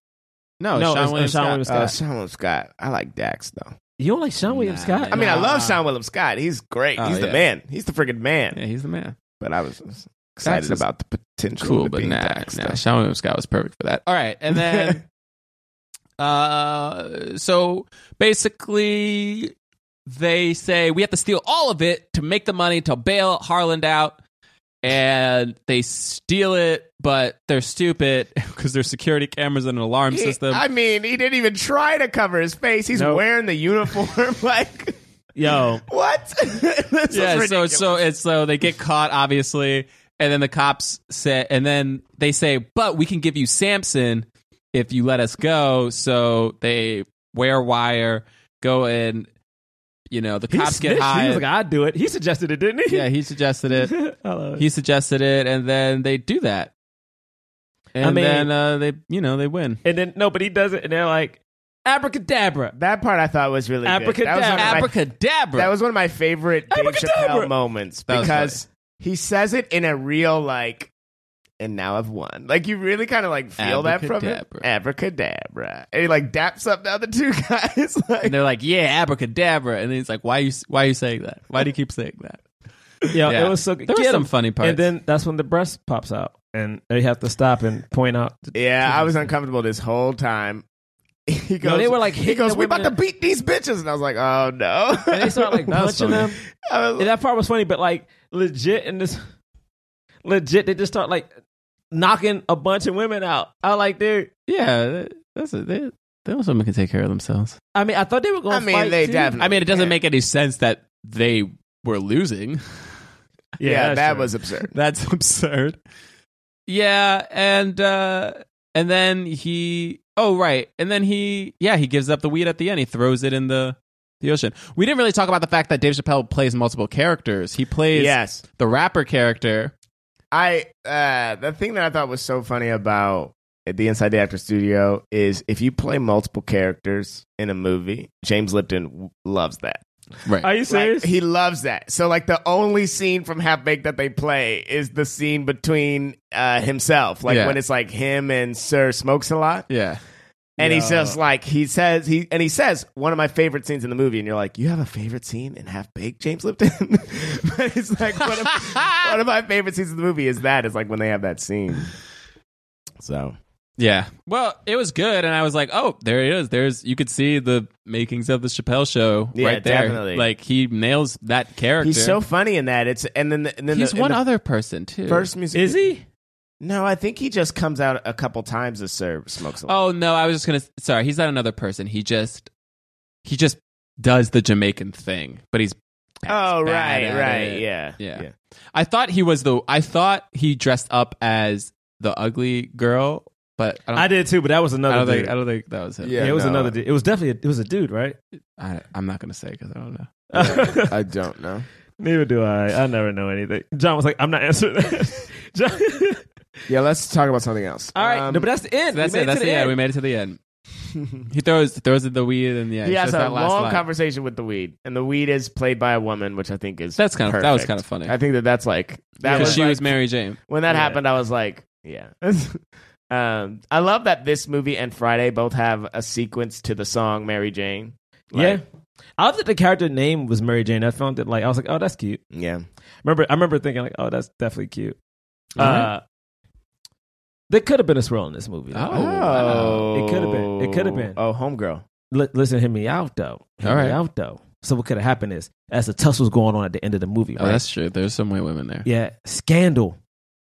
B: no,
C: no, it's-
B: Sean
C: uh,
B: William
C: Sean
B: Scott. Oh,
C: William
D: Uh,
C: Scott.
D: Sean Willem Scott. I like Dax though.
C: You don't like Sean William
B: Nah,
C: Scott?
B: man.
D: I mean, I
B: Nah.
D: love Sean Willem Scott. He's great.
B: Oh,
D: He's the
B: yeah.
D: man. He's the friggin' man.
B: Yeah, he's the man.
D: But I was excited
B: Dax is
D: about the potential.
B: Cool,
D: of
B: but
D: being
B: nah,
D: Dax,
B: nah.
D: though.
B: Sean William Scott was perfect for that. All right, and then uh, so basically, they say we have to steal all of it to make the money to bail Harland out. And they steal it, but they're stupid [laughs] because there's security cameras and an alarm
D: He-
B: system.
D: I mean, he didn't even try to cover his face. He's
C: Nope.
D: wearing the uniform. [laughs] like
C: Yo,
D: what? [laughs] This is
B: yeah, so
D: ridiculous.
B: so and so they get caught obviously, and then the cops say, and then they say, but we can give you Samson if you let us go. So they wear wire, go in. You know the
C: he
B: cops get
C: snitched. He was
B: high.
C: like, "I'd do it." He suggested it, didn't he?
B: yeah, he suggested it.
C: [laughs] I love it.
B: He suggested it, and then they do that. And
C: mean-
B: then uh, they, you know, they win.
C: and then no, but he doesn't. And they're like, "Abracadabra."
D: that part I thought was really good. That was one of my-
B: Abracadabra.
D: That was one of my favorite Dave
C: Abracadabra.
D: Chappelle moments
B: That was
D: because he says it in a real like. And now I've won. Like you really kind of like feel that from it.
B: Abracadabra.
D: Abracadabra. And he like daps up the other two [laughs] guys. like,
B: and they're like, "Yeah, abracadabra," and then he's like, "Why are you? Why are you saying that? Why do you keep saying that?"
C: Yo,
B: Yeah.
C: it was so good.
B: There were
C: Get
B: some
C: him.
B: funny parts.
C: And then that's when the breast pops out, and they have to stop and
B: [laughs]
C: point out.
D: yeah, I was uncomfortable this whole time. [laughs] He goes.
C: No, they were, like,
D: He
C: hitting
D: goes.
C: the
D: We about to
C: women-
D: beat these bitches, and I was like, oh no.
C: [laughs] And
D: [laughs]
C: they start like
B: That was
C: punching them.
B: funny.
D: I was
C: And that part was funny, but like legit in this, legit they just start like knocking a bunch of women out. I was like, dude.
B: yeah, that- that's it. They, those women can take care of themselves.
C: I mean, I thought they were going.
D: I
C: to
D: mean,
C: fight
D: they
C: too.
D: definitely.
B: I mean, it doesn't
D: can.
B: make any sense that they were losing. [laughs]
D: Yeah,
C: that's
D: that
C: true.
D: was absurd.
B: That's absurd. Yeah, and uh and then he oh right. And then he yeah, he gives up the weed at the end. He throws it in the the ocean. We didn't really talk about the fact that Dave Chappelle plays multiple characters. He plays
D: Yes,
B: the rapper character.
D: I. Uh, the thing that I thought was so funny about the Inside the Actor Studio is if you play multiple characters in a movie, James Lipton w- loves that.
B: Right.
C: Are you serious?
D: Like, he loves that. So, like, the only scene from Half Baked that they play is the scene between uh, himself, like
B: Yeah.
D: when it's like him and Sir Smokes a lot.
B: yeah.
D: And he
C: Yeah.
D: says, like, he says, he and he says, one of my favorite scenes in the movie. And you're like, you have a favorite scene in Half Baked, James Lipton? [laughs] but it's like, one
C: [laughs]
D: of, one of my favorite scenes in the movie is that, is like when they have that scene. So,
B: Yeah. Well, it was good, and I was like, "Oh, there it is. There's you could see the makings of the Chappelle show
D: Yeah,
B: right there.
D: definitely.
B: Like he nails that character.
D: he's so funny in that. It's, and then, the, and then
B: He's
D: the, and
B: one
D: the
B: other person too.
D: first music.
C: Is he?
D: No, I think he just comes out a couple times as Sir Smokes a lot.
B: Oh no, I was just gonna. Sorry, he's not another person. He just he just does the Jamaican thing, but he's bad
D: Oh, right,
B: at
D: right.
B: it.
D: Yeah.
B: Yeah. I thought he was the. I thought he dressed up as the ugly girl, but I don't.
C: I did too, but that was
B: I
C: another.
B: don't
C: dude.
B: think. I don't think that was him.
C: yeah,
D: Yeah,
C: it was
D: no.
C: another dude. It was definitely. A, it was a dude, right?
B: I, I'm not gonna say because I don't know.
C: Oh.
D: I don't know.
C: Neither do I. I never know anything. John was like, "I'm not answering that." [laughs] John.
D: Yeah, let's talk about something else.
C: All right,
D: Um,
C: no, but that's the end.
B: So that's
C: We made
B: it. That's
C: to
B: the end. We made it to the end. [laughs] he throws throws the weed and yeah.
D: he
B: shows
D: has a
B: that last
D: long
B: line.
D: conversation with the weed, and the weed is played by a woman, which I think is
B: That's kind of that was
D: perfect.
B: kind of funny.
D: I think that that's like that
B: Because
D: was,
B: she
D: like-
B: was Mary [laughs] Jane.
D: when that
C: Yeah.
D: happened. I was like, yeah. [laughs] um, I love that this movie and Friday both have a sequence to the song Mary Jane. Like,
C: yeah, I love that the character name was Mary Jane. I found it like I was like, "Oh, that's cute."
D: yeah.
C: Remember, I remember thinking like, "Oh, that's definitely cute."
B: All right.
C: Uh, there could have been a swirl in this movie. though.
B: Oh, wow.
C: It could've been. It could've been.
D: Oh, homegirl.
C: Li- listen, hear me out though. Hear
B: All
C: me
B: right.
C: out though. So what could have happened is, as the tussle's going on at the end of the movie,
B: Oh,
C: right?
B: that's true. There's some white women there.
C: Yeah, Scandal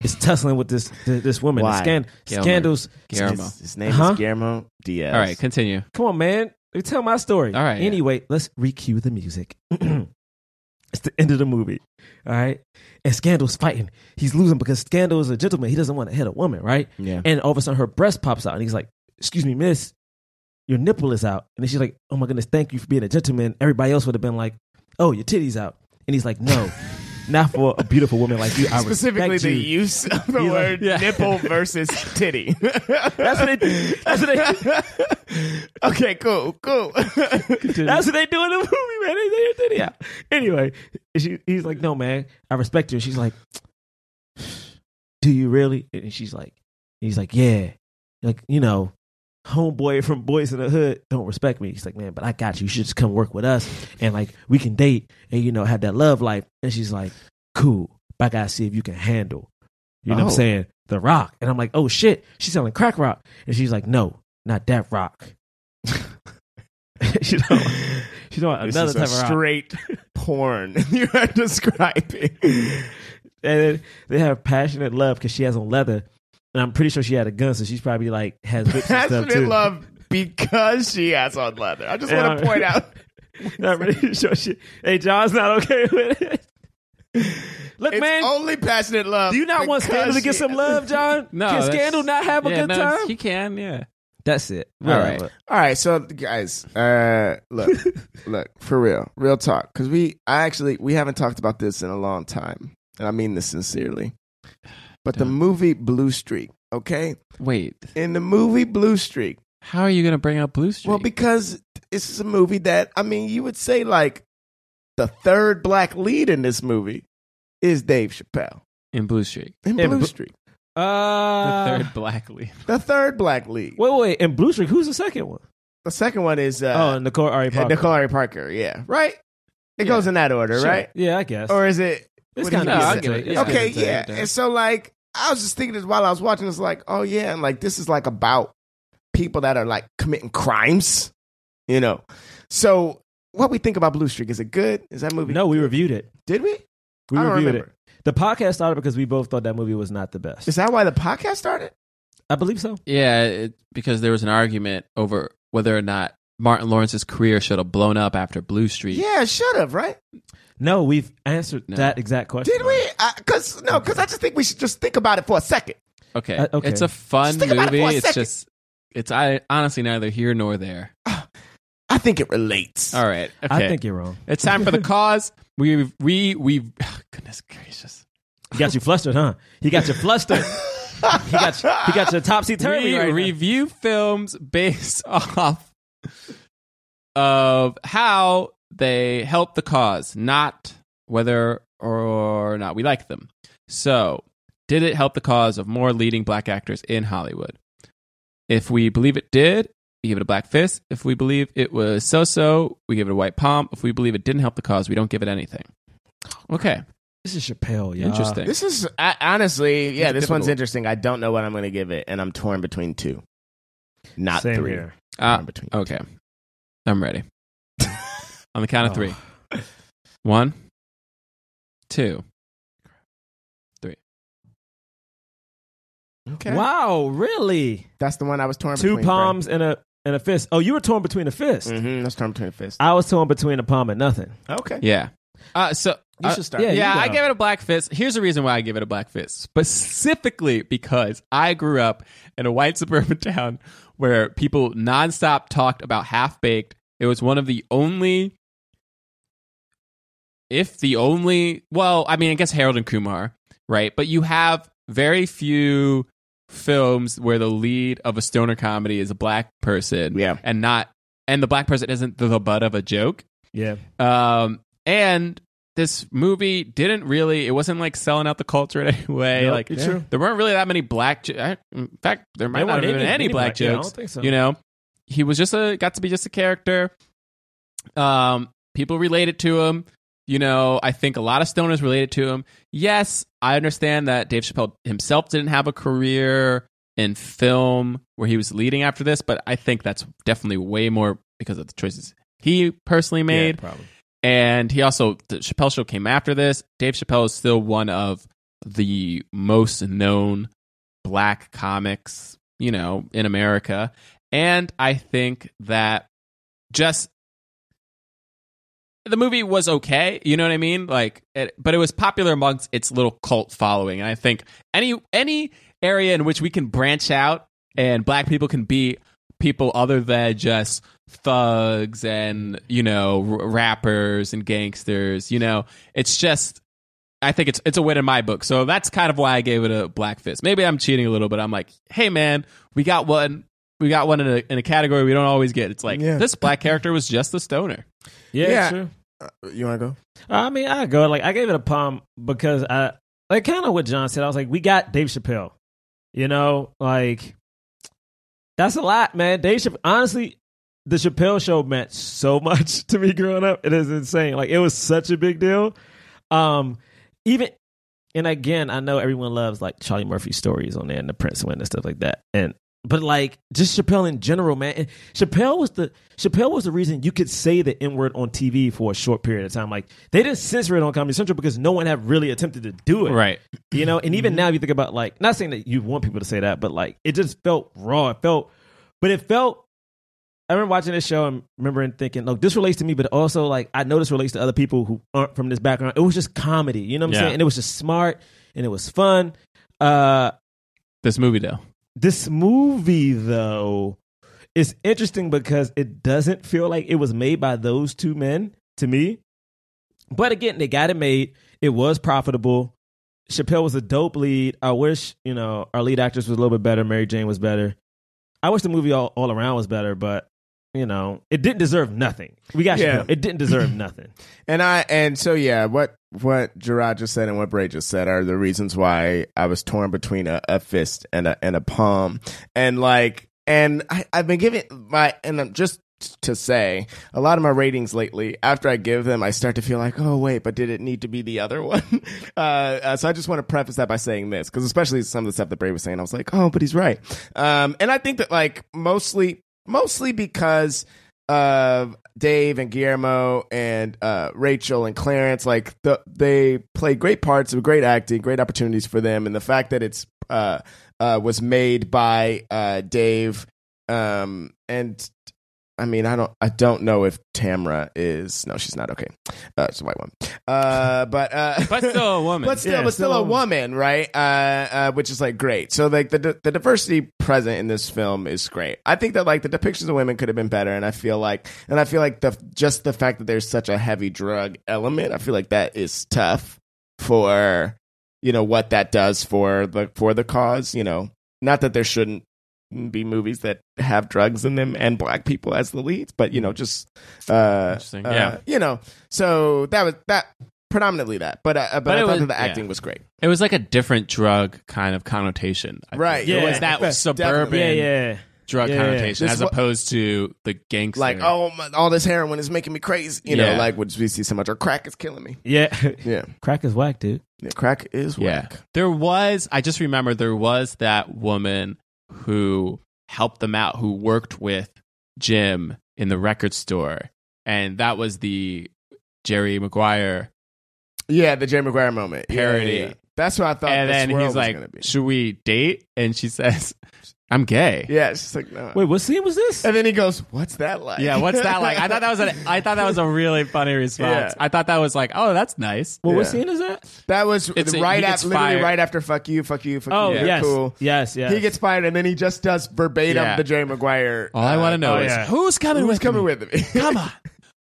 C: is tussling with this th- this woman.
D: Why?
C: Scan-
B: Gilmer.
C: Scandal's.
B: Guillermo.
D: His, his name
C: Huh?
D: is Guillermo Diaz.
B: All right, continue.
C: Come on, man. You tell my story.
B: All right, yeah.
C: Anyway, let's recue the music. [clears throat] it's the end of the movie. All right. And Scandal's fighting. He's losing because Scandal is a gentleman. He doesn't want to hit a woman, right?
D: Yeah.
C: And all of a sudden, her breast pops out, and he's like, "Excuse me, miss, your nipple is out." And then she's like, "Oh my goodness, thank you for being a gentleman." Everybody else would have been like, "Oh, your titty's out," and he's like, "No, [laughs] not for a beautiful woman like you. I
D: Specifically,
C: respect
D: the
C: you."
D: use of the
C: He's like-
D: word
C: Yeah.
D: nipple versus titty. [laughs]
C: That's what they. That's [laughs] what they. [laughs]
D: okay, cool, cool.
C: That's what they do in the [laughs] movie, man. They say your titty out. Anyway, she, he's like, "No, man, I respect you." She's like, "Do you really?" And she's like, and "He's like, yeah, like you know, homeboy from Boys in the Hood don't respect me." He's like, "Man, but I got you. You should just come work with us, and like we can date, and you know, have that love life." And she's like, "Cool, but I gotta see if you can handle." You know what
D: Oh.
C: I'm saying? The Rock, and I'm like, "Oh shit, she's selling crack [laughs] rock," and she's like, "No, not that rock." she don't. She's on
D: This
C: another
D: is
C: type
D: a
C: of rock.
D: straight porn [laughs] you are describing.
C: [laughs] and then they have passionate love because she has on leather, and I'm pretty sure she had a gun, so she's probably like has whips and stuff
D: Passionate
C: too. [laughs]
D: love because she has on leather. I just
C: Yeah,
D: want
C: I
D: to point
C: [laughs]
D: out
C: Not really sure she. [laughs] Hey, John's not okay with it. [laughs] Look,
D: it's
C: man,
D: only passionate love.
C: do you not want Scandal to get some love, John?
B: No,
C: can
B: that's-
C: Scandal not have a
B: yeah,
C: good
B: no,
C: time?
B: He can, yeah.
C: That's it.
B: All right.
D: All right, so guys, uh,
C: [laughs]
D: look, look, for real, real talk, because we, I actually, we haven't talked about this in a long time, and I mean this sincerely. But the movie Blue Streak, okay,
B: Wait,
D: in the movie Blue Streak,
B: how are you gonna bring up Blue Streak?
D: well, because this is a movie that I mean, you would say like the third black lead in this movie is Dave Chappelle
B: in Blue Streak,
D: in
C: Yeah,
D: Blue
C: but-
D: Streak,
B: the
C: Uh,
B: third black lead.
D: the third black lead.
C: wait, wait, and Blue Streak. Who's the second one?
D: The second one is
C: oh,
D: uh,
C: Nicole Ari Parker.
D: Nicole Ari Parker, yeah, right. It goes in that order,
C: Sure.
D: right?
C: Yeah, I guess.
D: Or is it what
C: it's
D: do you
C: kind
B: No, I'll
C: of
B: give it- yeah.
D: okay,
B: it's a-
D: yeah.
B: it's a-
D: And so like I was just thinking this while I was watching, it's like, oh yeah, and like this is like about people that are like committing crimes. You know. So what we think about Blue Streak, is it good? Is that movie
C: No, we reviewed it.
D: did we?
C: We
D: I don't
C: reviewed
D: remember.
C: it. The podcast started because we both thought that movie was not the best.
D: Is that why the podcast started?
C: I believe so.
B: Yeah, it, because there was an argument over whether or not Martin Lawrence's career should have blown up after Blue Streak.
D: Yeah, it should have, right?
C: No, we've answered
B: No.
C: that exact question.
D: Did we? Because no, because I just think we should just think about it for a second.
B: Okay.
C: Uh, okay.
B: It's a fun
D: Just think about it
B: movie.
D: for a
B: it's
D: second.
B: just it's I honestly neither here nor [laughs] there.
D: I think it relates.
B: All right. Okay.
C: I think you're wrong.
B: it's time
C: [laughs]
B: for the cause. We we [sighs] we goodness gracious.
C: He got you flustered, huh? He got you flustered. he got you, he got you topsy turvy.
B: We
C: Right now.
B: review films based [laughs] off of how they help the cause, not whether or not we like them. So, did it help the cause of more leading black actors in Hollywood? If we believe it did, we give it a black fist. If we believe it was so so, we give it a white palm. If we believe it didn't help the cause, we don't give it anything. Okay,
C: This is Chappelle. Yeah.
B: interesting.
D: This is I, honestly, yeah,
B: It's
D: this one's
B: difficult.
D: interesting. I don't know what I'm going to give it, and I'm torn between two, not
C: Same
D: three.
C: here.
B: Ah,
D: Torn between
B: Okay. I'm ready. [laughs] On the count of
C: Oh.
B: three. One, two. uh,
D: Okay.
C: Wow, really?
D: That's the one I was torn
C: Two
D: between.
C: palms and a and a fist. Oh, you were torn between a fist.
D: Mm-hmm. That's torn between the fist.
C: I was torn between a palm and nothing.
D: Okay.
B: Yeah. Uh, so
D: You
B: uh,
D: should start.
C: yeah.
B: yeah,
C: you
B: I
C: go.
B: give it a black fist. Here's the reason why I give it a black fist, specifically because I grew up in a white [laughs] suburban town where people nonstop talked about half baked. It was one of the only, if the only, well, I mean, I guess Harold and Kumar, right? But you have very few films where the lead of a stoner comedy is a black person,
D: Yeah.
B: and not, and the black person isn't the butt of a joke.
C: Yeah.
B: Um, and this movie didn't really. It wasn't like selling out the culture in any way.
C: Nope,
B: like
C: it's true.
B: there weren't really that many black. Jo- I- in fact, there might
C: There
B: not have
C: weren't
B: been
C: any-
B: any,
C: any
B: black
C: black- yeah, I
B: jokes.
C: don't think so.
B: You know, he was just a got to be just a character. Um, people related to him. You know, I think a lot of stoners related to him. Yes, I understand that Dave Chappelle himself didn't have a career in film where he was leading after this, but I think that's definitely way more because of the choices he personally made.
C: probably.
B: And he also the Chappelle show came after this. Dave Chappelle is still one of the most known black comics, you know, in America. And I think that just the movie was okay, you know what I mean? Like it, but it was popular amongst its little cult following. And I think any any area in which we can branch out and black people can be people other than just thugs and you know r- rappers and gangsters you know it's just i think it's it's a win in my book so that's kind of why i gave it a black fist maybe i'm cheating a little but i'm like hey man we got one we got one in a, in a category we don't always get it's like
D: Yeah.
B: this black character was just the stoner
C: Yeah,
D: Yeah.
C: true.
D: You want to go?
C: I mean, I go like I gave it a palm because I like kind of what John said. I was like, we got Dave Chappelle. You know, like that's a lot, man. Dave Chappelle, honestly, the Chappelle show meant so [laughs] much to me growing up. It is insane. Like it was such a big deal. Um, even and again, I know everyone loves like Charlie Murphy stories on there and the Prince win and stuff like that. And but like just Chappelle in general, man. And Chappelle was the Chappelle was the reason you could say the N word on TV for a short period of time. Like they didn't censor it on Comedy Central because no one had really attempted to do it,
B: Right.
C: You know. And even now, if you think about like not saying that you want people to say that, but like it just felt raw. It felt, but it felt. I remember watching this show and remembering thinking, look, this relates to me, but also like I know this relates to other people who aren't from this background. It was just comedy, you know what I'm
B: Yeah.
C: saying? And it was just smart and it was fun. Uh
B: This movie though.
C: this movie, though, is interesting because it doesn't feel like it was made by those two men to me. But again, they got it made. It was profitable. Chappelle was a dope lead. I wish, you know, our lead actress was a little bit better. Mary Jane was better. I wish the movie all, all around was better, but, you know, it didn't deserve nothing. We got
D: Yeah.
C: Chappelle. It didn't deserve [clears throat] nothing.
D: And I and so yeah, what what Gerard just said and what Bray just said are the reasons why I was torn between a, a fist and a and a palm. And like and I, I've been giving my and I'm just to say a lot of my ratings lately after i give them i start to feel like oh wait but did it need to be the other [laughs] one uh, uh, so i just want to preface that by saying this because especially some of the stuff that bray was saying i was like oh but he's right um, and i think that like mostly mostly because of Dave and Guillermo and uh, Rachel and Clarence. Like the, they play great parts of great acting, great opportunities for them, and the fact that it's uh, uh, was made by uh, Dave um, and. I mean, I don't, I don't know if Tamra is. No, she's not okay. Uh, it's a white woman, uh, but uh,
B: But still
D: [laughs]
B: a woman.
D: but still,
C: Yeah,
D: but still,
C: still
D: a
C: a
D: woman, right? Uh, uh, which is like great. So like the the diversity present in this film is great. I think that like the depictions of women could have been better, and I feel like and I feel like the just the fact that there's such a heavy drug element, I feel like that is tough for you know what that does for the for the cause. You know, not that there shouldn't be movies that have drugs in them and black people as the leads, but you know, just uh,
B: Interesting.
D: uh,
B: Yeah.
D: you know, so that was that predominantly that, but uh, but,
B: But
D: I
B: it
D: thought
B: was-
D: that the
B: yeah.
D: acting was great.
B: It was like a different drug kind of connotation. I think. It
D: Right.
C: Yeah.
B: was that suburban
D: Definitely.
C: Yeah, yeah.
B: drug
C: Yeah, yeah.
B: connotation
D: This
B: as
D: wa-
B: opposed to the gangster.
D: Like oh, my, all this heroin is making me crazy. You know,
B: Yeah.
D: like which we see so much, or crack is killing me.
C: Yeah.
D: Yeah,
C: [laughs] Crack is whack, dude.
D: Yeah, crack is
B: Yeah.
D: whack.
B: There was, I just remember there was that woman who helped them out, who worked with Jim in the record store. And that was the Jerry Maguire
D: Yeah, the Jerry Maguire moment Yeah,
B: Parody.
D: yeah, yeah. That's what I thought.
B: and
D: the
B: then
D: swirl
B: he's
D: was
B: like,
D: gonna be.
B: Should we date? And she says, I'm gay.
D: yeah, it's just like no.
C: Wait, what scene was this?
D: and then he goes, "What's that like?"
B: Yeah, what's that like? I thought that was
D: [laughs]
B: a, I thought that was a really funny response.
D: Yeah.
B: I thought that was like, oh, that's nice.
C: Well, what
D: Yeah.
C: scene is that?
D: that was
B: It's a-
D: right
B: he gets
D: after, literally
B: fired.
D: right after "fuck you, fuck you, fuck
C: Oh,
D: you."
C: yes.
D: cool.
C: Yes, yes.
D: He gets fired, and then he just does verbatim
B: Yeah.
D: the Jerry Maguire.
B: All I
D: uh,
B: want to know
C: oh,
B: is
C: yeah.
B: who's coming
D: who's
B: with
D: coming
B: me?
D: with me? [laughs]
B: Come on,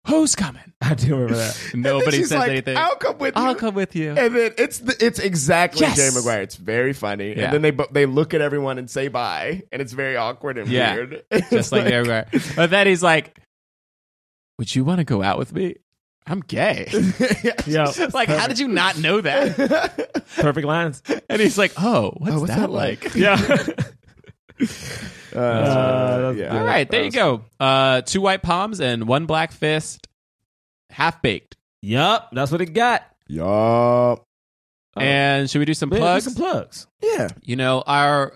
B: who's coming?
C: [laughs] I do remember that.
D: And then
B: Nobody
D: she's
B: says
D: like,
B: anything.
D: I'll come with
B: I'll
D: you.
B: come with you.
D: And then it's the, it's exactly
B: Yes!
D: Jerry Maguire. It's very funny.
B: Yeah.
D: And then they bo- they look at everyone and say bye, and it's very awkward and
B: Yeah.
D: weird.
B: [laughs] [laughs] just like, Jerry Maguire. But then he's like, "Would you want to go out with me? I'm gay."
C: Yo,
B: [laughs] like, how did you not know that?
C: [laughs] perfect lines.
B: And he's like, "Oh, what's,
D: what's
B: that,
D: that
B: like?"
C: Yeah.
D: Uh,
C: that's
D: yeah.
C: good.
B: All right, there you go. Uh, two white palms and one black fist, half baked.
C: [laughs] yup, that's what it got.
D: Yup.
C: Oh.
B: And should we do some
C: Man,
B: plugs?
C: Some plugs.
D: Yeah.
B: you know our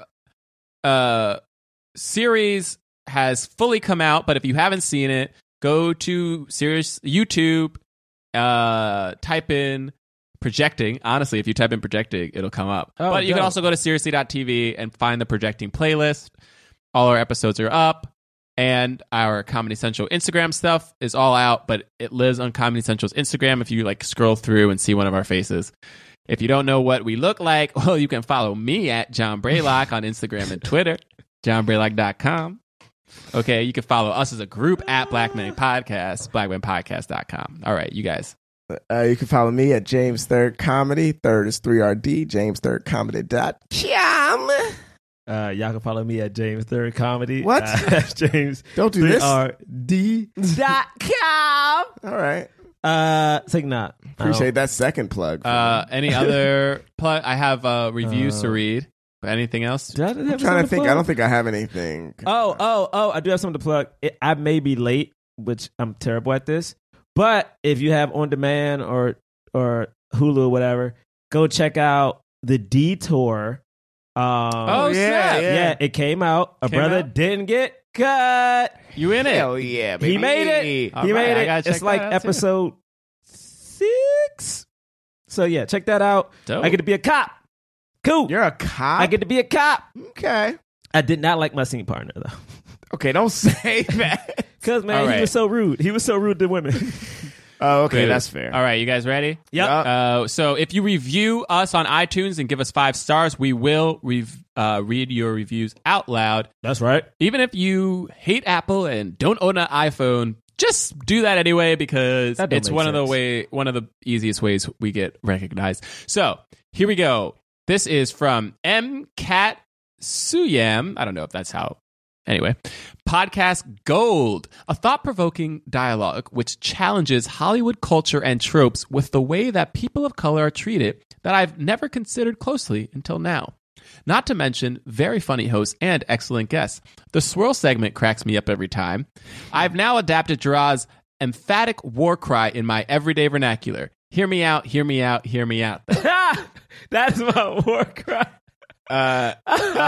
B: uh series has fully come out but if you haven't seen it go to serious youtube uh type in projecting honestly if you type in projecting it'll come up
C: Oh,
B: but you can
C: dope.
B: also go to seriously.tv and find the projecting playlist all our episodes are up and our comedy central instagram stuff is all out but it lives on comedy central's instagram if you like scroll through and see one of our faces if you don't know what we look like, [laughs] well, you can follow me at John Braylock on Instagram and Twitter, johnbraylock.com. Okay, you can follow us as a group at Black Men Podcast, blackmenpodcast.com. All right, you guys.
D: Uh, you can follow me at James Third Comedy. Third is 3RD, James Third Comedy dot com.
C: Uh, y'all can follow me at James Third Comedy.
D: What?
C: Uh, [laughs] James
D: Don't do this.
C: R
D: [laughs]
C: D.
D: Dot com. All right.
C: Uh, take not.
D: Appreciate that second plug.
B: Uh, any
D: [laughs]
B: other plug? I have uh, reviews to read. But anything else?
C: Did I, did I
D: I'm trying to think. I don't think I have anything.
B: Uh,
C: Oh, oh, oh! I do have something to plug. It, I may be late, which I'm terrible at this. But if you have on demand or or Hulu or whatever, go check out the Detour Um,
B: Oh,
D: yeah,
B: snap.
C: yeah.
D: yeah.
C: it came out. A
B: Came
C: brother
B: out?
C: didn't get cut.
B: You in it?
D: Hell yeah, baby.
C: He made it.
B: All
C: he
B: right, I
C: made it.
B: gotta check
C: It's like
B: that out, too.
C: episode six. So yeah, check that out.
B: Dope.
C: I get to be a cop. Cool.
D: You're a cop.
C: I get to be a cop.
D: okay.
C: I did not like my scene partner though, [laughs]
D: Okay, don't [laughs] say that.
C: because man,
B: All
C: he
B: right.
C: was so rude. He was so rude to women. [laughs]
D: oh, okay,
B: Good.
D: that's fair.
B: All right, you guys ready?
C: Yep.
B: Uh, so if you review us on iTunes and give us five stars, we will rev- uh, read your reviews out loud.
C: That's right.
B: Even if you hate Apple and don't own an iPhone, just do that anyway because
C: That don't
B: it's
C: make
B: one of
C: sense.
B: the way one of the easiest ways we get recognized. So here we go. This is from M Cat Suyam. I don't know if that's how. Anyway, podcast Gold, a thought provoking dialogue which challenges Hollywood culture and tropes with the way that people of color are treated that I've never considered closely until now. Not to mention very funny hosts and excellent guests. The swirl segment cracks me up every time. I've now adapted Gerard's emphatic war cry in my everyday vernacular. Hear me out, hear me out, hear me out.
C: [laughs] That's my war cry.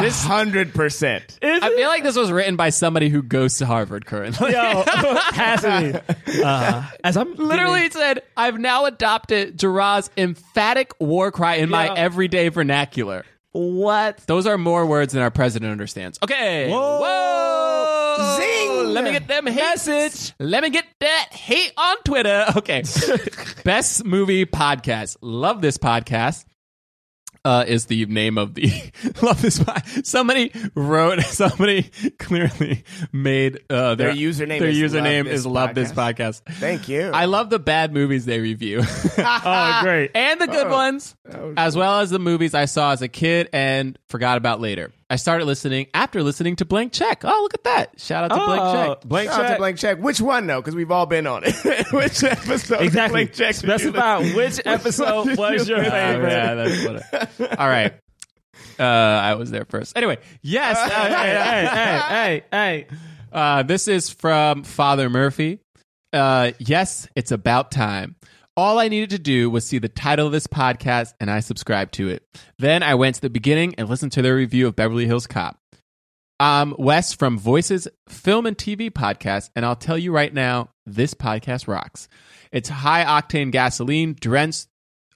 D: This hundred percent.
B: I feel like this was written by somebody who goes to Harvard currently.
C: [laughs] Yo, has
B: [laughs]
C: to be. Uh, as I'm
B: Literally it said, I've now adopted Gerard's emphatic war cry in my
C: Yeah.
B: everyday vernacular.
C: what?
B: Those are more words than our president understands. Okay.
C: Whoa.
B: Whoa.
C: Zing.
B: Let me get them hate.
C: Message.
B: Let me get that hate on Twitter. [laughs] Okay. Best movie podcast. Love this podcast. Uh, is the name of the [laughs] love this pod. somebody wrote [laughs] somebody clearly made uh, their,
D: Their username
B: their
D: is
B: username
D: Love This
B: is love this podcast
D: Thank you.
B: I love the bad movies they review [laughs]
C: Oh, great.
B: and the good ones, as well as the movies I saw as a kid and forgot about later. I started listening after listening to Blank Check. Oh, look at that! Shout out to Blank Check.
C: Oh. Blank
D: Shout out
C: check.
D: to blank check. Which one though? Because we've all been on it. [laughs] which episode? of
C: Exactly.
D: Blank check. did you
C: Specify
B: [laughs]
D: listen-
C: which episode was your favorite.
B: Oh, yeah, that's what I- All right. Uh, I was there first. Anyway,
C: [laughs]
B: yes. uh,
C: Hey, hey, hey, hey.
B: Uh, this is from Father Murphy. Uh, yes, it's about time. All I needed to do was see the title of this podcast and I subscribed to it. Then I went to the beginning and listened to their review of Beverly Hills Cop. I'm Wes from Voices Film and TV Podcast, and I'll tell you right now, this podcast rocks. It's high octane gasoline, drenched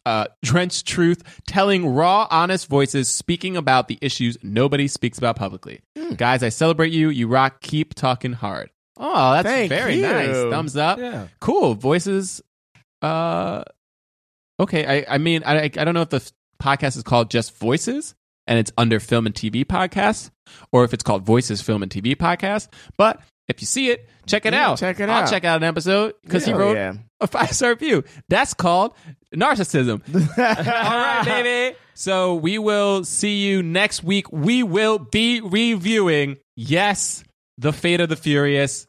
B: uh, drenched truth, telling raw, honest voices, speaking about the issues nobody speaks about publicly.
D: Hmm.
B: Guys, I celebrate you. You rock. Keep talking hard. Oh, that's
D: Thank
B: very
D: you.
B: nice. Thumbs up.
C: Yeah.
B: Cool. Voices. Uh, okay. I, I mean, I, I don't know if the f- podcast is called just Voices and it's under film and TV podcast or if it's called Voices Film and TV podcast. But if you see it, check it
D: Yeah,
B: out.
D: check it
B: I'll
D: out.
B: check out an episode because he
D: Hell
B: wrote
D: yeah.
B: a five star review. That's called
D: [laughs]
B: narcissism. All right, baby. So we will see you next week. We will be reviewing, yes, The Fate of the Furious.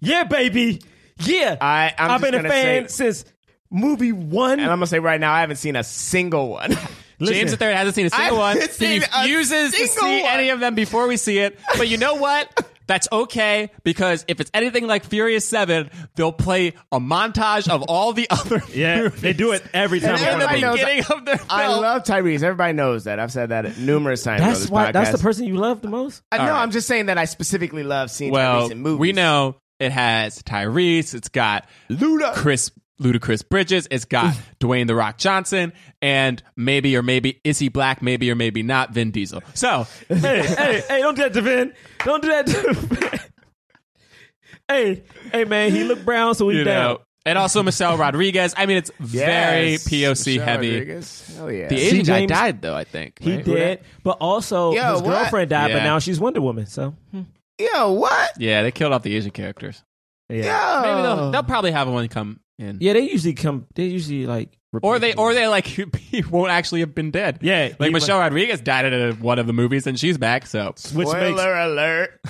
C: Yeah, baby. Yeah.
D: I- I'm
C: have
D: just
C: been a
D: gonna
C: fan
D: say-
C: since movie one.
D: And I'm gonna say right now, I haven't seen a single one. [laughs]
C: Listen,
B: James III hasn't seen a single
D: I
B: one.
D: haven't
B: He
D: seen a
B: refuses to
D: single
B: see
D: one.
B: any of them before we see it. But you know what?
D: [laughs]
B: That's okay because if it's anything like Furious 7, they'll play a montage of all the other [laughs]
D: [laughs]
C: Yeah,
B: movies
C: they do it every time.
B: in the
D: Everybody knows-
B: beginning of their film.
D: I love Tyrese. Everybody knows that. I've said that numerous times. on
C: That's
D: this
C: why. That's the
D: podcast.
C: person you love the most.
D: I, no,
B: All right.
D: I'm just saying that I specifically love seeing
B: well,
D: Tyrese in movies.
B: we know it has Tyrese. It's got
D: Luda.
B: Chris Ludacris Bridges. It's
D: [laughs]
B: got Dwayne the Rock Johnson, and maybe or maybe is he black? Maybe or maybe not Vin Diesel. So
C: hey, hey, hey, don't do that to Vin. Don't do that to Vin. [laughs] Hey, hey, man, he looked brown, so we
B: you
C: down.
B: know, and also Michelle Rodriguez. I mean, it's very
D: Yes.
B: POC
D: Michelle
B: heavy.
D: Rodriguez. Hell yeah.
B: The Asian guy
C: James-
B: died though. I think
C: He
B: right?
C: did, but also
D: Yo,
C: his
D: what?
C: girlfriend died, but
B: Yeah.
C: now she's Wonder Woman. So hmm.
D: Yo, what?
B: Yeah, they killed off the Asian characters.
C: yeah,
D: Yo.
B: Maybe they'll, they'll probably have one come in.
C: Oh. yeah, they usually come. They usually like
B: Or they, or they like [laughs] he won't actually have been dead.
C: Yeah,
B: like
C: he-
B: Michelle Rodriguez died in a- one of the movies, and she's back. So
C: which
D: Spoiler
C: makes
D: alert.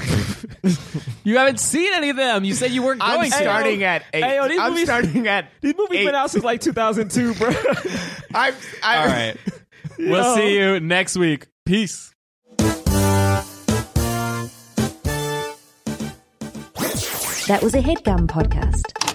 B: you haven't seen any of them. You said you weren't
D: I'm
B: going. to.
D: starting at eight.
C: Hey, yo, these
D: I'm
C: movies-
D: starting at
C: [laughs] these movies
D: eight.
C: been out since like 2002, bro.
D: I'm, I'm,
B: All right. [laughs] We'll
C: Yo.
B: see you next week. Peace.
A: That was a headgum podcast.